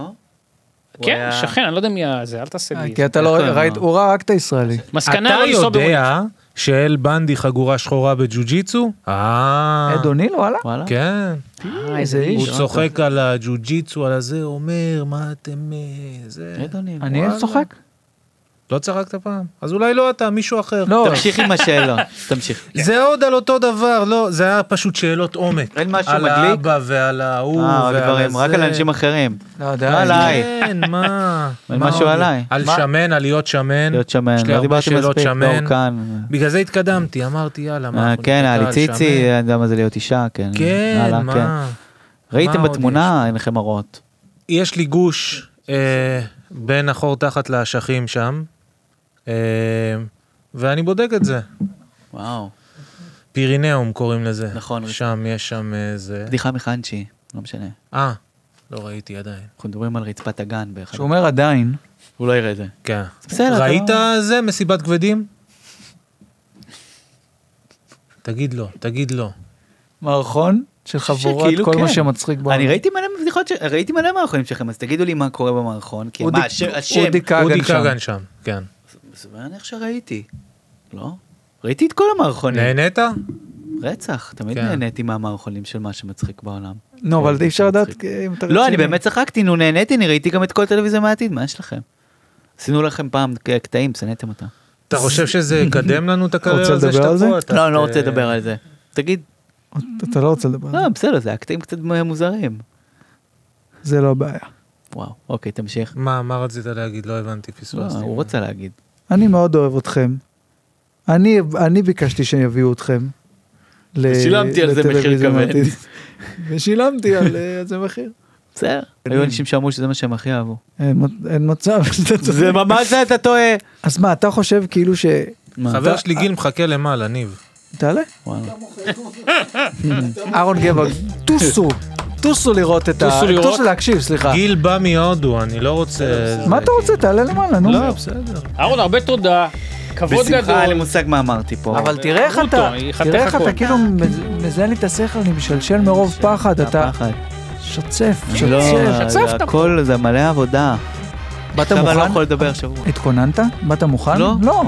B: הוא
C: כן,
B: היה- כן.
C: שכן, אני לא יודע מי ה- זה, אל תעשה
D: אה,
C: לי.
D: כי אתה לא...
B: איך קוראים
D: ראית-
B: לו?
D: הוא ראה רק את הישראלי.
C: מסקנה
E: אתה
C: לא לנסוע במונית.
E: יודע שאל בנדי חגורה שחורה בג'ו-ג'יצו? אה,
D: אד אוניל, וואלה?
B: וואלה.
E: כן.
B: אה,
D: איזה איש.
E: הוא
B: אה,
E: צוחק על הג'ו-ג'יצו, על הזה, אומר, מה אתם... אה, זה...
B: טוב. כן, אדוני.
D: אני
E: וואלה.
D: צוחק?
E: לא צחקת פעם? אז אולי לא אתה, מישהו אחר.
D: לא,
B: תמשיך עם השאלות, תמשיך.
E: זה עוד על אותו דבר, לא, זה היה פשוט שאלות עומק.
B: אין משהו
E: על
B: מדליק?
E: האבא ועל ההוא
B: אה,
E: ועל
B: עוד דברים, רק
E: הזה.
B: על אנשים אחרים.
D: לא יודע.
B: מה עליי?
E: כן, מה?
B: אין משהו עליי.
E: על
D: מה?
E: שמן, על להיות שמן.
B: להיות שמן,
E: יש לי
B: לא
E: הרבה
B: דיברתי
E: שאלות
B: מספיק,
E: שמן.
B: לא כאן.
E: בגלל זה התקדמתי, אמרתי יאללה, מה?
B: אה,
E: אנחנו
B: כן,
E: נדבר
B: היה לי
E: על
B: ציצי,
E: שמן?
B: אני יודע מה זה להיות אישה, כן.
E: כן,
B: הלאה,
E: מה?
B: כן. ראיתם
E: עוד
B: בתמונה, אין לכם מראות.
E: יש לי גוש אה, בין החור תחת לאשכים שם, אה, ואני בודק את זה.
B: וואו.
E: פירינאום קוראים לזה.
B: נכון.
E: שם, יש שם איזה...
B: בדיחה מחנצ'י, לא משנה.
E: אה, לא ראיתי עדיין.
B: אנחנו מדברים על רצפת הגן באחד.
D: שהוא אומר עדיין.
B: הוא לא יראה את זה.
E: כן.
B: בסדר, אתה
E: ראית
B: לא-
E: זה מסיבת כבדים? תגיד לא, תגיד לא.
D: מערכון של חבורת
B: שכאילו
D: כל
B: כן.
D: מה שמצחיק בעולם.
B: אני ראיתי מלא בדיחות, ש- ראיתי מלא מערכונים שלכם, אז תגידו לי מה קורה במערכון, כי
D: אודי-
B: מה, הש- השם,
D: אודי
E: אודי
D: כגן שם.
E: כגן שם, כן.
B: זה מעניין שראיתי. לא? ראיתי את כל המערכונים.
E: נהנית?
B: רצח, תמיד
E: כן.
B: נהניתי מהמערכונים של מה שמצחיק בעולם.
D: נו, לא, אבל אי אפשר לדעת
B: מצחיק.
D: אם אתה
B: לא, אני
D: רציני.
B: באמת צחקתי, נו נהניתי, אני ראיתי גם את כל טלוויזיה מהעתיד, מה יש לכם? עשינו לכם פעם קטעים, שנאתם אותם.
E: אתה חושב שזה יקדם לנו את
D: רוצה
E: הקריירה הזה
D: לדבר
E: שאתה
D: על זה?
E: פה? אתה-
B: לא, אני לא רוצה
E: אה,
B: לדבר על זה. תגיד,
D: אתה לא רוצה לדבר על
B: לא,
D: זה.
B: בסדר, זה היה קטעים קצת מוזרים.
D: זה לא הבעיה.
B: וואו, אוקיי, תמשיך.
E: מה, מה רצית להגיד? לא הבנתי,
B: לא,
E: פספסתי.
B: הוא רוצה להגיד.
D: אני מאוד אוהב אתכם. אני, אני ביקשתי שיביאו אתכם. ל-
B: ושילמתי על זה מחיר
D: לטלוויזיה
B: כבד.
D: העתיד. ושילמתי על אה, על זה מחיר.
B: בסדר. היו אנשים שאמרו שזה מה שהם הכי אהבו.
D: אין מ- אין מצב. שאתה צודק.
B: זה ממש זה, אתה טועה.
D: אז מה, אתה חושב כאילו ש...
B: מה?
E: חבר שלי גיל מחכה למעלה, ניב.
D: תעלה.
B: וואלה.
D: אהרון גבע, טוסו. טוסו לראות את ה...
E: טוסו לראות.
D: טוסו להקשיב, סליחה.
E: גיל בא מהודו, אני לא רוצה...
D: מה אתה רוצה? תעלה למעלה, נו.
E: לא, בסדר.
C: אהרון, הרבה תודה, כבוד
B: בשמחה, אין לי
C: גדול.
B: מושג מה אמרתי פה.
D: אבל תראה איך אתה,
C: ברוטו, יחתך
D: תראה איך
C: הכל.
D: אתה כאילו מז- מזיין לי את השכל, אני משלשל מרוב פחד, אתה
B: הפחד.
D: שוצף,
B: לא,
D: שוצף,
B: זה
D: שוצף.
B: הכל, זה מלא עבודה.
D: באת
B: עכשיו אני לא יכול
D: מוכן?
B: לדבר שבוע.
D: התכוננת? באת מוכן?
B: לא.
D: לא.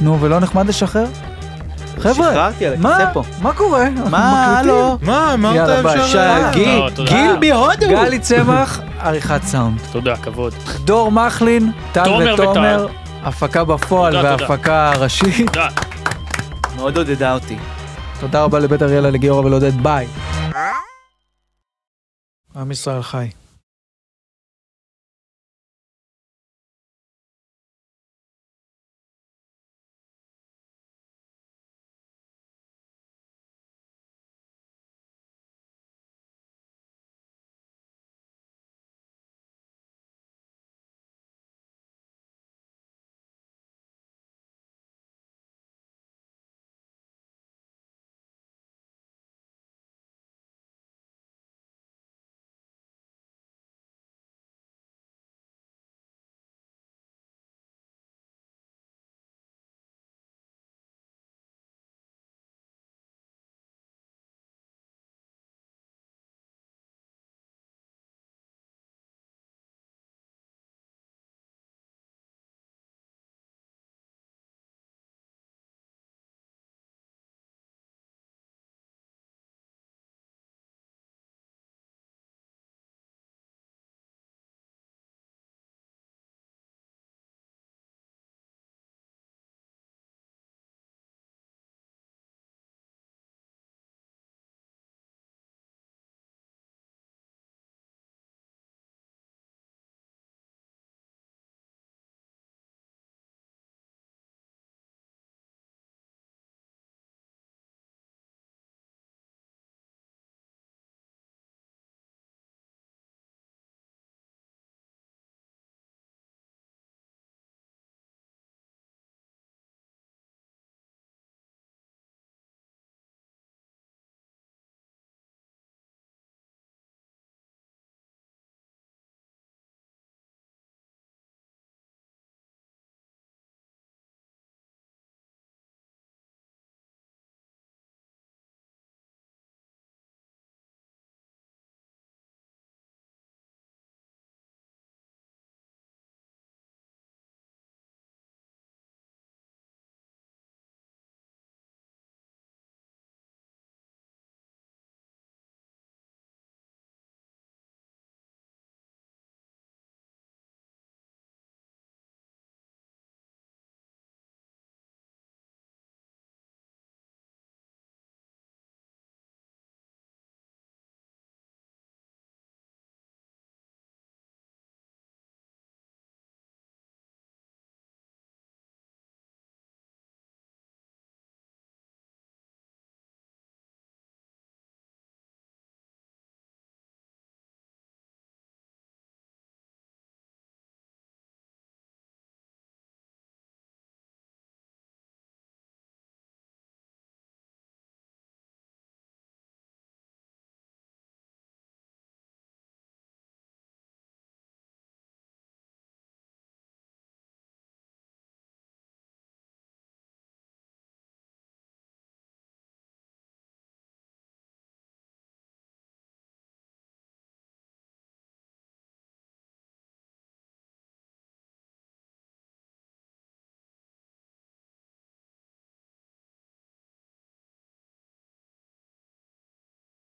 D: נו, ולא נחמד לשחרר? חבר'ה,
B: שחררתי על הכיסא
D: מה?
B: פה.
D: מה קורה? אנחנו
B: מה,
D: מקליטים.
B: הלו?
E: מה, אמרת
D: יאללה, ביי.
E: אפשר...
D: אה,
B: שגיל,
C: לא, תודה.
B: גיל בהודו.
D: גלי צמח, עריכת סאונד.
C: תודה, כבוד.
D: דור מחלין, טל
C: תומר
D: ותומר, הפקה בפועל
C: תודה, תודה.
D: והפקה ראשית.
C: תודה.
B: מאוד עודדה אותי.
D: תודה רבה לבית אריאלה, לגיורא ולעודד, ביי. עם ישראל חי.